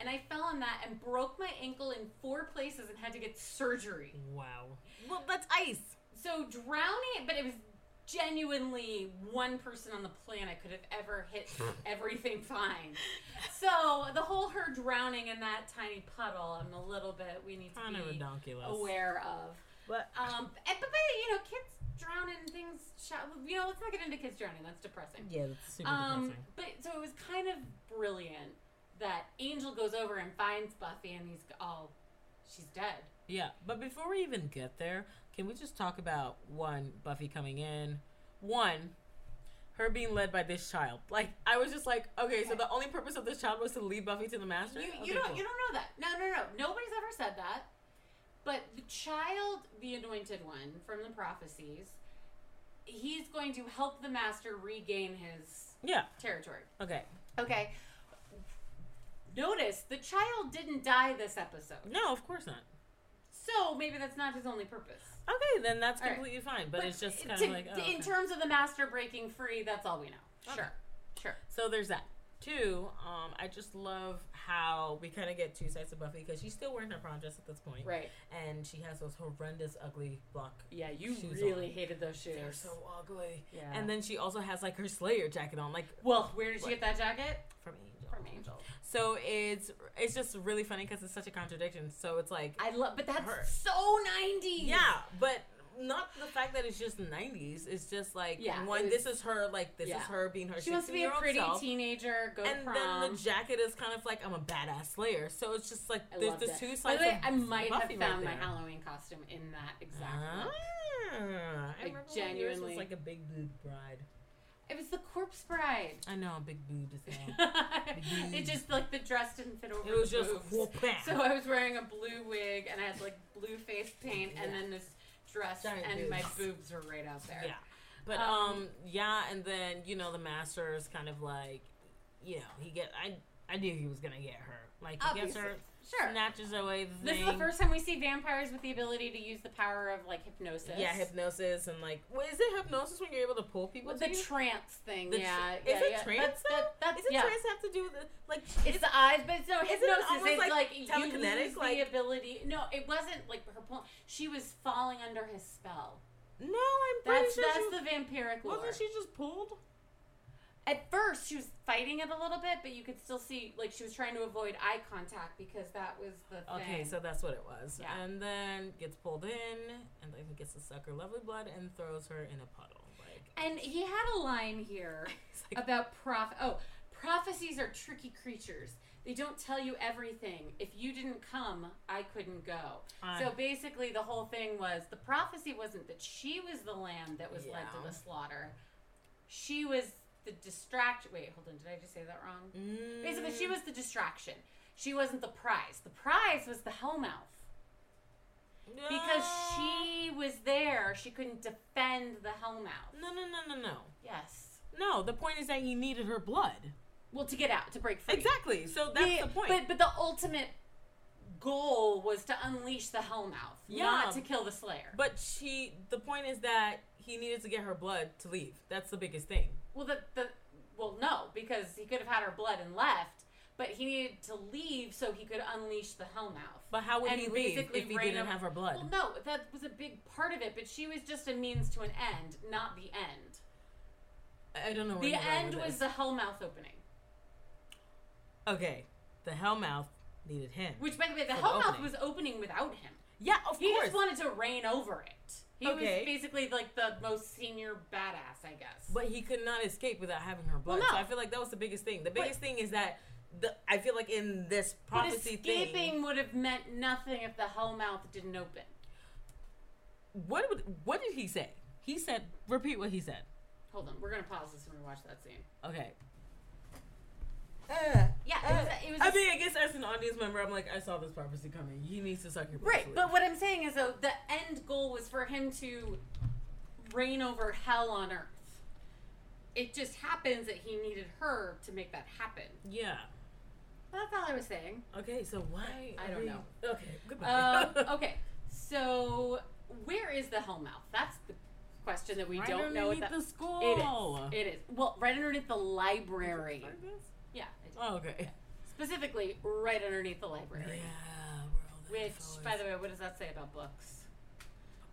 [SPEAKER 3] and I fell on that and broke my ankle in four places and had to get surgery.
[SPEAKER 4] wow. Well, that's ice.
[SPEAKER 3] So drowning, but it was genuinely one person on the planet could have ever hit everything fine. So the whole her drowning in that tiny puddle, I'm a little bit. We need
[SPEAKER 4] Kind
[SPEAKER 3] to
[SPEAKER 4] of
[SPEAKER 3] be
[SPEAKER 4] ridiculous.
[SPEAKER 3] aware of.
[SPEAKER 4] But
[SPEAKER 3] Um, and- but, but you know, kids drowning and things. sho- You know, let's not get into kids drowning. That's depressing.
[SPEAKER 4] yeah, that's super
[SPEAKER 3] Um,
[SPEAKER 4] depressing.
[SPEAKER 3] but so it was kind of brilliant that Angel goes over and finds Buffy, and he's all, she's dead.
[SPEAKER 4] Yeah, but before we even get there, can we just talk about one Buffy coming in? One, her being led by this child. Like I was just like, okay, so the only purpose of this child was to lead Buffy to the master.
[SPEAKER 3] You, you
[SPEAKER 4] Okay,
[SPEAKER 3] don't
[SPEAKER 4] cool.
[SPEAKER 3] you don't know that. No, no, no. Nobody's ever said that. But the child, the anointed one from the prophecies, he's going to help the master regain his
[SPEAKER 4] Yeah.
[SPEAKER 3] territory.
[SPEAKER 4] Okay.
[SPEAKER 3] Okay. Notice the child didn't die this episode.
[SPEAKER 4] No, of course not.
[SPEAKER 3] So maybe that's not his only purpose.
[SPEAKER 4] Okay, then that's
[SPEAKER 3] All right.
[SPEAKER 4] completely fine. But, it's just kind
[SPEAKER 3] to-
[SPEAKER 4] of like oh,
[SPEAKER 3] in
[SPEAKER 4] okay.
[SPEAKER 3] terms of the master breaking free, that's all we know. Sure. Sure.
[SPEAKER 4] So there's that. Two, um, I just love how we kind of get two sides of Buffy because she's still wearing her prom dress at this point,
[SPEAKER 3] Right.
[SPEAKER 4] And she has those horrendous, ugly block.
[SPEAKER 3] Yeah, you
[SPEAKER 4] Shoes
[SPEAKER 3] really
[SPEAKER 4] on.
[SPEAKER 3] hated those shoes.
[SPEAKER 4] They're so ugly.
[SPEAKER 3] Yeah.
[SPEAKER 4] And then she also has like her Slayer jacket on, like
[SPEAKER 3] well, where did you get that jacket?
[SPEAKER 4] from Angel.
[SPEAKER 3] From Angel.
[SPEAKER 4] So it's it's just really funny because it's such a contradiction. So it's like
[SPEAKER 3] I love, but that's
[SPEAKER 4] Her.
[SPEAKER 3] so 90s.
[SPEAKER 4] yeah, but not the fact that it's just '90s. It's just like
[SPEAKER 3] Yeah,
[SPEAKER 4] one.
[SPEAKER 3] it
[SPEAKER 4] this is her like this
[SPEAKER 3] yeah.
[SPEAKER 4] is her being her.
[SPEAKER 3] She wants to be a
[SPEAKER 4] 16-year-old
[SPEAKER 3] pretty
[SPEAKER 4] self.
[SPEAKER 3] teenager, go to
[SPEAKER 4] and
[SPEAKER 3] prom.
[SPEAKER 4] then the jacket is kind of like I'm a badass slayer. So it's just like
[SPEAKER 3] I
[SPEAKER 4] there's
[SPEAKER 3] loved
[SPEAKER 4] the
[SPEAKER 3] it.
[SPEAKER 4] two sides.
[SPEAKER 3] By the way,
[SPEAKER 4] of
[SPEAKER 3] I might
[SPEAKER 4] Buffy
[SPEAKER 3] have
[SPEAKER 4] right
[SPEAKER 3] found my
[SPEAKER 4] there.
[SPEAKER 3] Halloween costume in that exact
[SPEAKER 4] Ah,
[SPEAKER 3] look.
[SPEAKER 4] I
[SPEAKER 3] Like,
[SPEAKER 4] remember when yours
[SPEAKER 3] genuinely.
[SPEAKER 4] was like a big boob bride.
[SPEAKER 3] It was the corpse bride.
[SPEAKER 4] I know a big boob is hell.
[SPEAKER 3] it just like the dress didn't fit over.
[SPEAKER 4] it was
[SPEAKER 3] the
[SPEAKER 4] just
[SPEAKER 3] boobs.
[SPEAKER 4] whoop, bam.
[SPEAKER 3] So I was wearing a blue wig and I had like blue face paint and then this dress
[SPEAKER 4] Giant
[SPEAKER 3] and my
[SPEAKER 4] boobs.
[SPEAKER 3] boobs were right out there.
[SPEAKER 4] yeah. But
[SPEAKER 3] Um,
[SPEAKER 4] um, yeah, and then you know the master is kind of like, you know, he get I I knew he was gonna get her. Like he gets her,
[SPEAKER 3] Obviously. Sure.
[SPEAKER 4] snatches away the
[SPEAKER 3] This
[SPEAKER 4] thing.
[SPEAKER 3] is the first time we see vampires with the ability to use the power of like hypnosis.
[SPEAKER 4] yeah, hypnosis and like, what is it hypnosis when you're able to pull people?
[SPEAKER 3] With
[SPEAKER 4] to
[SPEAKER 3] the
[SPEAKER 4] you?
[SPEAKER 3] trance thing,
[SPEAKER 4] The
[SPEAKER 3] yeah.
[SPEAKER 4] tr-
[SPEAKER 3] yeah,
[SPEAKER 4] is it
[SPEAKER 3] yeah.
[SPEAKER 4] trance
[SPEAKER 3] That's, that,
[SPEAKER 4] though?
[SPEAKER 3] that's
[SPEAKER 4] Is it
[SPEAKER 3] yeah.
[SPEAKER 4] trance have to do with it? Like,
[SPEAKER 3] It's the eyes, but it's no
[SPEAKER 4] Isn't it
[SPEAKER 3] hypnosis.
[SPEAKER 4] almost
[SPEAKER 3] it's
[SPEAKER 4] like
[SPEAKER 3] like,
[SPEAKER 4] telekinetic,
[SPEAKER 3] You lose
[SPEAKER 4] like-
[SPEAKER 3] the ability. No, it wasn't like her point. She was falling under his spell.
[SPEAKER 4] no, I'm pretty
[SPEAKER 3] That's
[SPEAKER 4] sure
[SPEAKER 3] that's
[SPEAKER 4] she,
[SPEAKER 3] the vampiric lore.
[SPEAKER 4] wasn't she just pulled?
[SPEAKER 3] At first, she was fighting it a little bit, but you could still see like she was trying to avoid eye contact because that was the thing.
[SPEAKER 4] Okay, so that's what it was.
[SPEAKER 3] Yeah.
[SPEAKER 4] And then gets pulled in, and then he gets to suck her lovely blood and throws her in a puddle. Like,
[SPEAKER 3] and he had a line here
[SPEAKER 4] it's like,
[SPEAKER 3] about prof. Oh, prophecies are tricky creatures. They don't tell you everything. If you didn't come, I couldn't go.
[SPEAKER 4] I-
[SPEAKER 3] so basically, the whole thing was the prophecy wasn't that she was the lamb that was led
[SPEAKER 4] Yeah.
[SPEAKER 3] to the slaughter. She was the distraction. Wait, hold on. Did I just say that wrong?
[SPEAKER 4] mm,
[SPEAKER 3] Basically, she was the distraction. She wasn't the prize. The prize was the Hellmouth. Because
[SPEAKER 4] no.
[SPEAKER 3] she was there, she couldn't defend the Hellmouth.
[SPEAKER 4] No, no, no, no, no.
[SPEAKER 3] Yes.
[SPEAKER 4] No, the point is that he needed her blood.
[SPEAKER 3] Well, to get out, to break free.
[SPEAKER 4] Exactly. So that's the, point.
[SPEAKER 3] But, but the ultimate goal was to unleash the Hellmouth,
[SPEAKER 4] Yeah.
[SPEAKER 3] not to kill the Slayer.
[SPEAKER 4] But she, the point is that he needed to get her blood to leave. That's the biggest thing.
[SPEAKER 3] well, the, the well, no, because he could have had her blood and left, but he needed to leave so he could unleash the Hellmouth.
[SPEAKER 4] But how would
[SPEAKER 3] And
[SPEAKER 4] he leave if
[SPEAKER 3] basically
[SPEAKER 4] he
[SPEAKER 3] ran
[SPEAKER 4] didn't
[SPEAKER 3] over-
[SPEAKER 4] have her blood?
[SPEAKER 3] Well, no, that was a big part of it, but she was just a means to an end, not the end.
[SPEAKER 4] I I don't know. Where
[SPEAKER 3] The
[SPEAKER 4] you're going
[SPEAKER 3] end
[SPEAKER 4] with
[SPEAKER 3] was
[SPEAKER 4] this.
[SPEAKER 3] the Hellmouth opening.
[SPEAKER 4] okay. The Hellmouth needed him.
[SPEAKER 3] Which, by the way, the
[SPEAKER 4] For the
[SPEAKER 3] Hellmouth
[SPEAKER 4] opening.
[SPEAKER 3] was opening without him.
[SPEAKER 4] yeah, of
[SPEAKER 3] He
[SPEAKER 4] course.
[SPEAKER 3] just wanted to reign over it. He
[SPEAKER 4] Okay.
[SPEAKER 3] was basically like the most senior badass, I guess.
[SPEAKER 4] But he could not escape without having her blood.
[SPEAKER 3] Well, no.
[SPEAKER 4] So I feel like that was the biggest thing. The biggest thing is that the, I feel like in this
[SPEAKER 3] But
[SPEAKER 4] prophecy
[SPEAKER 3] escaping
[SPEAKER 4] thing,
[SPEAKER 3] would have meant nothing if the hell mouth didn't open.
[SPEAKER 4] what would, what did he say? He said, repeat what he said.
[SPEAKER 3] Hold on, we're gonna pause this when we watch that scene.
[SPEAKER 4] Okay.
[SPEAKER 3] Yeah, it was. It was
[SPEAKER 4] Uh, I mean, I guess as an audience member, I'm like, I saw this prophecy coming. He needs to suck your
[SPEAKER 3] right,
[SPEAKER 4] pussy.
[SPEAKER 3] but what I'm saying is, though, the end goal was for him to reign over hell on earth. It just happens that he needed her to make that happen.
[SPEAKER 4] yeah.
[SPEAKER 3] That's all I was saying.
[SPEAKER 4] Okay, so why?
[SPEAKER 3] I
[SPEAKER 4] are
[SPEAKER 3] don't
[SPEAKER 4] we-
[SPEAKER 3] know.
[SPEAKER 4] Okay, goodbye.
[SPEAKER 3] Um, okay, so where is the hell mouth? That's the question that we
[SPEAKER 4] I
[SPEAKER 3] don't know. what
[SPEAKER 4] underneath
[SPEAKER 3] that-
[SPEAKER 4] the school.
[SPEAKER 3] It is. It is. Well, right underneath the library.
[SPEAKER 4] Like this?
[SPEAKER 3] Yeah.
[SPEAKER 4] Oh, okay.
[SPEAKER 3] Specifically, right underneath the library.
[SPEAKER 4] Yeah.
[SPEAKER 3] Which, by the way, what does that say about books?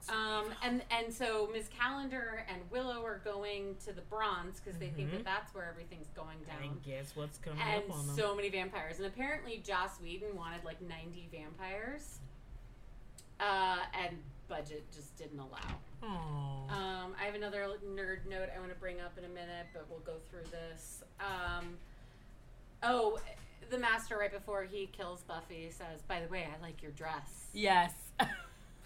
[SPEAKER 3] Um, and and so Miss Calendar and Willow are going to the Bronze because they think that that's where everything's going down.
[SPEAKER 6] And guess what's coming
[SPEAKER 3] And
[SPEAKER 6] up on them?
[SPEAKER 3] so many vampires, and apparently Joss Whedon wanted like ninety vampires, uh, and budget just didn't allow.
[SPEAKER 4] Oh.
[SPEAKER 3] Um, I have another nerd note I want to bring up in a minute, but we'll go through this. Um, oh, the master right before he kills Buffy says, "By the way, I like your dress."
[SPEAKER 4] Yes.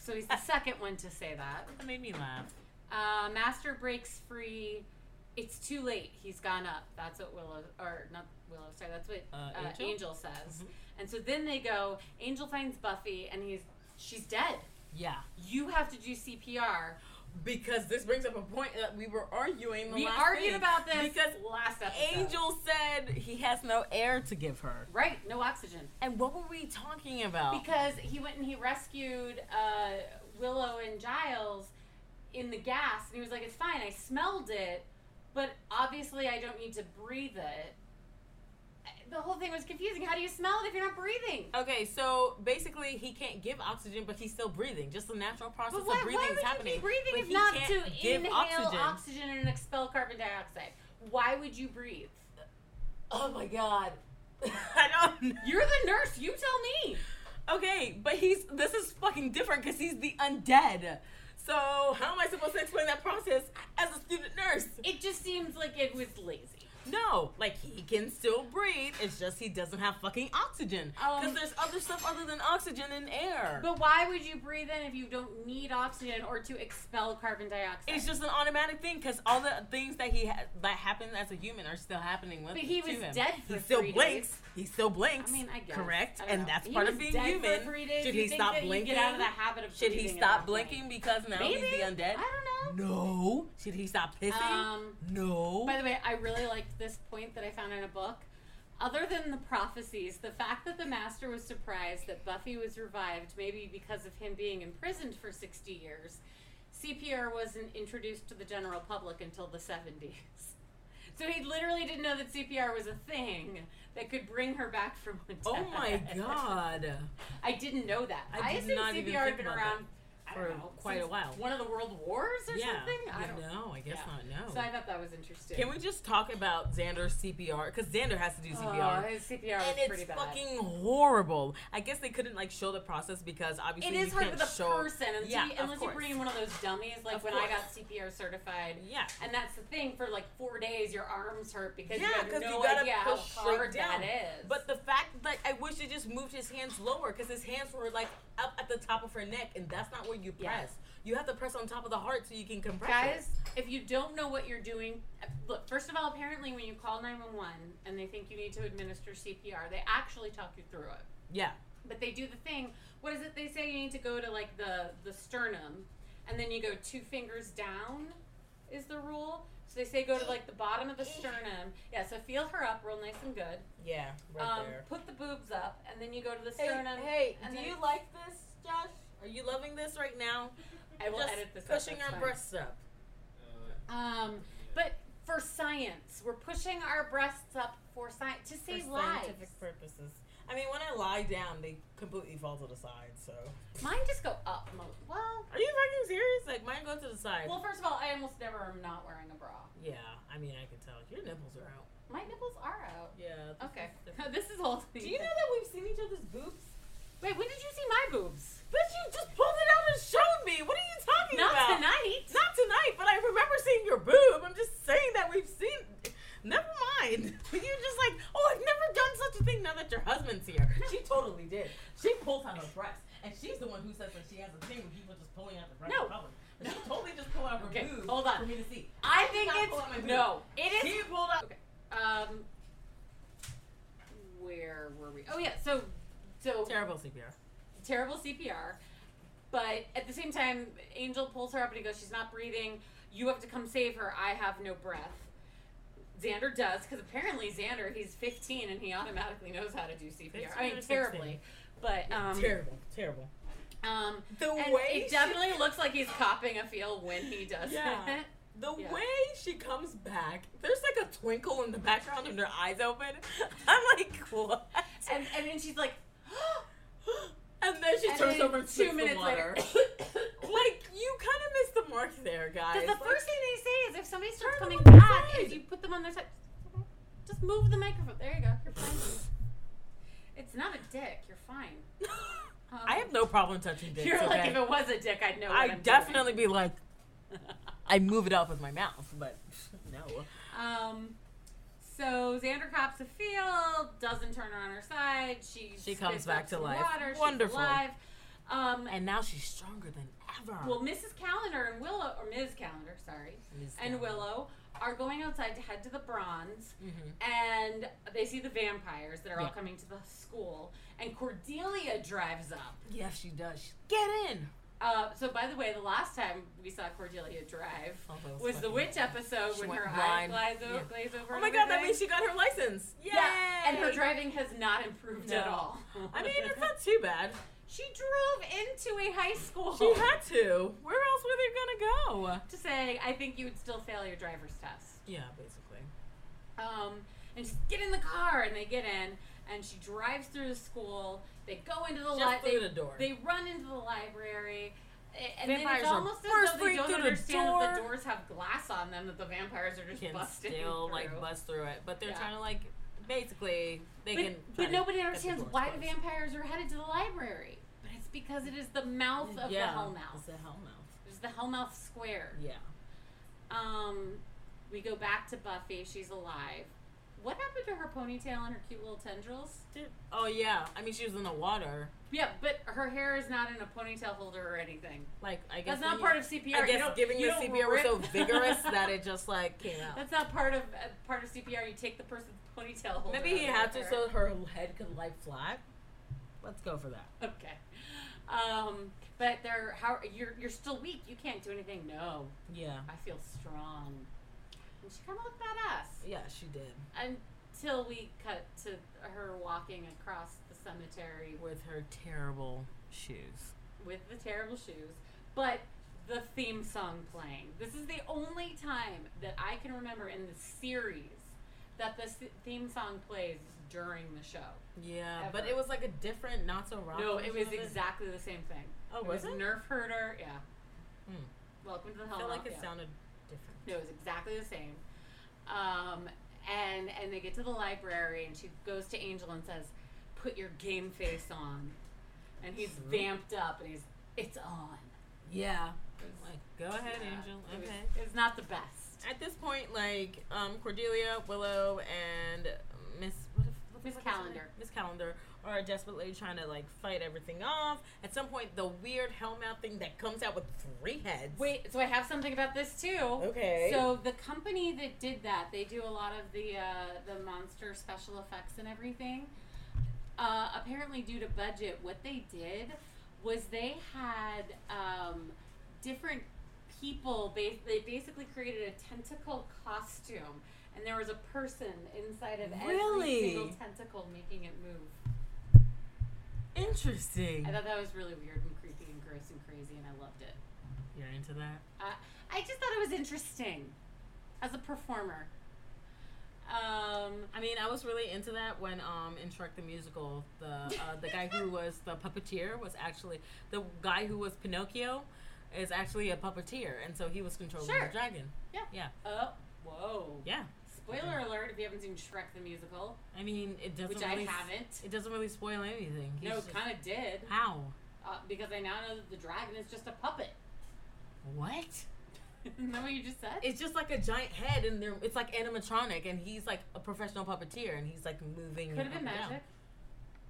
[SPEAKER 3] So he's the second one to say that.
[SPEAKER 4] That made me laugh.
[SPEAKER 3] Uh, master breaks free. It's too late. He's gone up. That's what Willow, or not Willow. Sorry, that's what uh,
[SPEAKER 4] Uh,
[SPEAKER 3] Angel?
[SPEAKER 4] Angel? Mm-hmm.
[SPEAKER 3] says. And so then they go. Angel finds Buffy, and he's she's dead.
[SPEAKER 4] Yeah.
[SPEAKER 3] You have to do CPR.
[SPEAKER 4] Because this brings up a point that we were arguing. The
[SPEAKER 3] We
[SPEAKER 4] last
[SPEAKER 3] argued
[SPEAKER 4] thing.
[SPEAKER 3] about this
[SPEAKER 4] because
[SPEAKER 3] last episode.
[SPEAKER 4] Angel said he has no air to give her.
[SPEAKER 3] Right, no oxygen.
[SPEAKER 4] And what were we talking about?
[SPEAKER 3] Because he went and he rescued uh, Willow and Giles in the gas, and he was like, "It's fine. I smelled it, but obviously I don't need to breathe it." The whole thing was confusing. How do you smell it if you're not breathing?
[SPEAKER 4] okay, so basically he can't give oxygen, but he's still breathing. Just the natural process
[SPEAKER 3] But why,
[SPEAKER 4] of breathing
[SPEAKER 3] why would
[SPEAKER 4] is happening.
[SPEAKER 3] you be breathing
[SPEAKER 4] But
[SPEAKER 3] if
[SPEAKER 4] he
[SPEAKER 3] not
[SPEAKER 4] can't
[SPEAKER 3] to
[SPEAKER 4] give
[SPEAKER 3] inhale oxygen. and expel carbon dioxide? Why would you breathe?
[SPEAKER 4] Oh my god. I don't. know.
[SPEAKER 3] You're the nurse. You tell me.
[SPEAKER 4] Okay, but he's this is fucking different because he's the undead. So how am I supposed to explain that process as a student nurse?
[SPEAKER 3] It just seems like it was lazy.
[SPEAKER 4] No, like he can still breathe. It's just he doesn't have fucking oxygen because
[SPEAKER 3] Um,
[SPEAKER 4] there's other stuff other than oxygen in air.
[SPEAKER 3] But why would you breathe in if you don't need oxygen or to expel carbon dioxide?
[SPEAKER 4] it's just an automatic thing because all the things that he ha- that happened as a human are still happening with.
[SPEAKER 3] But he
[SPEAKER 4] to
[SPEAKER 3] was
[SPEAKER 4] him.
[SPEAKER 3] dead
[SPEAKER 4] He
[SPEAKER 3] for
[SPEAKER 4] still
[SPEAKER 3] three
[SPEAKER 4] blinks.
[SPEAKER 3] days.
[SPEAKER 4] He still blinks.
[SPEAKER 3] I mean, I guess.
[SPEAKER 4] correct,
[SPEAKER 3] I don't
[SPEAKER 4] and
[SPEAKER 3] know.
[SPEAKER 4] that's
[SPEAKER 3] He
[SPEAKER 4] part
[SPEAKER 3] was
[SPEAKER 4] of being
[SPEAKER 3] dead for
[SPEAKER 4] human.
[SPEAKER 3] three days.
[SPEAKER 4] Should
[SPEAKER 3] You
[SPEAKER 4] he
[SPEAKER 3] think
[SPEAKER 4] stop
[SPEAKER 3] that you
[SPEAKER 4] blinking?
[SPEAKER 3] Get out of the habit of
[SPEAKER 4] Should he
[SPEAKER 3] breathing at
[SPEAKER 4] stop
[SPEAKER 3] that point?
[SPEAKER 4] blinking because now he's the
[SPEAKER 3] Maybe.
[SPEAKER 4] undead?
[SPEAKER 3] I don't know.
[SPEAKER 4] No. Should he stop pissing?
[SPEAKER 3] Um,
[SPEAKER 4] no.
[SPEAKER 3] By the way, I really liked this point that I found in a book. Other than the prophecies, the fact that the master was surprised that Buffy was revived, maybe because of him being imprisoned for 60 years, CPR wasn't introduced to the general public until the 70s. So he literally didn't know that CPR was a thing that could bring her back from death.
[SPEAKER 4] oh my god.
[SPEAKER 3] I didn't know that.
[SPEAKER 4] I
[SPEAKER 3] I,
[SPEAKER 4] did
[SPEAKER 3] assumed
[SPEAKER 4] not even
[SPEAKER 3] CPR
[SPEAKER 4] think
[SPEAKER 3] had been
[SPEAKER 4] about
[SPEAKER 3] around I
[SPEAKER 4] for
[SPEAKER 3] don't know,
[SPEAKER 4] quite a
[SPEAKER 3] since
[SPEAKER 4] while.
[SPEAKER 3] One of the world wars or
[SPEAKER 4] yeah.
[SPEAKER 3] something? I don't know.
[SPEAKER 4] no, I guess
[SPEAKER 3] yeah.
[SPEAKER 4] not. No.
[SPEAKER 3] So I thought that was interesting.
[SPEAKER 4] Can we just talk about Xander's CPR? Because Xander has to do
[SPEAKER 3] Oh,
[SPEAKER 4] CPR.
[SPEAKER 3] his CPR was
[SPEAKER 4] and
[SPEAKER 3] pretty
[SPEAKER 4] it's
[SPEAKER 3] bad.
[SPEAKER 4] fucking horrible. I guess they couldn't like show the process because obviously
[SPEAKER 3] it is
[SPEAKER 4] you
[SPEAKER 3] hard
[SPEAKER 4] can't
[SPEAKER 3] with a
[SPEAKER 4] show.
[SPEAKER 3] person unless,
[SPEAKER 4] Yeah,
[SPEAKER 3] you,
[SPEAKER 4] of
[SPEAKER 3] unless you
[SPEAKER 4] course.
[SPEAKER 3] bring in one of those dummies. Like
[SPEAKER 4] Of
[SPEAKER 3] when I
[SPEAKER 4] course.
[SPEAKER 3] got CPR certified,
[SPEAKER 4] Yeah.
[SPEAKER 3] and that's the thing for like four days, your arms hurt because
[SPEAKER 4] Yeah,
[SPEAKER 3] you have
[SPEAKER 4] because
[SPEAKER 3] no
[SPEAKER 4] you gotta
[SPEAKER 3] idea how
[SPEAKER 4] push
[SPEAKER 3] hard
[SPEAKER 4] straight down.
[SPEAKER 3] that is.
[SPEAKER 4] But the fact that I wish they just moved his hands lower because his hands were like up at the top of her neck, and that's not where you
[SPEAKER 3] Yeah.
[SPEAKER 4] press. You have to press on top of the heart so you can compress.
[SPEAKER 3] guys,
[SPEAKER 4] it.
[SPEAKER 3] if you don't know what you're doing, look. First of all, apparently when you call nine one one and they think you need to administer CPR, they actually talk you through it.
[SPEAKER 4] yeah,
[SPEAKER 3] But they do the thing. What is it they say? You need to go to like the the sternum, and then you go two fingers down, is the rule. So they say go to like the bottom of the sternum. Yeah. So feel her up, real nice and good.
[SPEAKER 4] yeah,
[SPEAKER 3] um, put the boobs up, and then you go to the sternum.
[SPEAKER 4] Hey,
[SPEAKER 3] and
[SPEAKER 4] do
[SPEAKER 3] then-
[SPEAKER 4] you like this, Josh? Are you loving this right now?
[SPEAKER 3] I will
[SPEAKER 4] just
[SPEAKER 3] edit this. out,
[SPEAKER 4] pushing
[SPEAKER 3] that's
[SPEAKER 4] our
[SPEAKER 3] fine.
[SPEAKER 4] breasts up.
[SPEAKER 3] Um, but for science, we're pushing our breasts up for science to save
[SPEAKER 4] for
[SPEAKER 3] lives.
[SPEAKER 4] scientific purposes. I mean, when I lie down, they completely fall to the side. So,
[SPEAKER 3] Mine just go up. mo- Well,
[SPEAKER 4] are you fucking serious? Like mine go to the side.
[SPEAKER 3] well, first of all, I almost never am not wearing a bra.
[SPEAKER 4] yeah, I mean, I can tell your nipples are out.
[SPEAKER 3] My nipples are out.
[SPEAKER 4] Yeah. this
[SPEAKER 3] Okay,
[SPEAKER 4] is different.
[SPEAKER 3] this is all.
[SPEAKER 4] Do you know that we've seen each other's boobs?
[SPEAKER 3] Wait, when did you see my boobs?
[SPEAKER 4] Bitch, you just pulled it out and showed me. What are you talking
[SPEAKER 3] Not
[SPEAKER 4] about?
[SPEAKER 3] tonight.
[SPEAKER 4] Not tonight, but I remember seeing your boob. I'm just saying that we've seen. Never mind. You're just like, oh, I've never done such a out her
[SPEAKER 3] Okay,
[SPEAKER 4] boob
[SPEAKER 3] hold on.
[SPEAKER 4] for me to see.
[SPEAKER 3] I
[SPEAKER 4] She did
[SPEAKER 3] think
[SPEAKER 4] not pull out my
[SPEAKER 3] it's
[SPEAKER 4] boob.
[SPEAKER 3] no. It is
[SPEAKER 4] She pulled out.
[SPEAKER 3] Okay. Um, where were we? Oh yeah. So, so
[SPEAKER 4] Terrible CPR.
[SPEAKER 3] terrible CPR, but at the same time, Angel pulls her up and he goes, "She's not breathing. You have to come save her. I have no breath." Xander does because apparently Xander he's 15 and he automatically knows how to do CPR.
[SPEAKER 4] 15
[SPEAKER 3] I
[SPEAKER 4] or
[SPEAKER 3] mean
[SPEAKER 4] 16.
[SPEAKER 3] terribly, but um,
[SPEAKER 4] terrible. Terrible.
[SPEAKER 3] um,
[SPEAKER 4] The
[SPEAKER 3] and
[SPEAKER 4] way
[SPEAKER 3] it
[SPEAKER 4] she-
[SPEAKER 3] definitely looks like he's copping a feel when he does
[SPEAKER 4] Yeah.
[SPEAKER 3] it.
[SPEAKER 4] The
[SPEAKER 3] Yeah.
[SPEAKER 4] way she comes back, there's like a twinkle in the background and her eyes open. I'm like, what?
[SPEAKER 3] and and then she's like.
[SPEAKER 4] And then she
[SPEAKER 3] and
[SPEAKER 4] turns
[SPEAKER 3] then
[SPEAKER 4] over and
[SPEAKER 3] two
[SPEAKER 4] sips the
[SPEAKER 3] minutes
[SPEAKER 4] water.
[SPEAKER 3] later.
[SPEAKER 4] like, you kind of missed the mark there, guys.
[SPEAKER 3] Because the
[SPEAKER 4] Like,
[SPEAKER 3] first thing they say is if somebody starts
[SPEAKER 4] Turn
[SPEAKER 3] coming
[SPEAKER 4] them on their
[SPEAKER 3] back
[SPEAKER 4] side.
[SPEAKER 3] and you put them on their side, just move the microphone. There you go. You're fine. it's not a dick. You're fine. Um,
[SPEAKER 4] I have no problem touching dicks.
[SPEAKER 3] You're like,
[SPEAKER 4] okay?
[SPEAKER 3] if it was a dick, I'd know. What
[SPEAKER 4] I
[SPEAKER 3] am
[SPEAKER 4] definitely be like, I move it up with my mouth, but no.
[SPEAKER 3] um. So Xander cops a field, doesn't turn her on her side. She
[SPEAKER 4] She comes
[SPEAKER 3] spits
[SPEAKER 4] back
[SPEAKER 3] up
[SPEAKER 4] to
[SPEAKER 3] some
[SPEAKER 4] life.
[SPEAKER 3] Water. She's
[SPEAKER 4] Wonderful.
[SPEAKER 3] alive. Um.
[SPEAKER 4] And now she's stronger than ever.
[SPEAKER 3] well, Mrs. Calendar and Willow, or Ms. Calendar, sorry,
[SPEAKER 4] Ms.
[SPEAKER 3] and
[SPEAKER 4] Calendar.
[SPEAKER 3] Willow are going outside to head to the Bronze.
[SPEAKER 4] Mhm.
[SPEAKER 3] and they see the vampires that are all
[SPEAKER 4] Yeah.
[SPEAKER 3] coming to the school and cordelia drives up
[SPEAKER 4] Yes, she does. She's- Get in.
[SPEAKER 3] uh, so by the way the last time we saw cordelia drive
[SPEAKER 4] Although it's
[SPEAKER 3] was the
[SPEAKER 4] fucking-
[SPEAKER 3] witch episode
[SPEAKER 4] She
[SPEAKER 3] when
[SPEAKER 4] went
[SPEAKER 3] her
[SPEAKER 4] blind.
[SPEAKER 3] eyes glaze, o-
[SPEAKER 4] Yeah.
[SPEAKER 3] glaze over
[SPEAKER 4] Oh
[SPEAKER 3] and
[SPEAKER 4] my god, that
[SPEAKER 3] everything.
[SPEAKER 4] means she got her license. Yay!
[SPEAKER 3] yeah and her driving has not improved at
[SPEAKER 4] No.
[SPEAKER 3] all
[SPEAKER 4] I mean, it's not too bad.
[SPEAKER 3] she drove into a high school
[SPEAKER 4] She had to. Where else were they gonna go?
[SPEAKER 3] to say i think you would still fail your driver's test
[SPEAKER 4] Yeah, basically.
[SPEAKER 3] Um, and she's get in the car, and they get in, and she drives through the school. They go into the
[SPEAKER 4] Just
[SPEAKER 3] library.
[SPEAKER 4] through
[SPEAKER 3] They,
[SPEAKER 4] the door.
[SPEAKER 3] they run into the library. a- And
[SPEAKER 4] Vampires are
[SPEAKER 3] then it's almost as though
[SPEAKER 4] bursting
[SPEAKER 3] they don't
[SPEAKER 4] through the
[SPEAKER 3] understand that the
[SPEAKER 4] door.
[SPEAKER 3] doors have glass on them that the vampires are just
[SPEAKER 4] Can
[SPEAKER 3] busting
[SPEAKER 4] still
[SPEAKER 3] through.
[SPEAKER 4] like bust through it, but they're
[SPEAKER 3] Yeah.
[SPEAKER 4] trying to like basically they
[SPEAKER 3] but,
[SPEAKER 4] can. try
[SPEAKER 3] but
[SPEAKER 4] to
[SPEAKER 3] nobody
[SPEAKER 4] get the
[SPEAKER 3] understands
[SPEAKER 4] doors
[SPEAKER 3] why the
[SPEAKER 4] closed.
[SPEAKER 3] vampires are headed to the library. But it's because it is the mouth of
[SPEAKER 4] yeah,
[SPEAKER 3] the Hellmouth.
[SPEAKER 4] It's the Hellmouth.
[SPEAKER 3] It's the Hellmouth Square.
[SPEAKER 4] Yeah.
[SPEAKER 3] Um, we go back to Buffy. She's alive. What happened to her ponytail and her cute little tendrils?
[SPEAKER 4] Oh yeah. I mean, she was in the water.
[SPEAKER 3] Yeah, but her hair is not in a ponytail holder or anything.
[SPEAKER 4] Like I guess
[SPEAKER 3] That's not
[SPEAKER 4] when
[SPEAKER 3] part
[SPEAKER 4] you-
[SPEAKER 3] of CPR.
[SPEAKER 4] I
[SPEAKER 3] You
[SPEAKER 4] guess
[SPEAKER 3] don't-
[SPEAKER 4] giving
[SPEAKER 3] you
[SPEAKER 4] you
[SPEAKER 3] don't
[SPEAKER 4] CPR was so
[SPEAKER 3] rip-
[SPEAKER 4] vigorous that it just like came out.
[SPEAKER 3] That's not part of uh, part of CPR. You take the person's ponytail holder.
[SPEAKER 4] Maybe he
[SPEAKER 3] out of
[SPEAKER 4] had to
[SPEAKER 3] their hair.
[SPEAKER 4] so her head could lie flat. Let's go for that.
[SPEAKER 3] Okay. Um, but they're how you're you're still weak. You can't do anything. No,
[SPEAKER 4] Yeah.
[SPEAKER 3] I feel strong. And she kind of looked badass
[SPEAKER 4] Yeah, she did.
[SPEAKER 3] until we cut to her walking across the cemetery
[SPEAKER 4] With her terrible shoes.
[SPEAKER 3] with the terrible shoes, but the theme song playing. This is the only time that I can remember in the series that the s- theme song plays during the show.
[SPEAKER 4] Yeah, but
[SPEAKER 3] Ever.
[SPEAKER 4] it was like a different, not so rock.
[SPEAKER 3] no, it
[SPEAKER 4] version
[SPEAKER 3] was
[SPEAKER 4] of
[SPEAKER 3] exactly the same thing.
[SPEAKER 4] Oh,
[SPEAKER 3] it
[SPEAKER 4] was
[SPEAKER 3] was
[SPEAKER 4] it?
[SPEAKER 3] Nerf herder. Yeah.
[SPEAKER 4] Hmm.
[SPEAKER 3] Welcome to the
[SPEAKER 4] I
[SPEAKER 3] hell.
[SPEAKER 4] felt like
[SPEAKER 3] Mouth,
[SPEAKER 4] it
[SPEAKER 3] yeah.
[SPEAKER 4] sounded different.
[SPEAKER 3] No, it was exactly the same. Um, and and they get to the library, and she goes to Angel and says, "Put your game face on," and he's
[SPEAKER 4] Mhm.
[SPEAKER 3] vamped up, and he's it's on.
[SPEAKER 4] Yeah. Like, go ahead,
[SPEAKER 3] Yeah,
[SPEAKER 4] Angel.
[SPEAKER 3] it was-
[SPEAKER 4] Okay.
[SPEAKER 3] it's not the best.
[SPEAKER 4] At this point, like um, Cordelia, Willow, and Miss what the f- what the fuck
[SPEAKER 3] Miss
[SPEAKER 4] is her
[SPEAKER 3] Calendar.
[SPEAKER 4] name? Miss Calendar are desperately trying to like fight everything off. At some point, the weird hellmouth thing that comes out with three heads.
[SPEAKER 3] Wait, so I have something about this too.
[SPEAKER 4] Okay.
[SPEAKER 3] So the company that did that, they do a lot of the uh, the monster special effects and everything. Uh, apparently, due to budget, what they did was they had um, different people. Ba- they basically created a tentacle costume, and there was a person inside of
[SPEAKER 4] Really?
[SPEAKER 3] every single tentacle making it move.
[SPEAKER 4] interesting.
[SPEAKER 3] I thought that was really weird and creepy and gross and crazy, and I loved it.
[SPEAKER 4] You're into that.
[SPEAKER 3] I I just thought it was interesting as a performer. Um,
[SPEAKER 4] I mean, I was really into that when um, in Shrek the Musical, the uh, the guy who was the puppeteer was actually the guy who was Pinocchio is actually a puppeteer, and so he was controlling
[SPEAKER 3] Sure.
[SPEAKER 4] the dragon.
[SPEAKER 3] Yeah.
[SPEAKER 4] Yeah.
[SPEAKER 3] oh, whoa.
[SPEAKER 4] Yeah.
[SPEAKER 3] Spoiler alert if you haven't seen Shrek the Musical,
[SPEAKER 4] I mean, it doesn't.
[SPEAKER 3] which
[SPEAKER 4] really
[SPEAKER 3] I
[SPEAKER 4] s-
[SPEAKER 3] haven't.
[SPEAKER 4] It doesn't really spoil anything. He's
[SPEAKER 3] No,
[SPEAKER 4] just-
[SPEAKER 3] kind of did.
[SPEAKER 4] How?
[SPEAKER 3] Uh, because I now know that the dragon is just a puppet.
[SPEAKER 4] What?
[SPEAKER 3] Isn't that what you just said?
[SPEAKER 4] It's just like a giant head, and they're, it's like animatronic, and he's like a professional puppeteer, and he's like moving.
[SPEAKER 3] Could have
[SPEAKER 4] up
[SPEAKER 3] been
[SPEAKER 4] and down.
[SPEAKER 3] magic.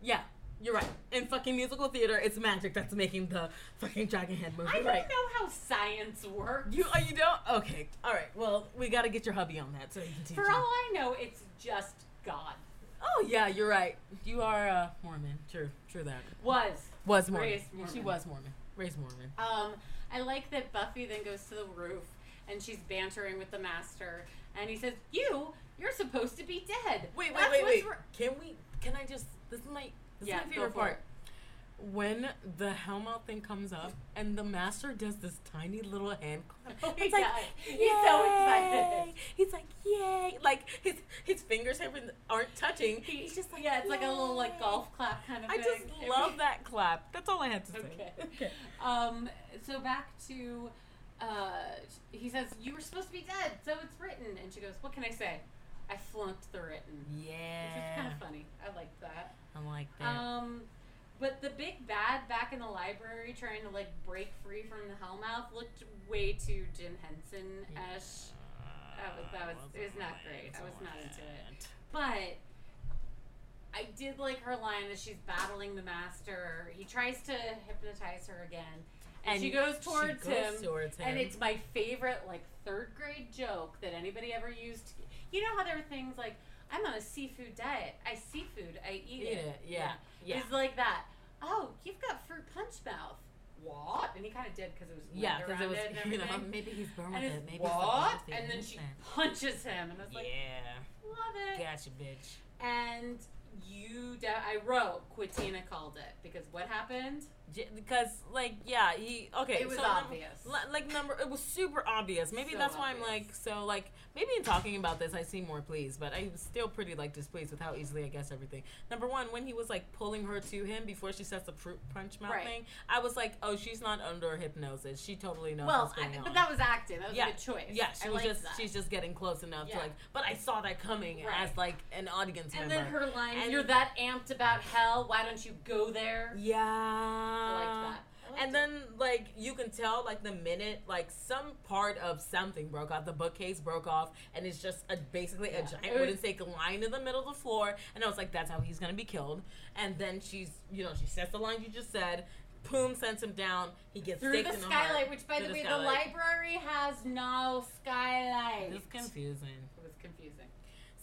[SPEAKER 4] Yeah, You're right. In fucking musical theater, it's magic that's making the fucking dragon head move.
[SPEAKER 3] I
[SPEAKER 4] You're
[SPEAKER 3] don't
[SPEAKER 4] right.
[SPEAKER 3] know how science works.
[SPEAKER 4] You oh, you don't? Okay. All right. Well, we got to get your hubby on that so he can teach
[SPEAKER 3] For
[SPEAKER 4] you.
[SPEAKER 3] all I know, it's just God.
[SPEAKER 4] oh yeah, you're right. You are a Mormon. True. True that.
[SPEAKER 3] Was.
[SPEAKER 4] Was Mormon.
[SPEAKER 3] Raised Mormon.
[SPEAKER 4] She was Mormon. Raised Mormon.
[SPEAKER 3] Um, I like that Buffy then goes to the roof and she's bantering with the master, and he says, "You, you're supposed to be dead."
[SPEAKER 4] Wait, wait,
[SPEAKER 3] That's
[SPEAKER 4] wait,
[SPEAKER 3] what's
[SPEAKER 4] wait.
[SPEAKER 3] wor-
[SPEAKER 4] Can we? Can I just? This is my. This
[SPEAKER 3] Yeah,
[SPEAKER 4] is
[SPEAKER 3] go
[SPEAKER 4] my favorite
[SPEAKER 3] for
[SPEAKER 4] part.
[SPEAKER 3] it.
[SPEAKER 4] When the Hellmouth thing comes up and the master does this tiny little hand clap,
[SPEAKER 3] He
[SPEAKER 4] it's like
[SPEAKER 3] does. Oh He's so excited.
[SPEAKER 4] "Yay!" He's like, "Yay!" Like his his fingers haven't, aren't touching. He's just like,
[SPEAKER 3] yeah, it's like a little like
[SPEAKER 4] "Yay."
[SPEAKER 3] golf clap kind of
[SPEAKER 4] I
[SPEAKER 3] thing.
[SPEAKER 4] just love that clap. That's all I had to say.
[SPEAKER 3] Okay. Um, so back to, uh, he says, "You were supposed to be dead, so it's written." And she goes, "What can I say? I flunked the written." Which is kind
[SPEAKER 4] Yeah,
[SPEAKER 3] of funny. I like that.
[SPEAKER 4] I like that.
[SPEAKER 3] Um, but the big bad back in the library trying to like break free from the Hellmouth looked way too Jim Henson esh. That was that was it was not great. I was not into it. But I did like her line that she's battling the master. He tries to hypnotize her again, and, she goes towards
[SPEAKER 4] goes
[SPEAKER 3] him.
[SPEAKER 4] towards him.
[SPEAKER 3] And it's my favorite, like third grade joke that anybody ever used. You know how there are things like, "I'm on a seafood diet. I seafood. I eat,
[SPEAKER 4] Eat it, yeah, yeah.
[SPEAKER 3] It's like that. Oh, you've got fruit punch mouth. What? And he kind of did because it was
[SPEAKER 4] Yeah,
[SPEAKER 3] wind
[SPEAKER 4] because it
[SPEAKER 3] around
[SPEAKER 4] was,
[SPEAKER 3] and
[SPEAKER 4] you know,
[SPEAKER 3] everything.
[SPEAKER 4] maybe he's born with
[SPEAKER 3] And it's
[SPEAKER 4] it. Maybe it's
[SPEAKER 3] what?
[SPEAKER 4] the
[SPEAKER 3] And then she punches him, and I was like,
[SPEAKER 4] yeah,
[SPEAKER 3] love it.
[SPEAKER 4] gotcha, bitch.
[SPEAKER 3] And you, de- I wrote, Quatina called it because what happened?
[SPEAKER 4] J- because, like, yeah, he okay.
[SPEAKER 3] It was
[SPEAKER 4] so number-
[SPEAKER 3] obvious.
[SPEAKER 4] li- like number, it was super obvious. Maybe
[SPEAKER 3] So
[SPEAKER 4] that's why I'm
[SPEAKER 3] obvious.
[SPEAKER 4] like so. Like maybe in talking about this, I see more pleased, but I'm still pretty like displeased with how easily I guess everything. Number one, when he was like pulling her to him before she sets the fruit punch mouth
[SPEAKER 3] Right.
[SPEAKER 4] thing, I was like, oh, she's not under hypnosis. She totally knows
[SPEAKER 3] well,
[SPEAKER 4] what's
[SPEAKER 3] I,
[SPEAKER 4] going on.
[SPEAKER 3] but that was acting. That was
[SPEAKER 4] Yeah.
[SPEAKER 3] a good choice.
[SPEAKER 4] yeah, she
[SPEAKER 3] I
[SPEAKER 4] was
[SPEAKER 3] liked
[SPEAKER 4] just
[SPEAKER 3] that.
[SPEAKER 4] she's just getting close enough
[SPEAKER 3] Yeah.
[SPEAKER 4] to like. But I saw that coming
[SPEAKER 3] Right.
[SPEAKER 4] as like an audience
[SPEAKER 3] and
[SPEAKER 4] member.
[SPEAKER 3] then her line,
[SPEAKER 4] And-
[SPEAKER 3] "You're that amped about hell. Why don't you go there?"
[SPEAKER 4] Yeah.
[SPEAKER 3] I liked that. I liked
[SPEAKER 4] And
[SPEAKER 3] it.
[SPEAKER 4] then, like, you can tell, like, the minute, like, some part of something broke off. The bookcase broke off, and it's just a, basically a
[SPEAKER 3] It
[SPEAKER 4] giant
[SPEAKER 3] was-
[SPEAKER 4] wooden stake lying in the middle of the floor. And I was like, that's how he's gonna be killed. And then she's, you know, she says the line you just said. Boom, sends him down. He gets
[SPEAKER 3] through
[SPEAKER 4] staked
[SPEAKER 3] the
[SPEAKER 4] in
[SPEAKER 3] skylight,
[SPEAKER 4] heart.
[SPEAKER 3] which by
[SPEAKER 4] Through
[SPEAKER 3] the, way, the
[SPEAKER 4] skylight.
[SPEAKER 3] library has no skylight.
[SPEAKER 4] It's confusing.
[SPEAKER 3] It was confusing.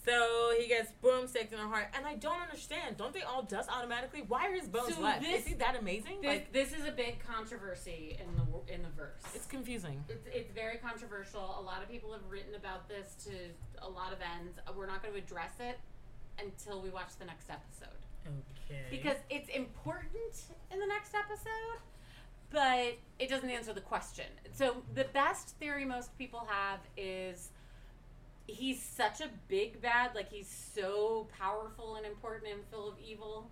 [SPEAKER 4] So he gets boom staked in the heart, and I don't understand. Don't they all dust automatically? Why are his bones
[SPEAKER 3] So
[SPEAKER 4] left?
[SPEAKER 3] this-
[SPEAKER 4] Is he that amazing?
[SPEAKER 3] This,
[SPEAKER 4] like,
[SPEAKER 3] this is a big controversy in the wor- in the verse.
[SPEAKER 4] it's confusing.
[SPEAKER 3] It's, it's very controversial. A lot of people have written about this to a lot of ends. We're not going to address it until we watch the next episode
[SPEAKER 4] Okay.
[SPEAKER 3] because it's important in the next episode, but it doesn't answer the question. So the best theory most people have is he's such a big bad, like he's so powerful and important and full of evil.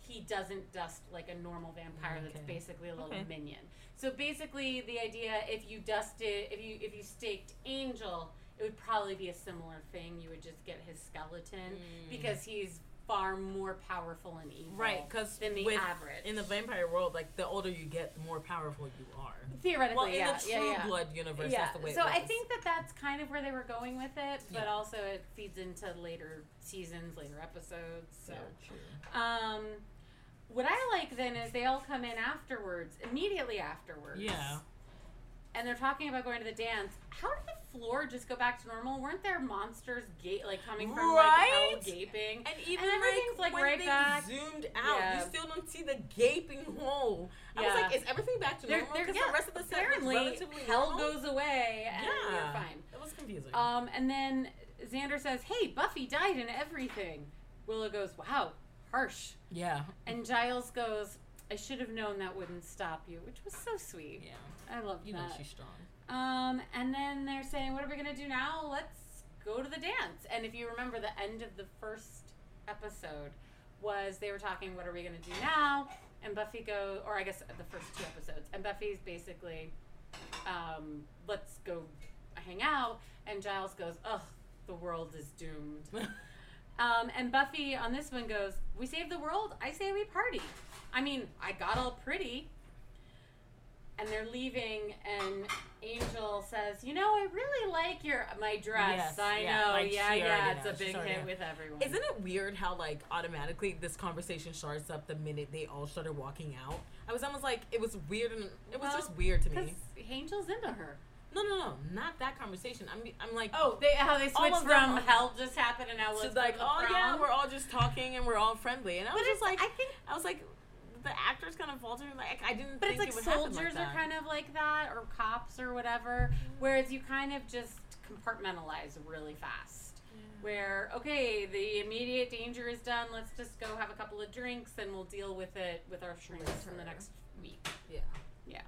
[SPEAKER 3] He doesn't dust like a normal vampire
[SPEAKER 4] Okay.
[SPEAKER 3] that's basically a little
[SPEAKER 4] Okay.
[SPEAKER 3] minion. So basically the idea if you dusted if you if you staked Angel, it would probably be a similar thing. You would just get his skeleton because he's far more powerful and evil.
[SPEAKER 4] Mm. Right, because
[SPEAKER 3] than the
[SPEAKER 4] with,
[SPEAKER 3] average
[SPEAKER 4] in the vampire world, like the older you get, the more powerful you are.
[SPEAKER 3] theoretically,
[SPEAKER 4] Well,
[SPEAKER 3] yeah,
[SPEAKER 4] in the true
[SPEAKER 3] yeah, yeah.
[SPEAKER 4] blood universe,
[SPEAKER 3] Yeah,
[SPEAKER 4] that's the way.
[SPEAKER 3] so
[SPEAKER 4] it
[SPEAKER 3] I
[SPEAKER 4] was.
[SPEAKER 3] think that that's kind of where they were going with it, but
[SPEAKER 4] Yeah.
[SPEAKER 3] also it feeds into later seasons, later episodes. So, um, what I like then is they all come in afterwards, immediately afterwards.
[SPEAKER 4] Yeah.
[SPEAKER 3] And they're talking about going to the dance. How did the floor just go back to normal? Weren't there monsters ga- like coming from
[SPEAKER 4] Right?
[SPEAKER 3] like hell gaping?
[SPEAKER 4] And even
[SPEAKER 3] And everything's,
[SPEAKER 4] like,
[SPEAKER 3] like,
[SPEAKER 4] when
[SPEAKER 3] right
[SPEAKER 4] they
[SPEAKER 3] back.
[SPEAKER 4] zoomed out,
[SPEAKER 3] Yeah.
[SPEAKER 4] you still don't see the gaping hole. I was
[SPEAKER 3] Yeah.
[SPEAKER 4] like, is everything back to
[SPEAKER 3] They're-
[SPEAKER 4] normal?
[SPEAKER 3] they're-
[SPEAKER 4] Because
[SPEAKER 3] yeah,
[SPEAKER 4] the rest of the set
[SPEAKER 3] Apparently,
[SPEAKER 4] looks relatively
[SPEAKER 3] hell
[SPEAKER 4] normal.
[SPEAKER 3] goes away, and
[SPEAKER 4] Yeah.
[SPEAKER 3] you're fine.
[SPEAKER 4] It was confusing.
[SPEAKER 3] Um, and then Xander says, "Hey, Buffy died in everything." Willow goes, "Wow, harsh."
[SPEAKER 4] yeah.
[SPEAKER 3] And Giles goes, "I should have known that wouldn't stop you," which was so sweet.
[SPEAKER 4] Yeah.
[SPEAKER 3] I love
[SPEAKER 4] You know
[SPEAKER 3] that.
[SPEAKER 4] she's strong.
[SPEAKER 3] um, and then they're saying, "What are we gonna do now? Let's go to the dance." And if you remember, the end of the first episode was they were talking, "What are we gonna do now?" And Buffy goes, or I guess the first two episodes, and Buffy's basically um, let's go hang out. And Giles goes, ugh, the world is doomed. um, and Buffy on this one goes, we save the world. I say we party. I mean, I got all pretty. and they're leaving, and Angel says, "You know, I really like your my dress.
[SPEAKER 4] Yes,
[SPEAKER 3] I
[SPEAKER 4] yeah,
[SPEAKER 3] know,
[SPEAKER 4] like,
[SPEAKER 3] yeah,
[SPEAKER 4] she
[SPEAKER 3] yeah.
[SPEAKER 4] already
[SPEAKER 3] It's
[SPEAKER 4] knows.
[SPEAKER 3] a
[SPEAKER 4] She's
[SPEAKER 3] big
[SPEAKER 4] already
[SPEAKER 3] hit
[SPEAKER 4] know.
[SPEAKER 3] with everyone.
[SPEAKER 4] Isn't it weird how like automatically this conversation starts up the minute they all started walking out? I was almost like it was weird and it was
[SPEAKER 3] Well,
[SPEAKER 4] just weird to
[SPEAKER 3] Because
[SPEAKER 4] me.
[SPEAKER 3] Angel's into her.
[SPEAKER 4] No, no, no, not that conversation. I'm I'm like
[SPEAKER 3] Oh, they how they
[SPEAKER 4] All
[SPEAKER 3] switched
[SPEAKER 4] of
[SPEAKER 3] from
[SPEAKER 4] them.
[SPEAKER 3] hell just happened and now
[SPEAKER 4] so
[SPEAKER 3] let's
[SPEAKER 4] like
[SPEAKER 3] go to
[SPEAKER 4] oh yeah,
[SPEAKER 3] prom."
[SPEAKER 4] we're all just talking and we're all friendly, and I was
[SPEAKER 3] But
[SPEAKER 4] just
[SPEAKER 3] it's
[SPEAKER 4] like
[SPEAKER 3] like I think,
[SPEAKER 4] I was like the actors kind of faltered. Like I didn't.
[SPEAKER 3] but
[SPEAKER 4] think
[SPEAKER 3] it's like
[SPEAKER 4] it would happen
[SPEAKER 3] soldiers
[SPEAKER 4] like
[SPEAKER 3] are kind of like that or cops or whatever. Whereas you kind of just compartmentalize really fast. Where okay, the immediate danger is done. Let's just go have a couple of drinks and we'll deal with it with our shrinks in the
[SPEAKER 4] Later.
[SPEAKER 3] next week.
[SPEAKER 4] yeah.
[SPEAKER 3] Yeah.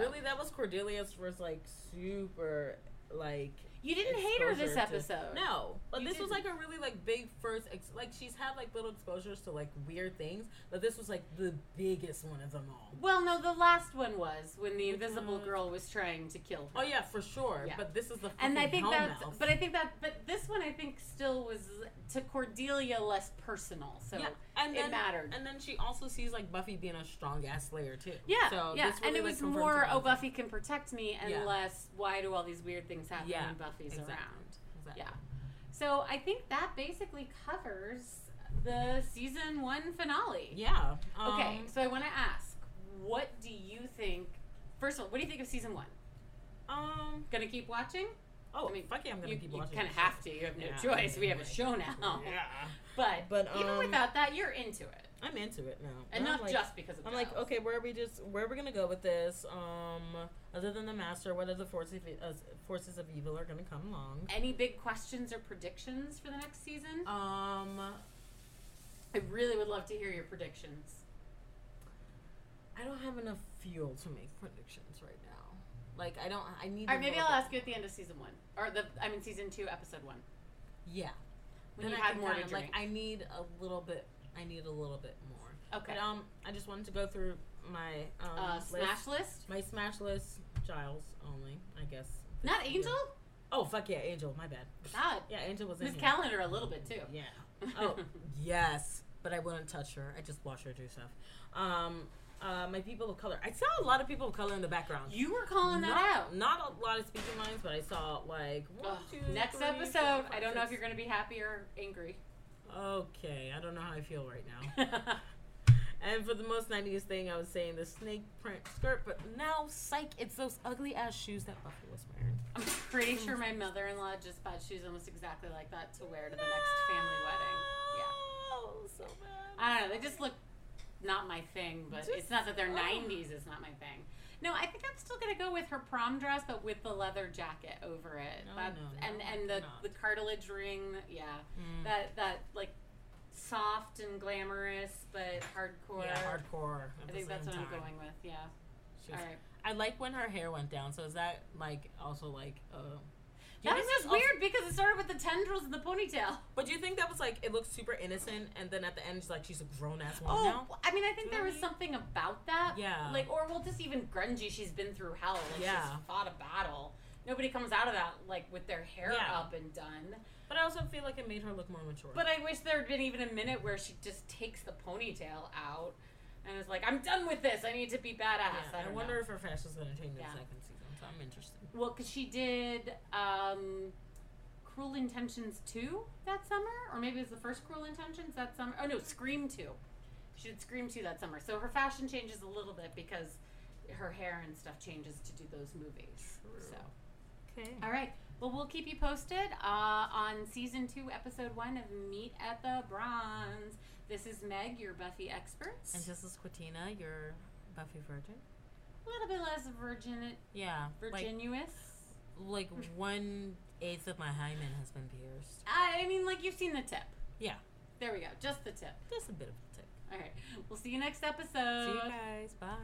[SPEAKER 4] Really, that was Cordelia's first like super like
[SPEAKER 3] You didn't hate her this
[SPEAKER 4] exposure to-
[SPEAKER 3] episode.
[SPEAKER 4] No, but
[SPEAKER 3] You
[SPEAKER 4] this was like
[SPEAKER 3] didn't.
[SPEAKER 4] a really like big first. Ex- like she's had like little exposures to like weird things, but this was like the biggest one of them all.
[SPEAKER 3] Well, no, the last one was when the
[SPEAKER 4] Which
[SPEAKER 3] invisible
[SPEAKER 4] one?
[SPEAKER 3] girl was trying to kill her.
[SPEAKER 4] Oh yeah, for sure.
[SPEAKER 3] Yeah.
[SPEAKER 4] But this is the
[SPEAKER 3] And I think that's,
[SPEAKER 4] mouth.
[SPEAKER 3] but I think that, but this one I think still was to Cordelia less personal, so
[SPEAKER 4] yeah, and
[SPEAKER 3] it
[SPEAKER 4] then,
[SPEAKER 3] mattered.
[SPEAKER 4] And then she also sees like Buffy being a strong ass slayer too.
[SPEAKER 3] yeah,
[SPEAKER 4] so
[SPEAKER 3] yeah,
[SPEAKER 4] this
[SPEAKER 3] and
[SPEAKER 4] really,
[SPEAKER 3] it
[SPEAKER 4] like,
[SPEAKER 3] was
[SPEAKER 4] confirms
[SPEAKER 3] more,
[SPEAKER 4] what I
[SPEAKER 3] oh,
[SPEAKER 4] was like.
[SPEAKER 3] Buffy can protect me, and
[SPEAKER 4] Yeah.
[SPEAKER 3] less, why do all these weird things happen
[SPEAKER 4] Yeah,
[SPEAKER 3] when Buffy's
[SPEAKER 4] exactly.
[SPEAKER 3] around?
[SPEAKER 4] Exactly.
[SPEAKER 3] Yeah. So I think that basically covers the season one finale.
[SPEAKER 4] Yeah.
[SPEAKER 3] Okay,
[SPEAKER 4] um,
[SPEAKER 3] so I want to ask, what do you think? First of all, what do you think of season one?
[SPEAKER 4] Um.
[SPEAKER 3] Gonna keep watching?
[SPEAKER 4] Oh,
[SPEAKER 3] I mean,
[SPEAKER 4] fuck yeah! I'm gonna
[SPEAKER 3] you
[SPEAKER 4] keep watching.
[SPEAKER 3] kind of
[SPEAKER 4] this
[SPEAKER 3] have
[SPEAKER 4] shit.
[SPEAKER 3] to. Oh. You have no
[SPEAKER 4] Yeah,
[SPEAKER 3] choice.
[SPEAKER 4] I
[SPEAKER 3] We
[SPEAKER 4] mean,
[SPEAKER 3] have a
[SPEAKER 4] like,
[SPEAKER 3] show now.
[SPEAKER 4] Yeah.
[SPEAKER 3] But,
[SPEAKER 4] But,
[SPEAKER 3] even
[SPEAKER 4] um,
[SPEAKER 3] without that, you're into it,
[SPEAKER 4] I'm into it now.
[SPEAKER 3] and
[SPEAKER 4] Now I'm
[SPEAKER 3] not
[SPEAKER 4] like,
[SPEAKER 3] just because of.
[SPEAKER 4] I'm like,
[SPEAKER 3] Giles.
[SPEAKER 4] okay, where are we just where are we gonna go with this? Um, other than the master, what other forces uh, forces of evil are gonna come along?
[SPEAKER 3] Any big questions or predictions for the next season?
[SPEAKER 4] Um,
[SPEAKER 3] I really would love to hear your predictions.
[SPEAKER 4] I don't have enough fuel to make predictions right now. Like, I don't. I need.
[SPEAKER 3] All
[SPEAKER 4] a
[SPEAKER 3] right, maybe
[SPEAKER 4] little
[SPEAKER 3] I'll
[SPEAKER 4] bit-
[SPEAKER 3] ask you at the end of season one, or the I mean season two, episode one,
[SPEAKER 4] Yeah.
[SPEAKER 3] when
[SPEAKER 4] Then
[SPEAKER 3] you
[SPEAKER 4] I
[SPEAKER 3] had
[SPEAKER 4] can
[SPEAKER 3] more to
[SPEAKER 4] kind of,
[SPEAKER 3] drink.
[SPEAKER 4] Like, I need a little bit. I need a little bit more.
[SPEAKER 3] okay,
[SPEAKER 4] But um, I just wanted to go through my um
[SPEAKER 3] uh,
[SPEAKER 4] list.
[SPEAKER 3] smash list.
[SPEAKER 4] my smash list. Giles only, I guess. this
[SPEAKER 3] Not
[SPEAKER 4] year.
[SPEAKER 3] Angel.
[SPEAKER 4] Oh fuck yeah, Angel. My bad.
[SPEAKER 3] God,
[SPEAKER 4] Yeah, Angel was in
[SPEAKER 3] Miss
[SPEAKER 4] here.
[SPEAKER 3] Calendar a little bit too.
[SPEAKER 4] Yeah. Oh yes, but I wouldn't touch her. I just watch her do stuff. Um, uh, my people of color. I saw a lot of people of color in the background.
[SPEAKER 3] you were calling that
[SPEAKER 4] not,
[SPEAKER 3] out.
[SPEAKER 4] Not a lot of speaking lines, but I saw like one,
[SPEAKER 3] Ugh,
[SPEAKER 4] two,
[SPEAKER 3] next
[SPEAKER 4] three, four,
[SPEAKER 3] episode,
[SPEAKER 4] five,
[SPEAKER 3] I don't know if you're
[SPEAKER 4] six.
[SPEAKER 3] going to be happy or angry.
[SPEAKER 4] Okay, I don't know how I feel right now.
[SPEAKER 3] yeah,
[SPEAKER 4] And for the most 90s thing, I was saying the snake print skirt, but now, psych, it's those ugly ass shoes that Buffy was wearing.
[SPEAKER 3] I'm pretty sure my mother-in-law just bought shoes almost exactly like that to wear to the next family wedding. Yeah.
[SPEAKER 4] Oh, so bad.
[SPEAKER 3] I don't know. They just look not my thing, but it's not that they're
[SPEAKER 4] Just- oh.
[SPEAKER 3] 90s. It's not my thing. No, I think I'm still gonna go with her prom dress, but with the leather jacket over it.
[SPEAKER 4] No,
[SPEAKER 3] That's-
[SPEAKER 4] no, no,
[SPEAKER 3] and and the,
[SPEAKER 4] not.
[SPEAKER 3] the cartilage ring. Yeah,
[SPEAKER 4] Mm.
[SPEAKER 3] that that like soft and glamorous, but hardcore.
[SPEAKER 4] yeah, hardcore.
[SPEAKER 3] I think that's what I'm going with. Yeah. All right.
[SPEAKER 4] I like when her hair went down. So is that like also like? Uh, do you
[SPEAKER 3] That
[SPEAKER 4] think
[SPEAKER 3] was just
[SPEAKER 4] also-
[SPEAKER 3] weird because it started with the tendrils and the ponytail.
[SPEAKER 4] but do you think that was like it looks super innocent, and then at the end she's like she's a grown ass woman
[SPEAKER 3] Oh,
[SPEAKER 4] now?
[SPEAKER 3] I mean, I think
[SPEAKER 4] Do you
[SPEAKER 3] there
[SPEAKER 4] know
[SPEAKER 3] was
[SPEAKER 4] what
[SPEAKER 3] something about that.
[SPEAKER 4] Yeah.
[SPEAKER 3] Like, or well, just even grungy. She's been through hell. Like,
[SPEAKER 4] Yeah.
[SPEAKER 3] she's fought a battle. Nobody comes out of that like with their hair
[SPEAKER 4] Yeah.
[SPEAKER 3] up and done.
[SPEAKER 4] But I also feel like it made her look more mature.
[SPEAKER 3] But I wish there had been even a minute where she just takes the ponytail out and is like, "I'm done with this. I need to be badass."
[SPEAKER 4] yeah,
[SPEAKER 3] I,
[SPEAKER 4] I,
[SPEAKER 3] don't
[SPEAKER 4] wonder
[SPEAKER 3] Know.
[SPEAKER 4] if her fashion's gonna change in
[SPEAKER 3] Yeah.
[SPEAKER 4] the second season. So I'm interested.
[SPEAKER 3] Well, because she did um, Cruel Intentions two that summer, or maybe it was the first Cruel Intentions that summer. Oh no, Scream two. She did Scream two that summer, so her fashion changes a little bit because her hair and stuff changes to do those movies. So,
[SPEAKER 4] Okay.
[SPEAKER 3] all right. Well, we'll keep you posted uh, on season two, episode one of Meet at the Bronze. This is Meg, your Buffy expert.
[SPEAKER 4] And this is Quatina, your Buffy virgin.
[SPEAKER 3] A little bit less virgin,
[SPEAKER 4] Yeah, like
[SPEAKER 3] virginuous.
[SPEAKER 4] like one eighth of my hymen has been pierced.
[SPEAKER 3] I mean, like you've seen the tip.
[SPEAKER 4] Yeah.
[SPEAKER 3] There we go. Just the tip.
[SPEAKER 4] Just a bit of a tip.
[SPEAKER 3] All right. We'll see you next episode.
[SPEAKER 4] See you guys. Bye.